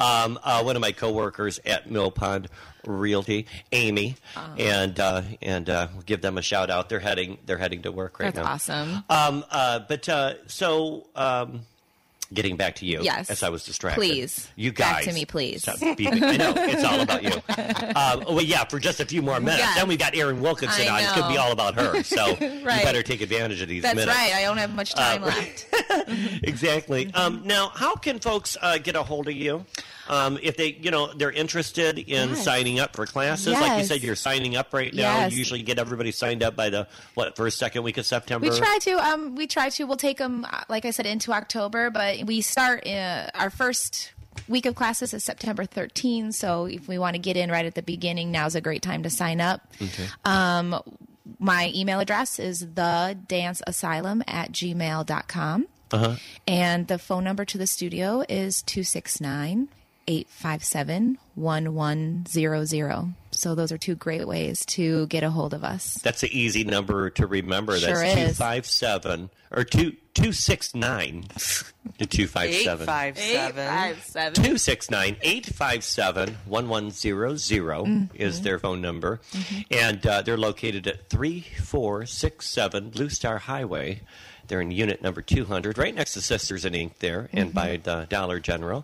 Speaker 1: Um, uh, one of my coworkers at Mill Pond Realty, Amy, and uh, and uh, we'll give them a shout out. They're heading they're heading to work right
Speaker 6: That's
Speaker 1: now.
Speaker 6: awesome.
Speaker 1: Um, uh, but uh, so um, getting back to you,
Speaker 6: Yes.
Speaker 1: as I was distracted,
Speaker 6: Please.
Speaker 1: you guys,
Speaker 6: Back to me, please.
Speaker 1: Stop beeping. I know it's all about you. Um, well, yeah, for just a few more minutes,
Speaker 6: Yeah.
Speaker 1: then we got Erin Wilkinson
Speaker 6: I
Speaker 1: on. It's going to be
Speaker 6: know.
Speaker 1: all about her. So you
Speaker 6: Right.
Speaker 1: better take advantage of these
Speaker 6: That's
Speaker 1: minutes.
Speaker 6: right. Mm-hmm. I don't have
Speaker 1: Uh,
Speaker 6: much time left.
Speaker 1: Exactly. Um, now, how can folks uh, get a hold of you um, if they, you know, they're interested in
Speaker 6: Yes.
Speaker 1: signing up for classes? Like you
Speaker 6: Yes.
Speaker 1: said, you're signing up right now.
Speaker 6: Yes.
Speaker 1: You usually get everybody signed up by the what first, second week of September.
Speaker 6: We try to. Um, we try to. We'll take them, like I said, into October, but we start uh, our first week of classes is September 13. So if we want to get in right at the beginning, now's a great time to sign up. Um, my email address is the dance asylum at gmail.com. Uh-huh. And the phone number to the studio is 269 857 1100. So those are two great ways to get a hold of us.
Speaker 1: That's an easy number to remember.
Speaker 6: Sure
Speaker 1: That's
Speaker 6: is.
Speaker 1: two five seven or two two six nine to two five seven.
Speaker 2: 857.
Speaker 1: Two six nine eight five seven one one zero zero
Speaker 6: Mm-hmm.
Speaker 1: is their phone number, and uh, they're located at three four six seven Blue Star Highway. They're in unit number two hundred, right next to Sisters in Ink there, and by
Speaker 6: Mm-hmm.
Speaker 1: the Dollar General,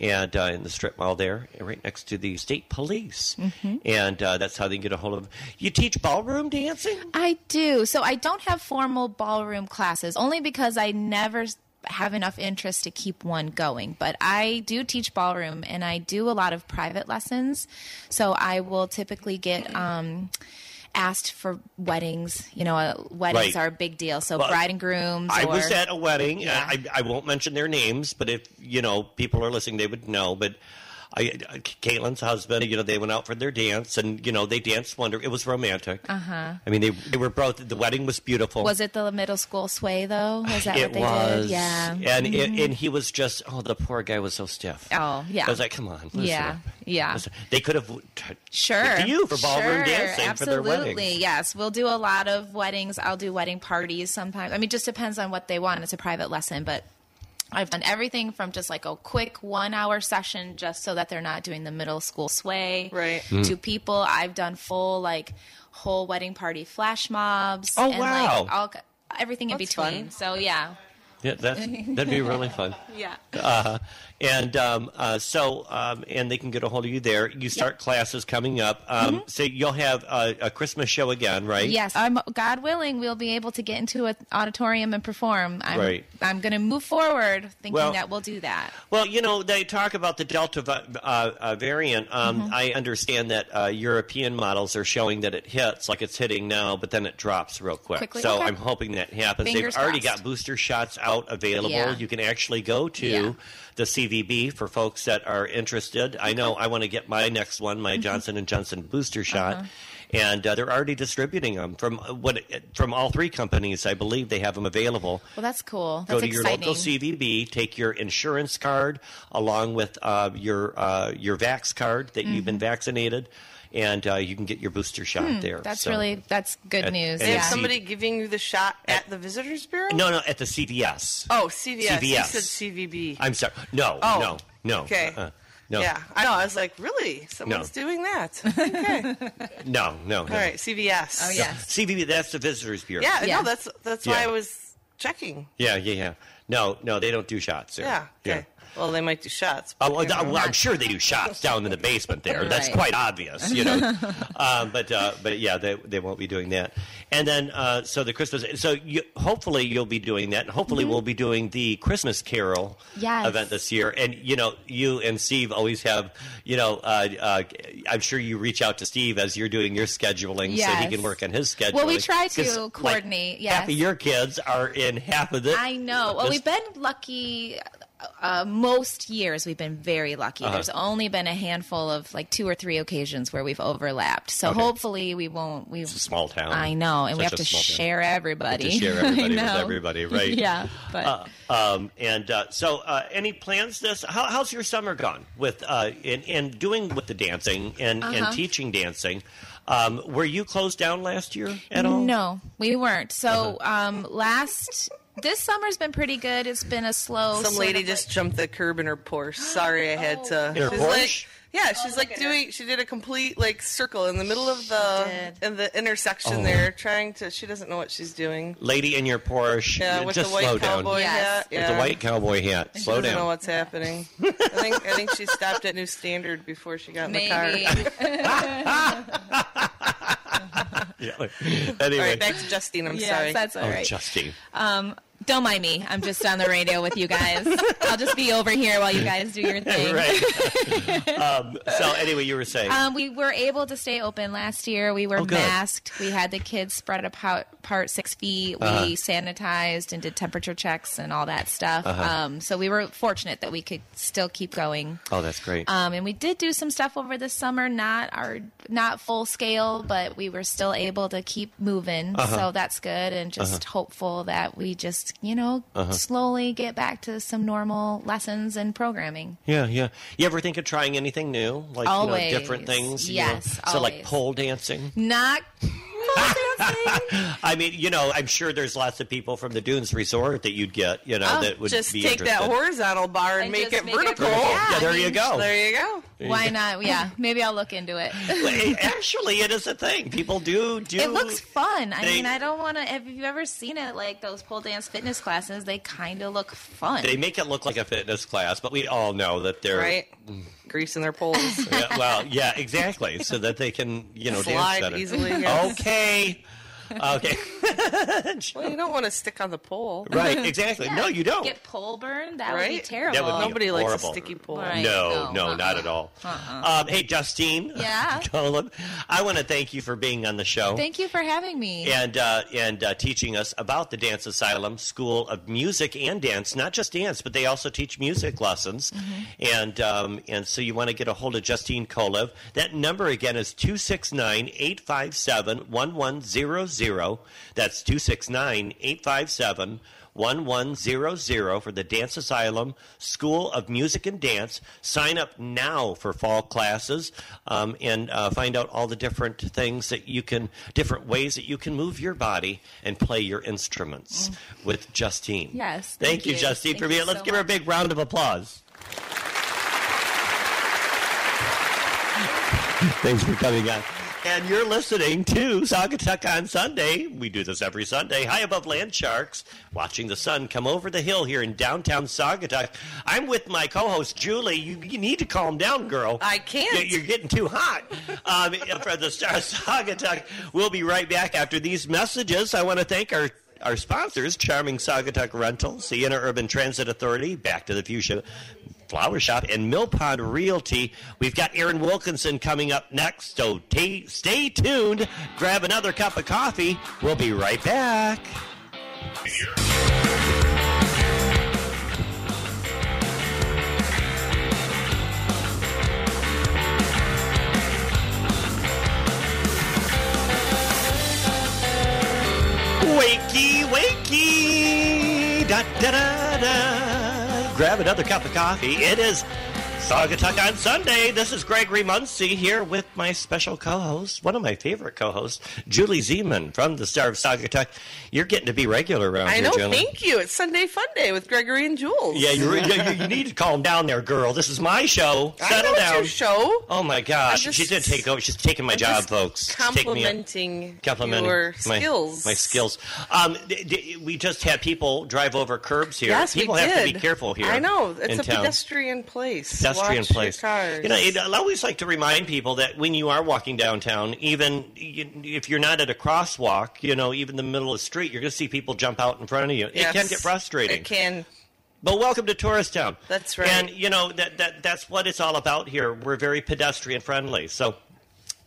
Speaker 1: and uh, in the strip mall there, and right next to the state police,
Speaker 6: Mm-hmm.
Speaker 1: and uh, that's how they get a hold of. You teach ballroom dancing?
Speaker 6: I do. So I don't have formal ballroom classes only because I never s- have enough interest to keep one going. But I do teach ballroom and I do a lot of private lessons. So I will typically get um asked for weddings. You know, uh, weddings
Speaker 1: Right.
Speaker 6: are a big deal. So
Speaker 1: Well,
Speaker 6: bride and grooms
Speaker 1: I
Speaker 6: or
Speaker 1: was at a wedding.
Speaker 6: Yeah.
Speaker 1: I, I won't mention their names, but if you know people are listening, they would know. But I, I- Caitlin's husband, you know, they went out for their dance, and you know, they danced wonder. It was romantic. Uh huh. I mean, they they were both. The wedding was beautiful.
Speaker 6: Uh-huh. Was it the middle school sway though? Was that what
Speaker 1: it
Speaker 6: they
Speaker 1: was,
Speaker 6: did? Yeah. Mm-hmm.
Speaker 1: and it, and he was just oh the poor guy was so stiff.
Speaker 6: Oh, yeah.
Speaker 1: I was like, come on, listen
Speaker 6: Yeah,
Speaker 1: up.
Speaker 6: yeah.
Speaker 1: Listen- They could have t-
Speaker 6: Sure.
Speaker 1: to you for ballroom
Speaker 6: sure,
Speaker 1: dancing
Speaker 6: absolutely.
Speaker 1: for their wedding.
Speaker 6: Yes, we'll do a lot of weddings. I'll do wedding parties sometimes. I mean, just depends on what they want. It's a private lesson, but I've done everything from just like a quick one hour session just so that they're not doing the middle school sway
Speaker 2: Right.
Speaker 6: to people. I've done full like whole wedding party flash mobs.
Speaker 1: Oh,
Speaker 6: and,
Speaker 1: wow.
Speaker 6: Like, all, everything in
Speaker 2: That's
Speaker 6: between.
Speaker 2: fun.
Speaker 6: So yeah,
Speaker 1: Yeah, that's, that'd be really fun.
Speaker 4: Yeah.
Speaker 1: And um, uh, so, um, and they can get a hold of you there. You start classes coming up. Um, So you'll have a, a Christmas show again, right?
Speaker 6: Yes, I'm. God willing, we'll be able to get into an auditorium and perform. I'm,
Speaker 1: Right.
Speaker 6: I'm going to move forward thinking
Speaker 1: Well-
Speaker 6: that we'll do that.
Speaker 1: Well, you know, they talk about the Delta vi- uh, uh, variant. Um,
Speaker 6: Mm-hmm.
Speaker 1: I understand that uh, European models are showing that it hits, like it's hitting now, but then it drops real quick.
Speaker 6: Quickly,
Speaker 1: so
Speaker 6: okay.
Speaker 1: I'm hoping that happens.
Speaker 6: Fingers
Speaker 1: They've already
Speaker 6: crossed.
Speaker 1: got booster shots out available.
Speaker 6: Yeah.
Speaker 1: You can actually go to
Speaker 6: Yeah.
Speaker 1: the CVB for folks that are interested. I know I want to get my next one,
Speaker 6: Mm-hmm.
Speaker 1: my Johnson and Johnson
Speaker 6: Uh-huh.
Speaker 1: booster shot. And uh, they're already distributing them from uh, what from all three companies. I believe they have them available
Speaker 6: Well, that's cool. That's
Speaker 1: go to
Speaker 6: exciting.
Speaker 1: your local CVB, take your insurance card along with uh, your uh, your Vax card that you've been
Speaker 2: Mm-hmm.
Speaker 1: vaccinated, and uh, you can get your booster shot
Speaker 2: Hmm,
Speaker 1: there.
Speaker 6: that's
Speaker 1: So-
Speaker 6: really that's good
Speaker 1: And- and
Speaker 6: news.
Speaker 2: They have
Speaker 1: Yeah.
Speaker 2: somebody giving you the shot at the visitors bureau.
Speaker 1: no, no, at the CVS.
Speaker 2: Oh, CVS. You
Speaker 1: CVS.
Speaker 2: said CVB.
Speaker 1: I'm sorry. No,
Speaker 2: Oh.
Speaker 1: no, no.
Speaker 2: Okay.
Speaker 1: uh-uh. no,
Speaker 2: Yeah, I know. I was like, really? Someone's doing that? Okay.
Speaker 1: no, no, no.
Speaker 2: All right, CVS.
Speaker 6: Oh, yes.
Speaker 1: CVB. That's the visitors bureau.
Speaker 2: Yeah,
Speaker 6: Yeah.
Speaker 2: no, that's that's
Speaker 1: Yeah.
Speaker 2: why I was checking.
Speaker 1: yeah, yeah, yeah. No, no, they don't do shots there.
Speaker 2: Yeah. Okay. Well, they might do shots.
Speaker 1: Oh, well, well, I'm sure they do shops down in the basement there. That's
Speaker 6: Right.
Speaker 1: quite obvious, you know. um, but uh, but yeah, they, they won't be doing that. And then uh, so the Christmas. So you, hopefully you'll be doing that, and hopefully we'll be doing the Christmas Carol
Speaker 6: Mm-hmm. Yes.
Speaker 1: event this year. And you know, you and Steve always have. You know, uh, uh, I'm sure you reach out to Steve as you're doing your scheduling, so he
Speaker 6: Yes.
Speaker 1: can work on his schedule.
Speaker 6: Well, we try to coordinate,
Speaker 1: Like,
Speaker 6: yes.
Speaker 1: half of your kids are in half of the.
Speaker 6: I know. Well,
Speaker 1: this-
Speaker 6: we've been lucky. Uh, most years we've been very lucky.
Speaker 1: Uh-huh.
Speaker 6: There's only been a handful of like two or three occasions where we've overlapped. So
Speaker 1: Okay.
Speaker 6: hopefully we won't. We
Speaker 1: It's a small town.
Speaker 6: I know, and we
Speaker 1: Such
Speaker 6: have
Speaker 1: a
Speaker 6: to
Speaker 1: small town.
Speaker 6: share everybody.
Speaker 1: to share
Speaker 6: I
Speaker 1: everybody with
Speaker 6: know.
Speaker 1: everybody, right?
Speaker 6: Yeah, but
Speaker 1: um, and uh, so, uh, any plans this? How, how's your summer gone with uh, and, and doing with the dancing and,
Speaker 6: Uh-huh.
Speaker 1: and teaching dancing? Um, were you closed down last year at all? Uh-huh.
Speaker 6: No, we weren't. So um, last this summer's been pretty good. It's been a slow.
Speaker 2: Some
Speaker 6: sort
Speaker 2: lady
Speaker 6: of,
Speaker 2: just
Speaker 6: like-
Speaker 2: jumped the curb in her Porsche. Sorry, I had to.
Speaker 1: In her
Speaker 2: she's
Speaker 1: Porsche?
Speaker 2: like, yeah, she's like doing. She did a complete like circle in the middle of the
Speaker 6: did.
Speaker 2: in the intersection
Speaker 1: Oh.
Speaker 2: there, trying to. She doesn't know what she's doing.
Speaker 1: Lady in your Porsche.
Speaker 2: Yeah, with
Speaker 1: just
Speaker 2: the white
Speaker 1: slow
Speaker 2: cowboy
Speaker 1: down.
Speaker 6: Yes.
Speaker 2: hat. Yeah.
Speaker 1: With the white cowboy hat.
Speaker 2: She
Speaker 1: Slow
Speaker 2: doesn't know
Speaker 1: down.
Speaker 2: what's happening. I think I think she stopped at New Standard before she got in the car.
Speaker 6: maybe.
Speaker 1: Yeah.
Speaker 2: All
Speaker 1: anyway,
Speaker 2: right, back to Justine. I'm sorry.
Speaker 6: yes, that's all
Speaker 1: oh,
Speaker 6: right.
Speaker 1: Justine.
Speaker 6: Don't mind me. I'm just on the radio with you guys. I'll just be over here while you guys do your thing.
Speaker 1: Right. um, so, anyway, you were saying.
Speaker 6: Um, we were able to stay open last year. We were
Speaker 1: Oh, good.
Speaker 6: masked. We had the kids spread apart, apart six feet. We
Speaker 1: Uh-huh.
Speaker 6: sanitized and did temperature checks and all that stuff.
Speaker 1: Uh-huh.
Speaker 6: Um, so we were fortunate that we could still keep going.
Speaker 1: oh, that's great.
Speaker 6: Um, and we did do some stuff over the summer, not our not full scale, but we were still able to keep moving. So that's good, and just hopeful that we just you know slowly get back to some normal lessons and programming.
Speaker 1: Yeah, yeah. You ever think of trying anything new, like
Speaker 6: Always.
Speaker 1: you know, different things? you know?
Speaker 6: Yes,
Speaker 1: So, like
Speaker 6: always.
Speaker 1: pole dancing.
Speaker 6: Not.
Speaker 1: I mean, you know, I'm sure there's lots of people from the Dunes Resort that you'd get, you know,
Speaker 6: Oh,
Speaker 1: that would
Speaker 2: just
Speaker 1: be
Speaker 2: take
Speaker 1: interested.
Speaker 2: that horizontal bar and,
Speaker 6: And
Speaker 2: make
Speaker 6: just
Speaker 2: it
Speaker 6: make it
Speaker 2: vertical.
Speaker 6: vertical.
Speaker 1: Yeah, there you go.
Speaker 2: There you go.
Speaker 6: Why not? Yeah, maybe I'll look into it.
Speaker 1: Hey, Actually, it is a thing. People do do.
Speaker 6: It looks fun. I
Speaker 1: They-
Speaker 6: mean, I don't want to. Have you ever seen it? Like those pole dance fitness classes, they kind of look fun.
Speaker 1: They make it look like a fitness class, but we all know that they're
Speaker 2: Right?
Speaker 1: Mm.
Speaker 2: Greasing their poles.
Speaker 1: Yeah, well, yeah, exactly, so that they can you know
Speaker 2: Slide
Speaker 1: dance better.
Speaker 2: easily, yes.
Speaker 1: Okay. Okay.
Speaker 2: Well, you don't want to stick on the pole.
Speaker 1: right. Exactly. No, you don't.
Speaker 6: Get pole burn? That would be
Speaker 2: Right?
Speaker 6: terrible.
Speaker 1: That would be
Speaker 2: Nobody likes a
Speaker 1: horrible.
Speaker 2: sticky pole.
Speaker 6: Right.
Speaker 1: No, no,
Speaker 6: No,
Speaker 1: not
Speaker 6: uh-uh.
Speaker 1: at all. Um, hey, Justine.
Speaker 6: Yeah?
Speaker 1: Dolan, I want to thank you for being on the show.
Speaker 6: Thank you for having me.
Speaker 1: and uh, and uh, teaching us about the Dance Asylum School of Music and Dance. Not just dance, but they also teach music lessons. And um, and so you want to get a hold of Justine Kolev. That number again is 269-857-1100. That's 269-857 1100 for the Dance Asylum School of Music and Dance. Sign up now for fall classes um, and uh, find out all the different things that you can, different ways that you can move your body and play your instruments with Justine.
Speaker 6: Mm. Yes,
Speaker 1: Thank,
Speaker 6: thank
Speaker 1: you,
Speaker 6: you.
Speaker 1: Justine,
Speaker 6: Thank
Speaker 1: for
Speaker 6: you
Speaker 1: being. Let's
Speaker 6: so
Speaker 1: give her a big round of applause. Thanks for coming on. And you're listening to Saugatuck on Sunday. We do this every Sunday, high above land sharks, watching the sun come over the hill here in downtown Saugatuck. I'm with my co-host Julie. You, you need to calm down, girl.
Speaker 2: I can't.
Speaker 1: You- You're getting too hot. Um, for the Star of Saugatuck, we'll be right back after these messages. I want to thank our our sponsors, Charming Saugatuck Rentals, Sienna Urban Transit Authority, Back to the Fuchsia Flower Shop, and Mill Pond Realty. We've got Aaron Wilkinson coming up next, so ta stay tuned. Grab another cup of coffee. We'll be right back. Wakey, wakey, da da da da. Grab another cup of coffee. It is Saugatuck on Sunday. This is Gregory Muncie here with my special co-host, one of my favorite co-hosts, Julie Zeman from the Star of Saugatuck. You're getting to be regular around
Speaker 2: I
Speaker 1: here,
Speaker 2: know.
Speaker 1: Julie.
Speaker 2: Thank you. It's Sunday Fun Day with Gregory and Jules.
Speaker 1: Yeah, you, you, you need to calm down there, girl. This is my show.
Speaker 2: I
Speaker 1: Settle
Speaker 2: know it's
Speaker 1: down.
Speaker 2: your show.
Speaker 1: Oh my gosh,
Speaker 2: I'm just-
Speaker 1: she's gonna take over. She's taking my
Speaker 2: I'm
Speaker 1: job,
Speaker 2: just
Speaker 1: folks. She's taking me up-
Speaker 2: Complimenting,
Speaker 1: complimenting
Speaker 2: your
Speaker 1: my,
Speaker 2: skills.
Speaker 1: My skills. Um, d- d- we just had people drive over curbs here.
Speaker 2: Yes,
Speaker 1: people
Speaker 2: we did.
Speaker 1: have to be careful here.
Speaker 2: I know. It's
Speaker 1: in
Speaker 2: a
Speaker 1: town.
Speaker 2: pedestrian place.
Speaker 1: Pedestrian
Speaker 2: Watch
Speaker 1: place.
Speaker 2: Your cars.
Speaker 1: You know, it, uh, I always like to remind people that when you are walking downtown, even you, if you're not at a crosswalk, you know, even the middle of the street, you're going to see people jump out in front of you. It can
Speaker 2: Yes.
Speaker 1: get frustrating.
Speaker 2: It can.
Speaker 1: But welcome to Tourist Town.
Speaker 2: That's right.
Speaker 1: And you know that, that that's what it's all about here. We're very pedestrian friendly. So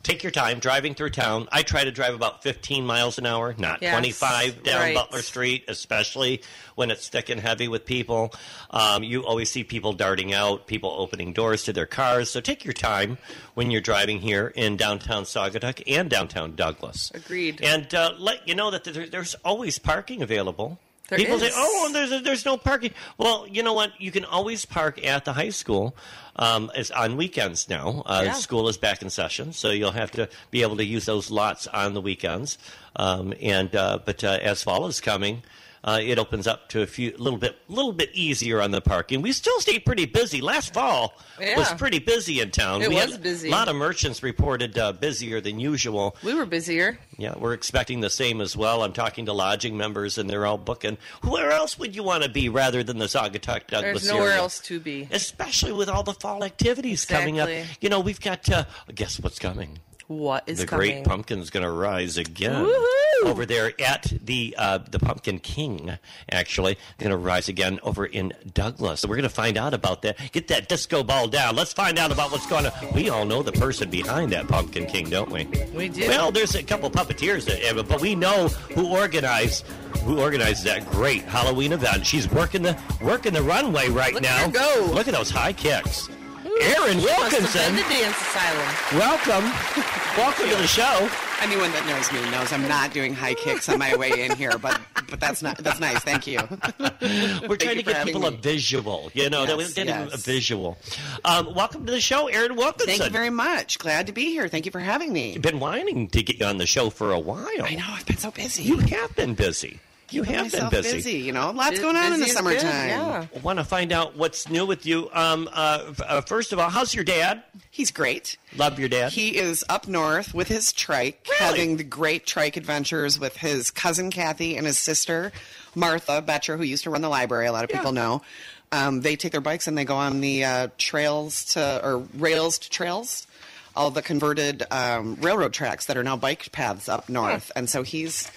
Speaker 1: take your time driving through town. I try to drive about 15 miles an hour, not
Speaker 2: Yes,
Speaker 1: 25 down
Speaker 2: right.
Speaker 1: Butler Street, especially when it's thick and heavy with people. Um, you always see people darting out, people opening doors to their cars. So take your time when you're driving here in downtown Saugatuck and downtown Douglas.
Speaker 2: Agreed.
Speaker 1: And uh, let you know that there, there's always parking available.
Speaker 2: There
Speaker 1: People say,
Speaker 2: is.
Speaker 1: "Oh, there's there's no parking." Well, you know what? You can always park at the high school. Um, it's on weekends now. Uh,
Speaker 2: Yeah.
Speaker 1: School is back in session, so you'll have to be able to use those lots on the weekends. Um, and uh, but uh, as fall is coming. Uh, it opens up to a few little bit little bit easier on the parking. We still stay pretty busy. Last fall was
Speaker 2: Yeah.
Speaker 1: pretty busy in town.
Speaker 2: It
Speaker 1: we had
Speaker 2: was busy.
Speaker 1: A lot of merchants reported uh, busier than usual.
Speaker 2: We were busier.
Speaker 1: Yeah, we're expecting the same as well. I'm talking to lodging members, and they're all booking. Where else would you want to be rather than the Saugatuck Douglas
Speaker 2: There's nowhere
Speaker 1: area?
Speaker 2: else to be.
Speaker 1: Especially with all the fall activities coming up.
Speaker 2: Exactly.
Speaker 1: You know, we've got, uh, guess what's coming?
Speaker 2: What is
Speaker 1: the
Speaker 2: coming?
Speaker 1: great pumpkin's going to rise again
Speaker 2: Woohoo!
Speaker 1: over there at the uh, the pumpkin king actually going to rise again over in douglas so we're going to find out about that get that disco ball down let's find out about what's going on we all know the person behind that pumpkin king don't we
Speaker 2: We do.
Speaker 1: well there's a couple puppeteers that have it, but we know who organized who organized that great halloween event she's working the working the runway right
Speaker 2: Look at
Speaker 1: now
Speaker 2: her go.
Speaker 1: look at those high kicks Aaron
Speaker 2: Must have been
Speaker 1: Wilkinson,
Speaker 2: Oh, the dance asylum.
Speaker 1: welcome. Welcome to the show.
Speaker 7: Anyone that knows me knows I'm not doing high kicks on my way in here, but but that's not that's nice. Thank you.
Speaker 1: We're trying to
Speaker 7: you for
Speaker 1: give
Speaker 7: having
Speaker 1: people a
Speaker 7: me.
Speaker 1: visual, you know, that we
Speaker 7: Yes,
Speaker 1: get them a
Speaker 7: yes.
Speaker 1: visual. Um, welcome to the show, Aaron Wilkinson.
Speaker 7: Thank you very much. Glad to be here. Thank you for having me.
Speaker 1: Been wanting to get you on the show for a while.
Speaker 7: I know I've been so busy.
Speaker 1: You have been busy. You
Speaker 7: Keeping
Speaker 1: have been
Speaker 7: myself
Speaker 1: busy.
Speaker 7: You know, lots going on in the
Speaker 2: Busy is good,
Speaker 7: summertime.
Speaker 2: Yeah.
Speaker 1: Want to find out what's new with you? Um, uh, f- uh, first of all, how's your dad?
Speaker 7: He's great.
Speaker 1: Love your dad.
Speaker 7: He is up north with his trike,
Speaker 1: Really?
Speaker 7: having the great trike adventures with his cousin Kathy and his sister Martha Betcher, who used to run the library. A lot of people know. Um, they take their bikes and they go on the uh, trails to or rails to trails all the converted um, railroad tracks that are now bike paths up north. And so he's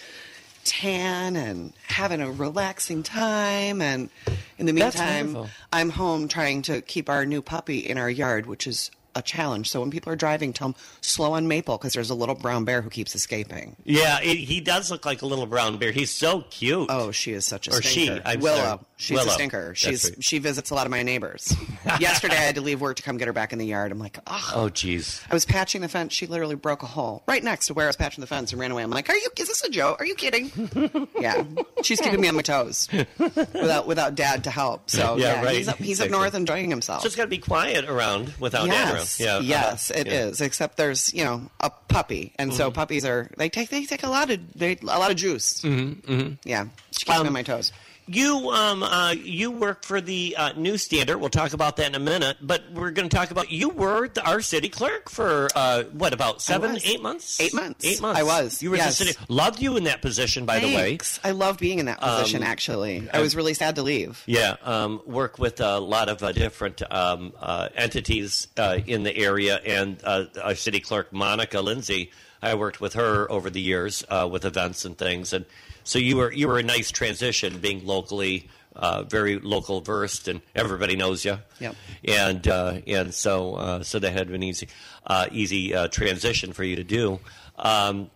Speaker 7: tan and having a relaxing time. And in the
Speaker 1: That's
Speaker 7: meantime,
Speaker 1: wonderful.
Speaker 7: I'm home trying to keep our new puppy in our yard, which is a challenge. So when people are driving, tell them slow on Maple because there's a little brown bear who keeps escaping.
Speaker 1: Yeah, it, he does look like a little brown bear. He's so cute.
Speaker 7: Oh, she is such a
Speaker 1: Or she,
Speaker 7: stinker.
Speaker 1: I'm
Speaker 7: Willow.
Speaker 1: sorry.
Speaker 7: She's
Speaker 1: Willow.
Speaker 7: a stinker.
Speaker 1: That's
Speaker 7: She's
Speaker 1: right.
Speaker 7: she visits a lot of my neighbors. Yesterday I had to leave work to come get her back in the yard. I'm like, ugh.
Speaker 1: Oh, jeez.
Speaker 7: I was patching the fence. She literally broke a hole right next to where I was patching the fence and ran away. I'm like, "Are you? Is this a joke? Are you kidding?" yeah, she's keeping me on my toes without without dad to help. So
Speaker 1: Yeah,
Speaker 7: yeah,
Speaker 1: right.
Speaker 7: he's up he's up
Speaker 1: Exactly.
Speaker 7: north enjoying himself.
Speaker 1: So it's got to be quiet around without dad around.
Speaker 7: yes,
Speaker 1: Yeah,
Speaker 7: yes,
Speaker 1: uh-huh.
Speaker 7: it is.
Speaker 1: Yeah. Mm-hmm.
Speaker 7: Except there's you know a puppy, and so puppies are they take they take a lot of they a lot of juice. Mm-hmm, Yeah, she keeps
Speaker 1: Um,
Speaker 7: me on my toes.
Speaker 1: You um uh, you work for the uh, new standard. We'll talk about that in a minute. But we're going to talk about you were the, our city clerk for uh, what about seven
Speaker 7: was.
Speaker 1: eight months?
Speaker 7: Eight months.
Speaker 1: Eight months.
Speaker 7: I was,
Speaker 1: You were
Speaker 7: yes.
Speaker 1: the city. Loved you in that position, by the way. um,
Speaker 7: Thanks. I love being in that position. actually, I was really sad to leave.
Speaker 1: Yeah, um, work with a lot of uh, different um, uh, entities uh, in the area, and uh, our city clerk Monica Lindsay. I worked with her over the years uh, with events and things, and so you were you were a nice transition, being locally uh, very local versed, and everybody knows you.
Speaker 7: Yep.
Speaker 1: And uh, and so uh, so that had been easy uh, easy uh, transition for you to do. Um,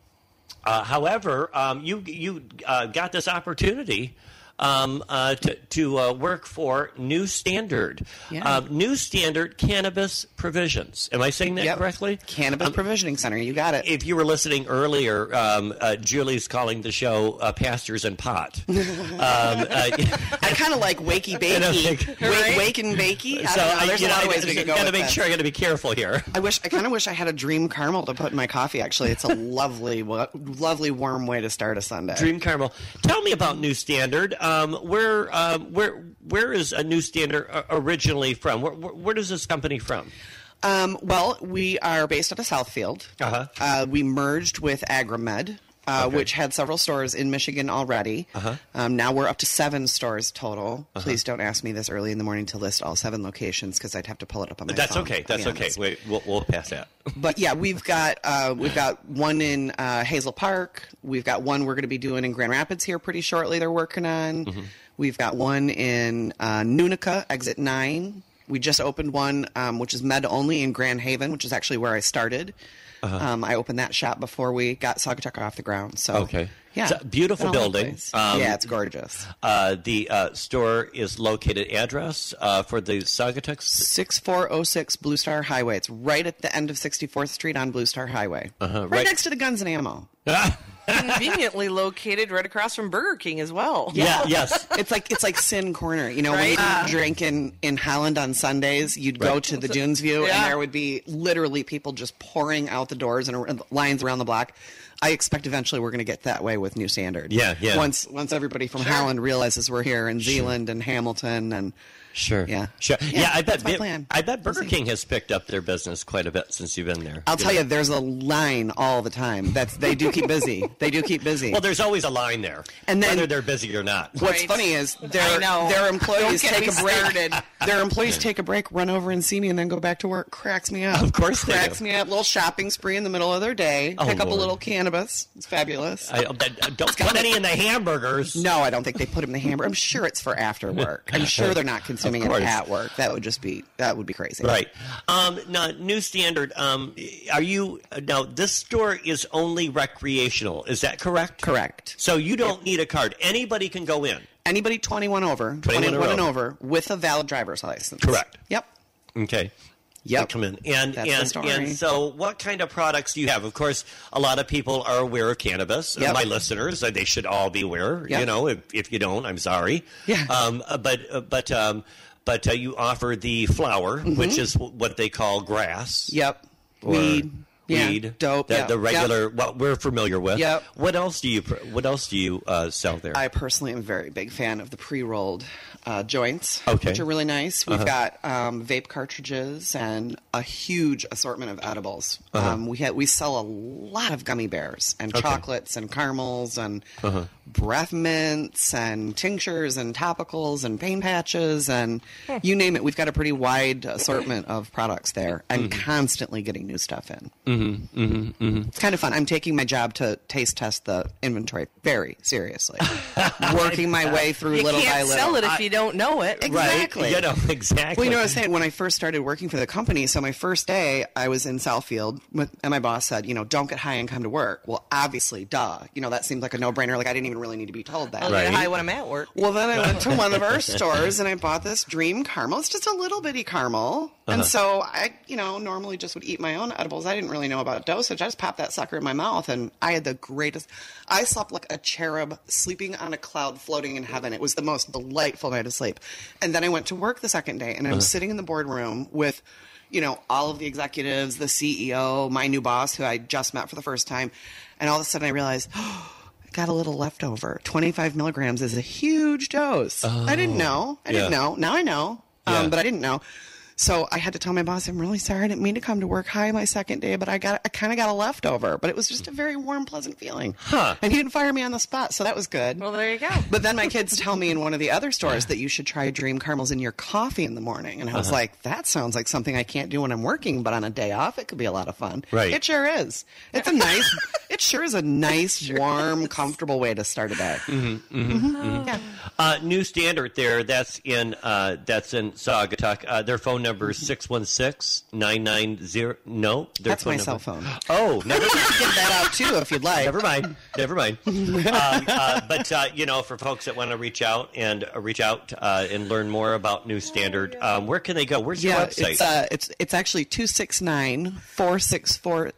Speaker 1: uh, however, um, you you uh, got this opportunity um, uh, to to uh, work for New Standard,
Speaker 7: Yeah.
Speaker 1: Uh, New Standard Cannabis Provisions. Am I saying that
Speaker 7: Yep.
Speaker 1: correctly? Um,
Speaker 7: Cannabis Provisioning Center. You got it.
Speaker 1: if you were listening earlier, um, uh, Julie's calling the show uh, "Pastors and Pot." um, uh,
Speaker 7: I kind of like wakey
Speaker 1: And I
Speaker 7: bakey.
Speaker 1: think-
Speaker 7: Wake, wake and bakey. I don't
Speaker 1: so
Speaker 7: know. There's
Speaker 1: you
Speaker 7: a lot
Speaker 1: know,
Speaker 7: of ways we could go.
Speaker 1: Gotta
Speaker 7: with
Speaker 1: make
Speaker 7: that.
Speaker 1: sure. I got to be careful here.
Speaker 7: I wish. I kind of wish I had a dream caramel to put in my coffee. Actually, it's a lovely, wa- lovely warm way to start a Sunday.
Speaker 1: Dream Caramel. Tell me about New Standard. Um, where um, where where is a New Standard uh, originally from? Where, where, where does this company from?
Speaker 7: Um, well, we are based out of Southfield.
Speaker 1: Uh-huh.
Speaker 7: Uh, we merged with AgriMed. Uh,
Speaker 1: Okay.
Speaker 7: Which had several stores in Michigan already. Uh-huh. Um, now we're up to seven stores total.
Speaker 1: Uh-huh.
Speaker 7: Please don't ask me this early in the morning to list all seven locations because I'd have to pull it up on my
Speaker 1: That's
Speaker 7: phone,
Speaker 1: okay.
Speaker 7: I'll
Speaker 1: That's
Speaker 7: be
Speaker 1: okay.
Speaker 7: honest.
Speaker 1: Wait, we'll, we'll pass that.
Speaker 7: But yeah, we've got uh, we've got one in uh, Hazel Park. We've got one we're going to be doing in Grand Rapids here pretty shortly. They're working on.
Speaker 1: Mm-hmm.
Speaker 7: We've got one in uh, Nunica, Exit Nine. We just opened one, um, which is med only in Grand Haven, which is actually where I started.
Speaker 1: Uh-huh.
Speaker 7: Um, I opened that shop before we got Saugatuck off the ground. So yeah,
Speaker 1: It's a beautiful
Speaker 7: Been all over the
Speaker 1: building.
Speaker 7: place.
Speaker 1: Um,
Speaker 7: yeah, it's gorgeous.
Speaker 1: Uh, the uh, store is located address uh, for the Saugatucks.
Speaker 7: 6406 Blue Star Highway. It's right at the end of 64th Street on Blue Star Highway. right,
Speaker 1: Uh-huh, right-
Speaker 7: next to the Guns and Ammo.
Speaker 2: Conveniently located right across from Burger King as well.
Speaker 1: Yeah. Yes.
Speaker 7: It's like it's like Sin Corner. You know,
Speaker 2: Right.
Speaker 7: when you drink in, in Holland on Sundays, you'd go to the Dunes View,
Speaker 2: Yeah.
Speaker 7: and there would be literally people just pouring out the doors and ar- lines around the block. I expect eventually we're going to get that way with New Standard.
Speaker 1: Yeah, yeah.
Speaker 7: Once once everybody from Holland realizes we're here in Zealand and Hamilton and
Speaker 1: Sure.
Speaker 7: Yeah.
Speaker 1: Sure. Yeah.
Speaker 7: Yeah,
Speaker 1: I bet.
Speaker 7: that's my
Speaker 1: Bi-
Speaker 7: plan.
Speaker 1: I bet Burger
Speaker 7: We'll see.
Speaker 1: King has picked up their business quite a bit since you've been there.
Speaker 7: I'll tell you, there's a line all the time. That's they do keep busy. They do keep busy.
Speaker 1: Well, there's always a line there,
Speaker 7: And then-
Speaker 1: whether they're busy or not.
Speaker 7: What's
Speaker 2: Right.
Speaker 7: funny is their
Speaker 2: know.
Speaker 7: their employees
Speaker 2: Don't get
Speaker 7: take a
Speaker 2: me
Speaker 7: break.
Speaker 2: started.
Speaker 7: Their employees take a break, run over and see me, and then go back to work. Cracks me up.
Speaker 1: Of course they
Speaker 7: cracks
Speaker 1: do.
Speaker 7: me up. Little shopping spree in the middle of their day.
Speaker 1: Oh,
Speaker 7: pick up a
Speaker 1: Lord.
Speaker 7: little cannabis. It's fabulous.
Speaker 1: I, I don't put any in the hamburgers.
Speaker 7: no, I don't think they put them in the hamburger. I'm sure it's for after work. I'm sure they're not consuming it
Speaker 1: course.
Speaker 7: at work. That would just be that would be crazy.
Speaker 1: Right. Um, now, new standard. Um, are you now? This store is only recreational. Is that correct?
Speaker 7: Correct.
Speaker 1: So you don't need a card. Anybody can go in.
Speaker 7: Anybody 21 over,
Speaker 1: 21 or
Speaker 7: and
Speaker 1: over.
Speaker 7: over with a valid driver's license.
Speaker 1: Correct.
Speaker 7: Yep.
Speaker 1: Okay.
Speaker 7: Yep.
Speaker 1: Come in. And
Speaker 7: That's the
Speaker 1: and
Speaker 7: story.
Speaker 1: and so what kind of products do you have? Of course, a lot of people are aware of cannabis.
Speaker 7: Yep.
Speaker 1: My listeners, uh, they should all be aware.
Speaker 7: Yep.
Speaker 1: You know, if, if you don't, I'm sorry.
Speaker 7: Yeah.
Speaker 1: Um, uh, but uh, but um, but uh, you offer the flower, which is w- what they call grass.
Speaker 7: Mm-hmm. Yep.
Speaker 1: Or
Speaker 7: weed. Yeah,
Speaker 1: weed,
Speaker 7: dope,
Speaker 1: the,
Speaker 7: yeah.
Speaker 1: the regular what we're familiar with.
Speaker 7: Yep.
Speaker 1: What else do you pr- What else do you uh, sell there?
Speaker 7: I personally am a very big fan of the pre-rolled uh, joints,
Speaker 1: Okay.
Speaker 7: which are really nice. We've got um, vape cartridges and a huge assortment of edibles. Um, we ha- we sell a lot of gummy bears and chocolates and caramels and breath mints and tinctures and topicals and pain patches and you name it. We've got a pretty wide assortment of products there and constantly getting new stuff in. It's kind of fun. I'm taking my job to taste test the inventory very seriously, working my way through
Speaker 2: You
Speaker 7: little by
Speaker 2: can't
Speaker 7: little.
Speaker 2: sell it if you don't know it.
Speaker 7: Exactly.
Speaker 1: Right? You know, exactly.
Speaker 7: Well, you know what I was saying? When I first started working for the company, so my first day, I was in Southfield, with, and my boss said, you know, don't get high and come to work. Well, obviously, duh. You know, that seems like a no brainer. Like, I didn't even really need to be told that.
Speaker 2: I'll
Speaker 1: Right.
Speaker 2: get high when I'm at work.
Speaker 7: Well, then I went to one of our stores and I bought this dream caramel. It's just a little bitty caramel. And so I, you know, normally just would eat my own edibles. I didn't really know about dosage. I just popped that sucker in my mouth and I had the greatest. I slept like a cherub sleeping on a cloud floating in heaven. It was the most delightful night of sleep. And then I went to work the second day and I'm sitting in the boardroom with you know, all of the executives, the CEO, my new boss, who I just met for the first time. And all of a sudden I realized, oh, I got a little leftover. 25 milligrams is a huge dose. I didn't know. I didn't
Speaker 1: Oh. yeah.
Speaker 7: know. Now I know, um,
Speaker 1: Yeah.
Speaker 7: but I didn't know. So I had to tell my boss, I'm really sorry. I didn't mean to come to work high my second day, but I got, I kind of got a leftover, but it was just a very warm, pleasant feeling. Huh. And he didn't fire me on the spot. So that was good.
Speaker 2: Well, there you go.
Speaker 7: But then my kids tell me in one of the other stores that you should try Dream Caramels in your coffee in the morning. And I was
Speaker 1: Uh-huh.
Speaker 7: like, that sounds like something I can't do when I'm working, but on a day off, it could be a lot of fun.
Speaker 1: Right.
Speaker 7: It sure is. It's a nice, it sure is a nice, warm, comfortable way to start a day.
Speaker 1: Mm-hmm,
Speaker 7: Mm-hmm.
Speaker 1: Uh, new standard there. That's in uh, that's in Saugatuck. Uh, their phone number is 616-990. No, their
Speaker 7: That's my
Speaker 1: number-
Speaker 7: cell phone.
Speaker 1: Oh, never mind.
Speaker 7: Get that out too if you'd like.
Speaker 1: Never mind. Never mind. Um, uh, but uh, you know, for folks that want to reach out and uh, reach out uh, and learn more about New Standard, um, where can they go? Where's your
Speaker 7: Yeah,
Speaker 1: website?
Speaker 7: it's, uh, it's it's actually 269 464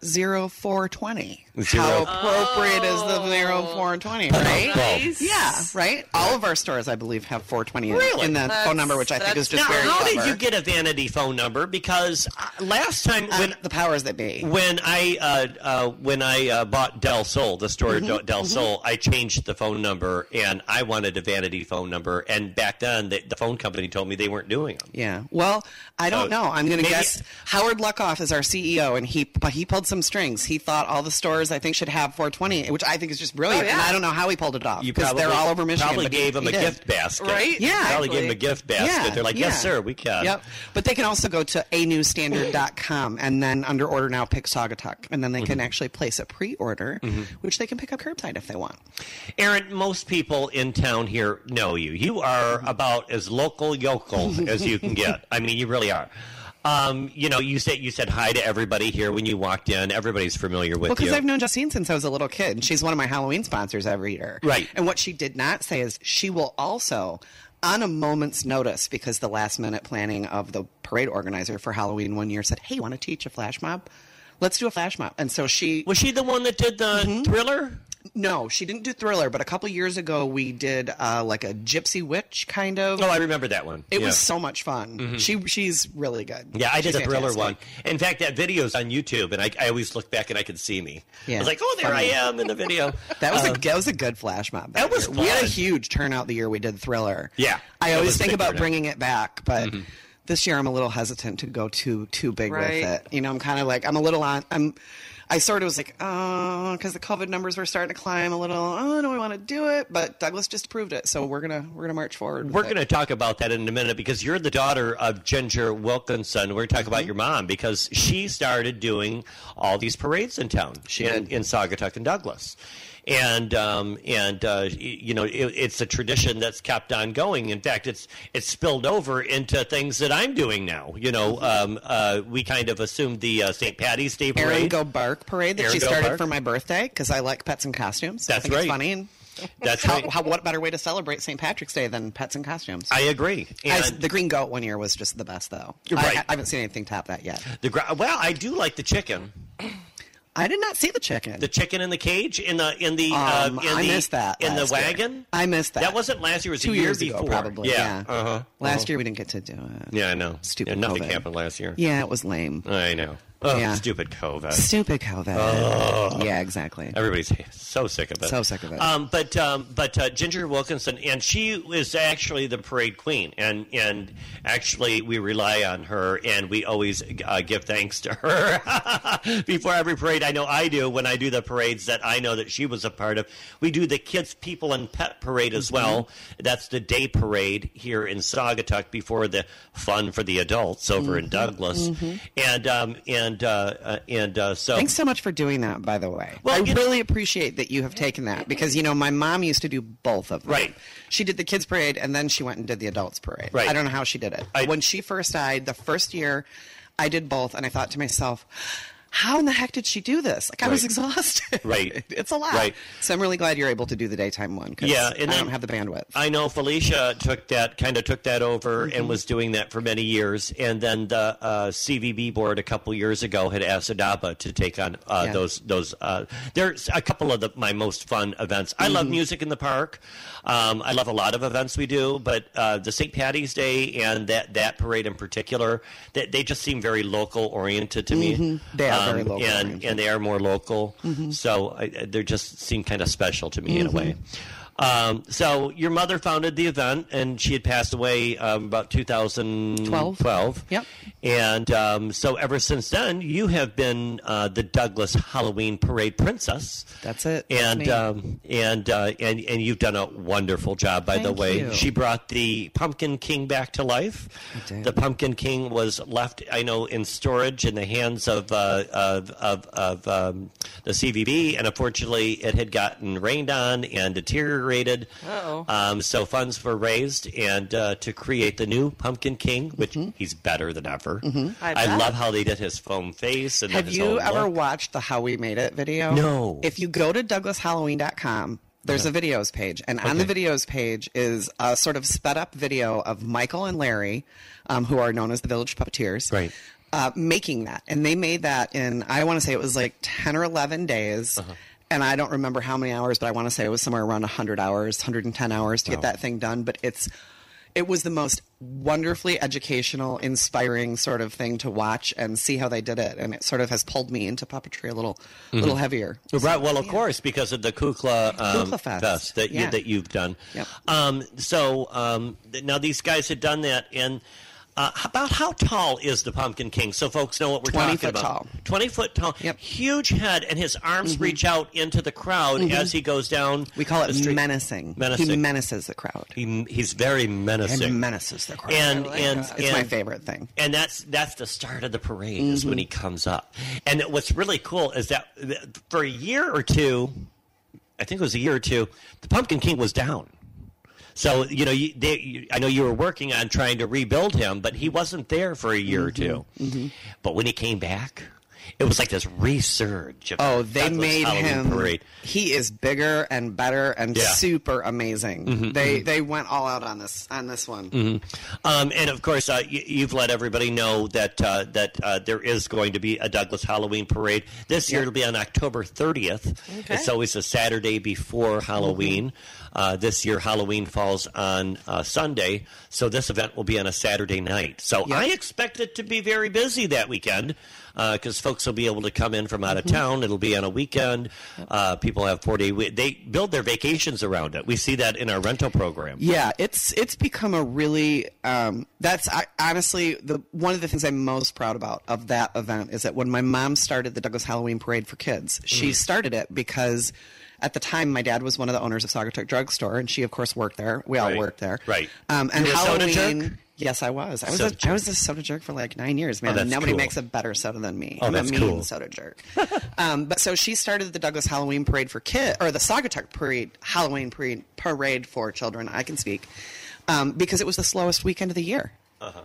Speaker 7: 0420. How
Speaker 1: Zero.
Speaker 7: appropriate is the narrow 420, right?
Speaker 1: Nice.
Speaker 7: Yeah, right? All of our stores, I believe, have 420 in-
Speaker 1: Really?
Speaker 7: in the phone
Speaker 2: That's-
Speaker 7: number, which I think is
Speaker 2: that's-
Speaker 7: just
Speaker 1: now,
Speaker 7: very
Speaker 1: how
Speaker 7: clever.
Speaker 1: did you get a vanity phone number? Because uh, last time when
Speaker 7: Uh, the powers that be.
Speaker 1: when I uh, uh, when I uh, bought Del Sol, the store
Speaker 7: Mm-hmm.
Speaker 1: Del Sol, I changed the phone number and I wanted a vanity phone number. And back then, the, the phone company told me they weren't doing them.
Speaker 7: Yeah. Well, I don't
Speaker 1: So,
Speaker 7: know. I'm going to
Speaker 1: Uh, maybe-
Speaker 7: guess Howard Luckoff is our CEO, and he but he pulled some strings. He thought all the stores I think should have 420, which I think is just brilliant.
Speaker 2: Oh, yeah.
Speaker 7: And I don't know how he pulled it off because they're all over Michigan.
Speaker 1: Probably
Speaker 7: but he-
Speaker 1: gave them
Speaker 7: he
Speaker 1: a
Speaker 7: did.
Speaker 1: gift basket,
Speaker 2: Right?
Speaker 7: Yeah.
Speaker 1: Probably gave them a
Speaker 2: Exactly.
Speaker 1: gift basket. they're like, yes,
Speaker 7: yeah.
Speaker 1: sir, we can.
Speaker 7: Yep. But they can also go to anewstandard.com and then under order now pick Saugatuck. And then they
Speaker 1: Mm-hmm.
Speaker 7: can actually place a pre order, which they can pick up curbside if they want.
Speaker 1: Aaron, most people in town here know you. You
Speaker 7: Mm-hmm.
Speaker 1: are about as local yokel as you can get. I mean, you really are. Um, you know, you said you said hi to everybody here when you walked in. Everybody's familiar with
Speaker 7: Well, because
Speaker 1: you.
Speaker 7: I've known Justine since I was a little kid, and she's one of my Halloween sponsors every year.
Speaker 1: Right.
Speaker 7: And what she did not say is she will also, on a moment's notice, because the last minute planning of the parade organizer for Halloween one year said, "Hey, want to teach a flash mob? Let's do a flash mob." And so she
Speaker 1: Was she the one that did the thriller?
Speaker 7: No, she didn't do Thriller, but a couple years ago we did uh, like a Gypsy Witch kind of.
Speaker 1: Oh, I remember that one. yeah.
Speaker 7: it
Speaker 1: Mm-hmm.
Speaker 7: was so much fun. She she's really good.
Speaker 1: Yeah, I did
Speaker 7: She's
Speaker 1: the thriller one.
Speaker 7: fantastic.
Speaker 1: In fact, that video's on YouTube, and I, I always look back and I can see me. I
Speaker 7: Yeah.
Speaker 1: was like, oh, there I am in the video.
Speaker 7: That was a that was a good flash mob.
Speaker 1: Um, That was
Speaker 7: year. we had a
Speaker 1: fun.
Speaker 7: huge turnout the year we did Thriller.
Speaker 1: Yeah,
Speaker 7: I
Speaker 1: that was
Speaker 7: always
Speaker 1: a
Speaker 7: think
Speaker 1: big
Speaker 7: about
Speaker 1: turnout. Mm-hmm.
Speaker 7: bringing it back, but. This year, I'm a little hesitant to go too too big
Speaker 2: Right.
Speaker 7: with it. You know, I'm kind of like I'm a little on. I'm, I sort of was like, oh, because the COVID numbers were starting to climb a little. Oh, do I want to do it? But Douglas just approved it, so we're gonna we're gonna march forward. with
Speaker 1: We're
Speaker 7: it.
Speaker 1: going to talk about that in a minute because you're the daughter of Ginger Wilkinson. We're going to talk
Speaker 7: Mm-hmm.
Speaker 1: about your mom because she started doing all these parades in town
Speaker 7: She
Speaker 1: in,
Speaker 7: did.
Speaker 1: in Saugatuck and Douglas. And um, and uh, y- you know it, it's a tradition that's kept on going. In fact, it's it's spilled over into things that I'm doing now. You know,
Speaker 7: Mm-hmm.
Speaker 1: um, uh, we kind of assumed the uh, St. Patty's Day parade.
Speaker 7: Erin Go Bark parade that
Speaker 1: Erin
Speaker 7: she
Speaker 1: Go
Speaker 7: started
Speaker 1: Bark.
Speaker 7: for my birthday because I like pets and costumes. I
Speaker 1: That's
Speaker 7: think
Speaker 1: right.
Speaker 7: It's funny. And
Speaker 1: That's
Speaker 7: how,
Speaker 1: right.
Speaker 7: how, what better way to celebrate St. Patrick's Day than pets and costumes?
Speaker 1: I agree.
Speaker 7: I-
Speaker 1: And
Speaker 7: the green goat one year was just the best, though.
Speaker 1: You're
Speaker 7: I-
Speaker 1: right.
Speaker 7: I, haven't seen anything top that yet.
Speaker 1: the gra- well, I do like the chicken,
Speaker 7: I did not see the chicken.
Speaker 1: the chicken in the cage in the in the
Speaker 7: Um,
Speaker 1: uh, in
Speaker 7: I
Speaker 1: the,
Speaker 7: missed that
Speaker 1: in the
Speaker 7: last year.
Speaker 1: wagon.
Speaker 7: I missed that.
Speaker 1: That wasn't last year. It was
Speaker 7: two
Speaker 1: a year
Speaker 7: years
Speaker 1: before.
Speaker 7: ago, probably.
Speaker 1: Yeah.
Speaker 7: Yeah.
Speaker 1: Uh-huh.
Speaker 7: Last year we didn't get to do it.
Speaker 1: Yeah, I know.
Speaker 7: Stupid
Speaker 1: Yeah, nothing
Speaker 7: COVID.
Speaker 1: happened last year.
Speaker 7: Yeah, it was lame.
Speaker 1: I know. Oh,
Speaker 7: Yeah.
Speaker 1: stupid COVID.
Speaker 7: Stupid COVID. Yeah, exactly.
Speaker 1: Everybody's so sick of it.
Speaker 7: So sick of it.
Speaker 1: Um, but um, but uh, Ginger Wilkinson, and she is actually the parade queen, and and actually we rely on her, and we always uh, give thanks to her before every parade. I know I do when I do the parades that I know that she was a part of. We do the kids, people, and pet parade as well.
Speaker 7: Mm-hmm.
Speaker 1: That's the day parade here in Saugatuck before the fun for the adults over
Speaker 7: Mm-hmm.
Speaker 1: in Douglas, and um, and uh, uh, and uh, so
Speaker 7: Thanks so much for doing that, by the way.
Speaker 1: Well,
Speaker 7: I
Speaker 1: you know-
Speaker 7: really appreciate that you have taken that because, you know, my mom used to do both of them.
Speaker 1: Right.
Speaker 7: She did the kids' parade and then she went and did the adults' parade.
Speaker 1: Right.
Speaker 7: I don't know how she did it.
Speaker 1: I-
Speaker 7: when she first died, the first year, I did both and I thought to myself, how in the heck did she do this? Like, I was
Speaker 1: Right.
Speaker 7: exhausted.
Speaker 1: Right.
Speaker 7: it's a lot.
Speaker 1: Right.
Speaker 7: So I'm really glad you're able to do the daytime one because
Speaker 1: Yeah,
Speaker 7: yeah,
Speaker 1: and
Speaker 7: I
Speaker 1: then-
Speaker 7: don't have the bandwidth.
Speaker 1: I know Felicia took that kind of took that over
Speaker 7: Mm-hmm.
Speaker 1: and was doing that for many years, and then the uh, CVB board a couple years ago had asked Adaba to take on uh,
Speaker 7: Yeah.
Speaker 1: those those. Uh, there's a couple of the, my most fun events. I
Speaker 7: Mm-hmm.
Speaker 1: love music in the park. Um, I love a lot of events we do, but uh, the St. Patty's Day and that that parade in particular, they, they just seem very local oriented to me.
Speaker 7: Mm-hmm.
Speaker 1: Um,
Speaker 7: They are very local
Speaker 1: and
Speaker 7: oriented.
Speaker 1: and they are more local,
Speaker 7: Mm-hmm.
Speaker 1: so I, they just seem kind of special to me in a way. Um, so your mother founded the event, and she had passed away um, about 2012.
Speaker 7: Yep.
Speaker 1: And um, so ever since then, you have been uh, the Douglas Halloween Parade Princess.
Speaker 7: That's it. That's
Speaker 1: And
Speaker 7: me.
Speaker 1: um, and uh, and and you've done a wonderful job, by the
Speaker 7: Thank
Speaker 1: way.
Speaker 7: you.
Speaker 1: She brought the Pumpkin King back to life.
Speaker 7: did.
Speaker 1: The Pumpkin King was left, I know, in storage in the hands of uh, of of, of um, the CVB, and unfortunately, it had gotten rained on and deteriorated.
Speaker 2: Uh-oh.
Speaker 1: Um, so funds were raised and uh, to create the new Pumpkin King, which he's better than ever.
Speaker 2: I
Speaker 1: I
Speaker 2: bet.
Speaker 1: love how they did his foam face and then
Speaker 7: Have
Speaker 1: his
Speaker 7: you
Speaker 1: whole
Speaker 7: ever
Speaker 1: look.
Speaker 7: watched the How We Made It video?
Speaker 1: No.
Speaker 7: If you go to douglashalloween.com, there's a videos page, and on the videos page is a sort of sped up video of Michael and Larry, um, who are known as the Village Puppeteers,
Speaker 1: Right.
Speaker 7: Uh, making that, and they made that in I want to say it was like ten or eleven days.
Speaker 1: Uh-huh.
Speaker 7: And I don't remember how many hours, but I want to say it was somewhere around 100 hours, 110 hours to get that thing done. But it's it was the most wonderfully educational, inspiring sort of thing to watch and see how they did it, and it sort of has pulled me into puppetry a little,
Speaker 1: Mm-hmm.
Speaker 7: little heavier.
Speaker 1: Right. Well, of course, because of the Kukla, um,
Speaker 7: Kukla Fest.
Speaker 1: that you,
Speaker 7: Yeah.
Speaker 1: that you've done.
Speaker 7: Yep.
Speaker 1: Um, so um, th- now these guys had done that, and uh, h- about how tall is the Pumpkin King? So folks know what we're
Speaker 7: 20
Speaker 1: talking
Speaker 7: foot
Speaker 1: about.
Speaker 7: tall.
Speaker 1: Twenty foot tall.
Speaker 7: Yep. Mm-hmm.
Speaker 1: Huge head, and his arms reach out into the crowd as he goes down.
Speaker 7: We call
Speaker 1: the
Speaker 7: it
Speaker 1: street.
Speaker 7: menacing. He
Speaker 1: Menacing.
Speaker 7: menaces the crowd.
Speaker 1: He, he's very menacing.
Speaker 7: And menaces the crowd.
Speaker 1: and
Speaker 2: I like
Speaker 1: and,
Speaker 2: that.
Speaker 7: it's my
Speaker 1: and-
Speaker 7: favorite thing.
Speaker 1: and that's that's the start of the parade is when he
Speaker 7: Mm-hmm.
Speaker 1: comes up. And what's really cool is that for a year or two, I think it was a year or two, the Pumpkin King was down. So you know, you, they, you, I know you were working on trying to rebuild him, but he wasn't there for a year or
Speaker 7: Mm-hmm.
Speaker 1: 2 But when he came back, it was like this resurge. Of
Speaker 7: Oh, they
Speaker 1: Douglas
Speaker 7: made
Speaker 1: Halloween
Speaker 7: him.
Speaker 1: parade.
Speaker 7: He is bigger and better and
Speaker 1: Yeah. Mm-hmm,
Speaker 7: super amazing. They they went all out on this on this one.
Speaker 1: Um, and of course, uh, you, you've let everybody know that uh, that uh, there is going to be a Douglas Halloween parade this year. It'll be on October 30th.
Speaker 2: Okay.
Speaker 1: It's always a Saturday before Halloween. Uh, this year, Halloween falls on uh, Sunday, so this event will be on a Saturday night. So I expect it to be very busy that weekend because folks will be able to come in from out of town. It'll be on a weekend. Uh, people have four day. We- they build their vacations around it. We see that in our rental program.
Speaker 7: Yeah, it's it's become a really um, that's I, honestly the one of the things I'm most proud about of that event is that when my mom started the Douglas Halloween Parade for Kids,
Speaker 1: Mm.
Speaker 7: she started it because at the time my dad was one of the owners of Saugatuck Drugstore, and she of course worked there. We all
Speaker 1: Right.
Speaker 7: worked there,
Speaker 1: Right.
Speaker 7: Um, and
Speaker 1: You were a soda
Speaker 7: Halloween.
Speaker 1: jerk?
Speaker 7: Yes, I was. I was.
Speaker 1: Soda
Speaker 7: A,
Speaker 1: jerk. Oh,
Speaker 7: I was a soda jerk for like nine years, man.
Speaker 1: that's
Speaker 7: Nobody
Speaker 1: cool.
Speaker 7: makes a better soda than me.
Speaker 1: Oh,
Speaker 7: I'm
Speaker 1: that's
Speaker 7: a mean
Speaker 1: cool.
Speaker 7: soda jerk. um, but so she started the Douglas Halloween Parade for kids, or the Saugatuck Parade Halloween Parade Parade for children. I can speak um, because it was the slowest weekend of the year.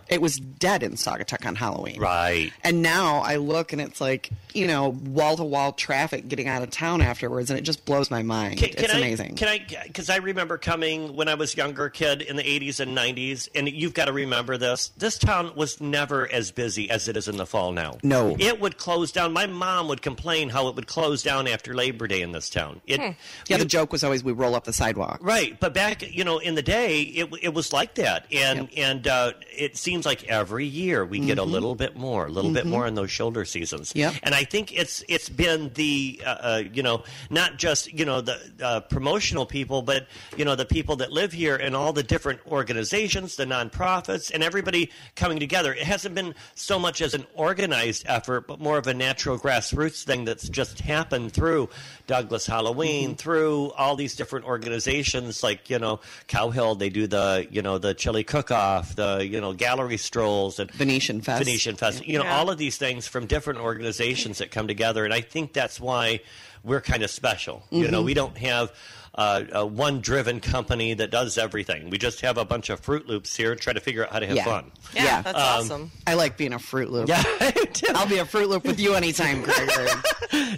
Speaker 7: It was dead in Saugatuck on Halloween.
Speaker 1: Uh-huh. Right.
Speaker 7: And now I look and it's like you know wall to wall traffic getting out of town afterwards, and it just blows my mind.
Speaker 1: Can, can
Speaker 7: it's
Speaker 1: I,
Speaker 7: amazing.
Speaker 1: Can I? Because I remember coming when I was younger kid in the '80s and '90s, and you've got to remember this. This town was never as busy as it is in the fall now.
Speaker 7: No.
Speaker 1: it would close down. My mom would complain how it would close down after Labor Day in this town. It,
Speaker 7: yeah, the joke was always we roll up the sidewalk.
Speaker 1: Right, but back you know in the day, it w- it was like that, and and uh, it, it seems like every year we get a little bit more, a little bit more in those shoulder seasons.
Speaker 7: Mm-hmm. Yep.
Speaker 1: And I think it's it's been the uh, uh, you know not just you know the uh, promotional people, but you know the people that live here and all the different organizations, the nonprofits, and everybody coming together. It hasn't been so much as an organized effort, but more of a natural grassroots thing that's just happened through Douglas Halloween, through all these different organizations like you know Cowhill. They do the you know the chili cook off, the you know gallery strolls, and
Speaker 7: Venetian Fest.
Speaker 1: Venetian Fest. You know,
Speaker 2: Yeah.
Speaker 1: all of these things from different organizations that come together, and I think that's why we're kind of special. You
Speaker 7: Mm-hmm.
Speaker 1: know, we don't have uh, a one driven company that does everything. We just have a bunch of Fruit Loops here, try to figure out how to have
Speaker 7: Yeah.
Speaker 1: fun.
Speaker 2: Yeah,
Speaker 7: Yeah.
Speaker 2: that's awesome.
Speaker 7: I like being a Fruit Loop.
Speaker 1: Yeah, I do.
Speaker 7: I'll be a Fruit Loop with you anytime, Gregory.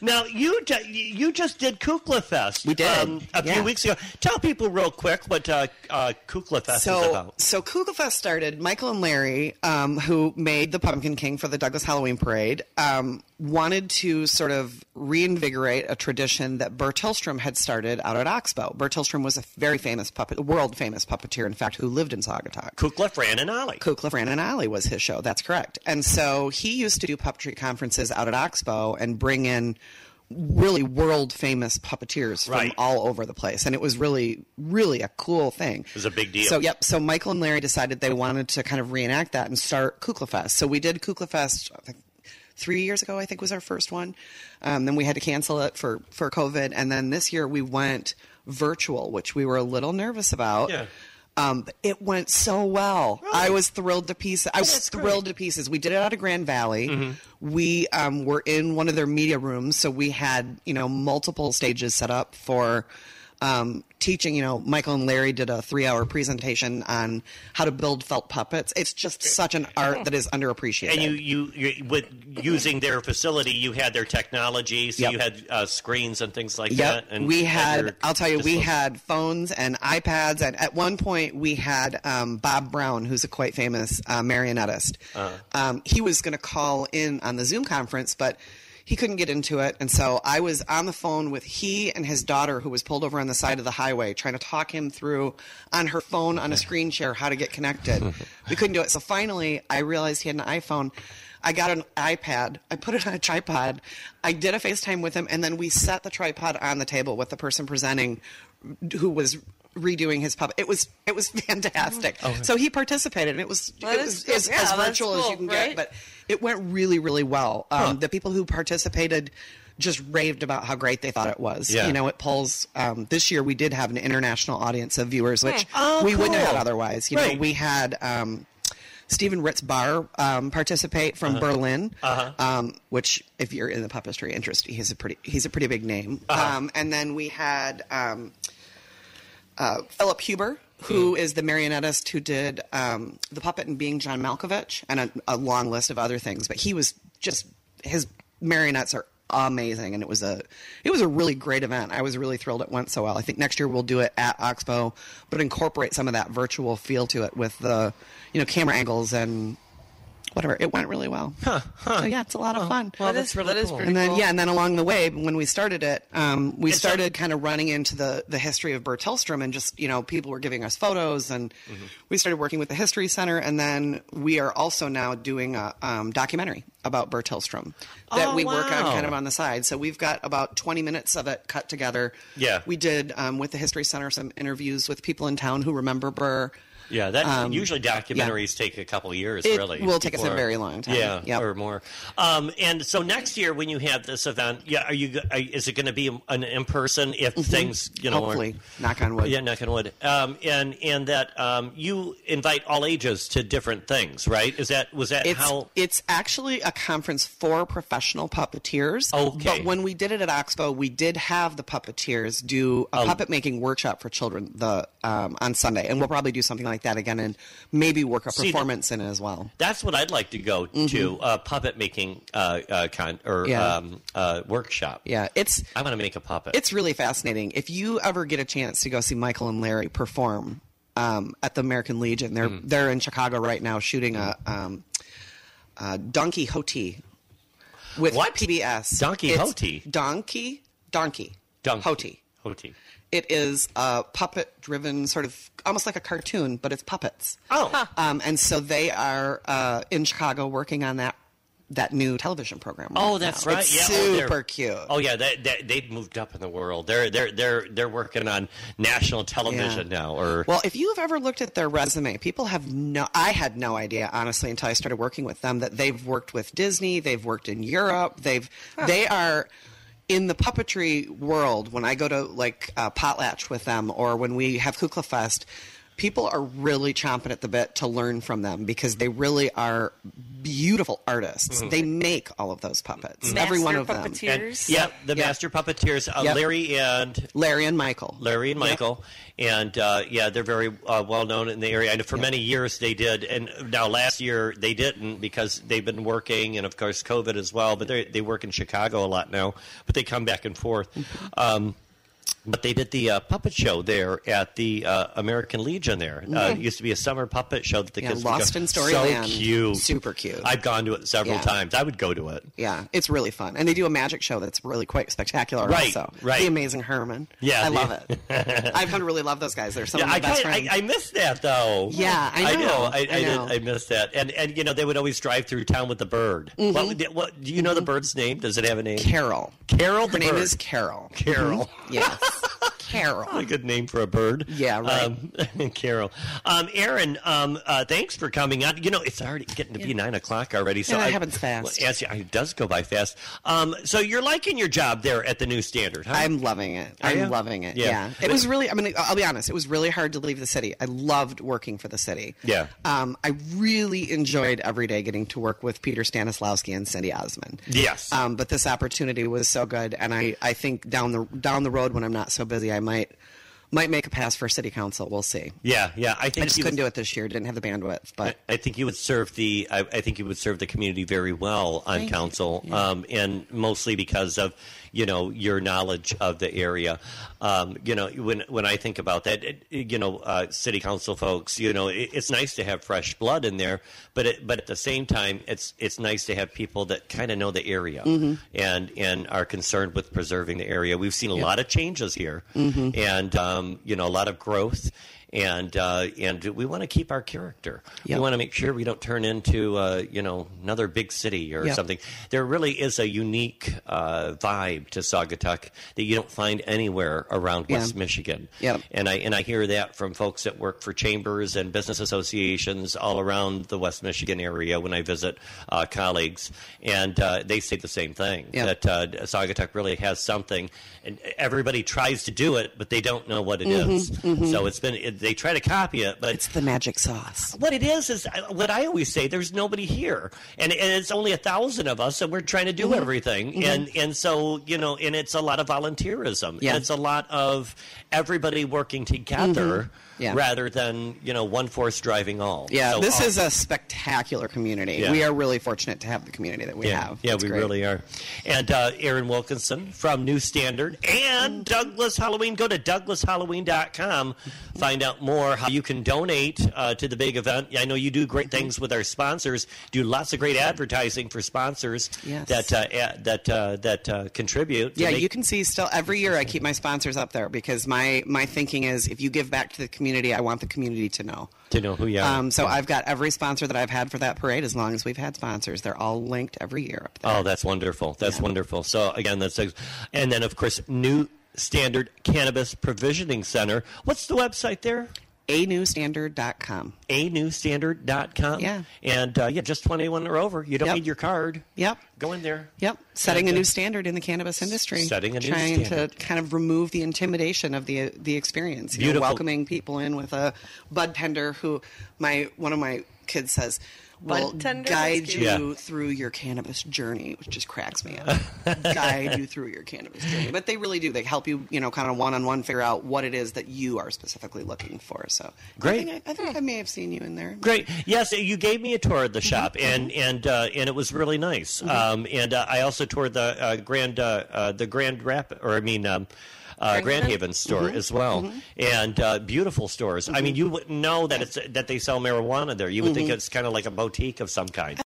Speaker 1: now you ju- you just did Kukla Fest. um,
Speaker 7: We did,
Speaker 1: a
Speaker 7: yeah.
Speaker 1: few weeks ago. Tell people real quick what uh, uh, Kukla Fest is
Speaker 7: so,
Speaker 1: about.
Speaker 7: so Kugel Fest started. Michael and Larry, um, who made the Pumpkin King for the Douglas Halloween Parade, um, wanted to sort of reinvigorate a tradition that Bert Hillstrom had started out at Oxbow. Bert Hillstrom was a very famous puppet, world famous puppeteer, in fact, who lived in Saugatuck.
Speaker 1: Kukla, Fran, and Ollie.
Speaker 7: Kukla, Fran, and Ollie was his show. That's correct. And so he used to do puppetry conferences out at Oxbow and bring in really world famous puppeteers from
Speaker 1: Right.
Speaker 7: all over the place. And it was really, really a cool thing. It
Speaker 1: was a big deal.
Speaker 7: So, yep. So Michael and Larry decided they wanted to kind of reenact that and start Kukla Fest. So we did Kukla Fest, I think, three years ago, I think was our first one. Um, then we had to cancel it for, for COVID. And then this year we went virtual, which we were a little nervous about.
Speaker 1: Yeah.
Speaker 7: Um, but it went so well. I was thrilled to pieces.
Speaker 1: Oh,
Speaker 7: I was thrilled to pieces. We did it out of Grand Valley.
Speaker 1: Mm-hmm.
Speaker 7: We um, were in one of their media rooms, so we had you know multiple stages set up for um, teaching. You know, Michael and Larry did a three-hour presentation on how to build felt puppets. It's just such an art that is underappreciated.
Speaker 1: And you, you, you with using their facility, you had their technology, so
Speaker 7: Yep.
Speaker 1: you had uh, screens and things like
Speaker 7: Yep.
Speaker 1: that. And
Speaker 7: we
Speaker 1: at
Speaker 7: had,
Speaker 1: your
Speaker 7: I'll tell you, we
Speaker 1: disposal.
Speaker 7: had phones and iPads. And at one point, we had um, Bob Brown, who's a quite famous uh, marionettist. Um, he was going to call in on the Zoom conference, but he couldn't get into it. And so I was on the phone with he and his daughter, who was pulled over on the side of the highway, trying to talk him through on her phone on a screen share how to get connected. we couldn't do it. So finally, I realized he had an iPhone. I got an iPad. I put it on a tripod. I did a FaceTime with him, and then we set the tripod on the table with the person presenting, who was redoing his puppet. It was it was fantastic. so he participated, and it was
Speaker 2: Well,
Speaker 7: it
Speaker 2: that
Speaker 7: was
Speaker 2: is good.
Speaker 7: as,
Speaker 2: Yeah,
Speaker 7: as
Speaker 2: that's
Speaker 7: virtual as
Speaker 2: cool,
Speaker 7: you can
Speaker 2: right?
Speaker 7: get, but it went really really well. Um, The people who participated just raved about how great they thought it was.
Speaker 1: Yeah.
Speaker 7: You know, it pulls. Um, this year we did have an international audience of viewers, which
Speaker 1: Oh,
Speaker 7: we wouldn't have
Speaker 1: cool.
Speaker 7: had otherwise. You
Speaker 1: Right.
Speaker 7: know, we had. Um, Stephen Ritz Barr um, participate from
Speaker 1: Uh-huh.
Speaker 7: Berlin, um, which, if you're in the puppetry interest, he's a pretty he's a pretty big name.
Speaker 1: Uh-huh.
Speaker 7: Um, and then we had um, uh, Philip Huber,
Speaker 2: Hmm.
Speaker 7: who is the marionettist who did um, the puppet and being John Malkovich, and a, a long list of other things. But he was just his marionettes are amazing, and it was a it was a really great event. I was really thrilled it went so well. I think next year we'll do it at Oxbow, but incorporate some of that virtual feel to it with the you know camera angles and whatever. It went really well. So yeah, it's a lot of fun.
Speaker 2: Well, that's really cool.
Speaker 7: And then yeah, and then along the way, when we started it, um, we
Speaker 1: so-
Speaker 7: started kind of running into the the history of Bertelstrom, and just you know, people were giving us photos, and
Speaker 1: Mm-hmm.
Speaker 7: we started working with the History Center, and then we are also now doing a um, documentary about Bertelstrom that
Speaker 1: Oh,
Speaker 7: we work on
Speaker 1: wow.
Speaker 7: kind of on the side. So we've got about twenty minutes of it cut together.
Speaker 1: Yeah.
Speaker 7: we did um, with the History Center some interviews with people in town who remember Burr.
Speaker 1: Yeah, that
Speaker 7: Um,
Speaker 1: usually documentaries take a couple years.
Speaker 7: It
Speaker 1: really,
Speaker 7: will take us a
Speaker 1: before-
Speaker 7: very long time.
Speaker 1: Yeah,
Speaker 7: Yep.
Speaker 1: or more. Um, and so next year, when you have this event, yeah, are you? go- Are, is it going to be an in person? If things, you know, are-
Speaker 7: Mm-hmm. Hopefully, knock on wood.
Speaker 1: yeah, knock on wood. Um, and and that um, you invite all ages to different things, right? Is that was that
Speaker 7: It's
Speaker 1: how?
Speaker 7: it's actually a conference for professional puppeteers.
Speaker 1: Okay.
Speaker 7: But when we did it at Oxbow, we did have the puppeteers do
Speaker 1: Oh.
Speaker 7: a puppet making workshop for children the um, on Sunday, and we'll probably do something like that again, and maybe work a
Speaker 1: See, that-
Speaker 7: performance in it as well.
Speaker 1: That's what I'd like to go to uh, puppet making uh, uh, con or
Speaker 7: Mm-hmm. Yeah.
Speaker 1: um, uh, workshop.
Speaker 7: Yeah, it's
Speaker 1: I want to make a puppet.
Speaker 7: it's really fascinating. If you ever get a chance to go see Michael and Larry perform um, at the American Legion, they're
Speaker 1: Hmm.
Speaker 7: they're in Chicago right now shooting a, um, a Don Quixote with
Speaker 1: What?
Speaker 7: PBS.
Speaker 1: Don
Speaker 7: It's
Speaker 1: Quixote?
Speaker 7: Donkey, donkey,
Speaker 1: Donkey.
Speaker 7: Hoti.
Speaker 1: Hoti.
Speaker 7: It is a puppet driven sort of almost like a cartoon, but it's puppets.
Speaker 1: Oh. Huh.
Speaker 7: Um, and so they are uh, in Chicago working on that that new television program. right
Speaker 1: Oh, that's
Speaker 7: now.
Speaker 1: right.
Speaker 7: It's
Speaker 1: yeah, oh, they're-
Speaker 7: super cute.
Speaker 1: Oh yeah, that, that, they've moved up in the world. They're they're they're they're working on national television
Speaker 7: Yeah.
Speaker 1: now. Or
Speaker 7: Well, if you have ever looked at their resume, people have no. I had no idea, honestly, until I started working with them that they've worked with Disney, they've worked in Europe, they've they are in the puppetry world. When I go to like uh, potlatch with them, or when we have Kukla Fest, people are really chomping at the bit to learn from them because they really are beautiful artists. They make all of those puppets, every one of
Speaker 2: Master
Speaker 7: them.
Speaker 1: and,
Speaker 2: puppeteers.
Speaker 1: yeah, the
Speaker 7: Yeah.
Speaker 1: master puppeteers, uh,
Speaker 7: Yep.
Speaker 1: Larry and
Speaker 7: Larry and Michael.
Speaker 1: Larry and Michael, and uh, yeah, they're very uh, well known in the area. I know for many years they did, and now last year they didn't because they've been working, and of course COVID as well. But they they work in Chicago a lot now, but they come back and forth.
Speaker 7: Mm-hmm.
Speaker 1: Um, but they did the uh, puppet show there at the uh, American Legion. There uh, it used to be a summer puppet show that the
Speaker 7: Yeah,
Speaker 1: kids would
Speaker 7: Lost
Speaker 1: go-
Speaker 7: in
Speaker 1: So
Speaker 7: Storyland.
Speaker 1: cute,
Speaker 7: Super cute.
Speaker 1: I've gone to it several
Speaker 7: Yeah.
Speaker 1: times. I would go to it.
Speaker 7: Yeah, it's really fun, and they do a magic show that's really quite spectacular.
Speaker 1: Right,
Speaker 7: also.
Speaker 1: right.
Speaker 7: The Amazing Herman.
Speaker 1: Yeah,
Speaker 7: I
Speaker 1: the-
Speaker 7: love it. I've come to really love those guys. They're some
Speaker 1: Yeah,
Speaker 7: of
Speaker 1: I,
Speaker 7: my best
Speaker 1: kinda, I,
Speaker 7: friends.
Speaker 1: I missed that though.
Speaker 7: Yeah, I
Speaker 1: I,
Speaker 7: know,
Speaker 1: I,
Speaker 7: I know.
Speaker 1: Did, I missed that, and and you know they would always drive through town with the bird.
Speaker 7: Mm-hmm.
Speaker 1: What, would- what do you know the bird's name? Does it have a name?
Speaker 7: Carol.
Speaker 1: Carol.
Speaker 7: Her
Speaker 1: the
Speaker 7: name
Speaker 1: bird.
Speaker 7: is Carol.
Speaker 1: Carol.
Speaker 7: Yes,
Speaker 1: A
Speaker 7: Carol.
Speaker 1: good name for a bird.
Speaker 7: mm-hmm. Yeah, right.
Speaker 1: Um, Carol. Um, Aaron, um, uh, thanks for coming on. You know, it's already getting to be nine o'clock already. So
Speaker 7: Yeah, that
Speaker 1: I,
Speaker 7: happens fast.
Speaker 1: Well, yes, yeah, it does go by fast. Um, so you're liking your job there at the New Standard, huh?
Speaker 7: I'm loving it. I'm
Speaker 1: you?
Speaker 7: loving it.
Speaker 1: Yeah.
Speaker 7: Yeah. It was really. I mean, I'll be honest. It was really hard to leave the city. I loved working for the city.
Speaker 1: Yeah.
Speaker 7: Um, I really enjoyed every day getting to work with Peter Stanislawski and Cindy Osmond.
Speaker 1: Yes.
Speaker 7: Um, but this opportunity was so good, and I, I think down the down the road when I'm not so busy, I might might make a pass for city council. We'll see.
Speaker 1: yeah, yeah. I think
Speaker 7: I just
Speaker 1: you-
Speaker 7: couldn't do it this year. Didn't have the bandwidth. But
Speaker 1: I think you would serve the. I, I think you would serve the community very well on council, um, and mostly because of you know your knowledge of the area. Um, you know, when when I think about that, it, you know, uh, city council folks, you know, it, it's nice to have fresh blood in there, but it, but at the same time, it's it's nice to have people that kind of know the area and and are concerned with preserving the area. We've seen a lot of changes here, and um, you know, a lot of growth and uh, and we want to keep our character.
Speaker 7: Yeah.
Speaker 1: We want to make sure we don't turn into uh, you know another big city or
Speaker 7: Yeah.
Speaker 1: something. There really is a unique uh, vibe to Saugatuck that you don't find anywhere around
Speaker 7: Yeah.
Speaker 1: West Michigan.
Speaker 7: Yep.
Speaker 1: And I and I hear that from folks that work for chambers and business associations all around the West Michigan area when I visit uh, colleagues, and uh, they say the same thing
Speaker 7: Yeah.
Speaker 1: that uh, Saugatuck really has something, and everybody tries to do it, but they don't know what it is. So it's been it, they try to copy it, but
Speaker 7: Mm-hmm. it's the magic sauce.
Speaker 1: what it is is uh, what I always say. There's nobody here, and, and it's only a thousand of us, and we're trying to do
Speaker 7: Mm-hmm.
Speaker 1: everything. And and so you know, and it's a lot of volunteerism.
Speaker 7: Yeah.
Speaker 1: And it's a lot of everybody working together
Speaker 7: Mm-hmm. Yeah.
Speaker 1: rather than you know one force driving all.
Speaker 7: Yeah,
Speaker 1: So
Speaker 7: this
Speaker 1: all-
Speaker 7: is a spectacular community.
Speaker 1: Yeah.
Speaker 7: We are really fortunate to have the community that we
Speaker 1: yeah,
Speaker 7: have.
Speaker 1: yeah,
Speaker 7: It's
Speaker 1: we
Speaker 7: great.
Speaker 1: really are. And uh, Aaron Wilkinson from New Standard and Douglas Halloween. Go to douglashalloween.com. Find out more how you can donate uh, to the big event. I know you do
Speaker 7: Mm-hmm.
Speaker 1: great things with our sponsors. Do lots of great advertising for sponsors
Speaker 7: Yes.
Speaker 1: that uh, ad- that uh, that uh, contribute. to
Speaker 7: Yeah,
Speaker 1: make-
Speaker 7: you can see still every year I keep my sponsors up there because my my thinking is if you give back to the community, I want the community to know.
Speaker 1: to know who you are.
Speaker 7: Um, so I've got every sponsor that I've had for that parade as long as we've had sponsors. They're all linked every year up there.
Speaker 1: Oh, that's wonderful. That's wonderful. So again, that's and then of course New Standard Cannabis Provisioning Center. What's the website there?
Speaker 7: anewstandard.com.
Speaker 1: anewstandard.com.
Speaker 7: Yeah.
Speaker 1: And uh, yeah, just 21 or over. You don't
Speaker 7: Yep.
Speaker 1: need your card.
Speaker 7: Yep.
Speaker 1: Go in there.
Speaker 7: Yep, setting a
Speaker 1: And, uh,
Speaker 7: new standard in the cannabis industry.
Speaker 1: setting a new
Speaker 7: trying
Speaker 1: standard.
Speaker 7: to kind of remove the intimidation of the the experience. You know,
Speaker 1: Beautiful.
Speaker 7: welcoming people in with a bud tender who my one of my kids says will
Speaker 2: Bud tender?
Speaker 7: guide
Speaker 2: That's
Speaker 7: you
Speaker 2: cute.
Speaker 1: Yeah.
Speaker 7: through your cannabis journey, which just cracks me up. guide you through your cannabis journey, but they really do. They help you, you know, kind of one on one figure out what it is that you are specifically looking for. So
Speaker 1: Great.
Speaker 7: I think, I, I, think I may have seen you in there.
Speaker 1: Great. Yes, you gave me a tour
Speaker 7: Mm-hmm.
Speaker 1: of the shop, and and uh, and it was really nice. Um, and uh, I also toured the uh, Grand uh, uh, the Grand Rap, or I mean. Um, uh,
Speaker 2: Grand
Speaker 1: Grand
Speaker 2: Haven?
Speaker 1: Haven store
Speaker 7: Mm-hmm.
Speaker 1: as well, and uh, beautiful
Speaker 7: Mm-hmm.
Speaker 1: stores. I mean, you wouldn't know that it's that they sell marijuana there. You would think it's kind of like a boutique of some kind.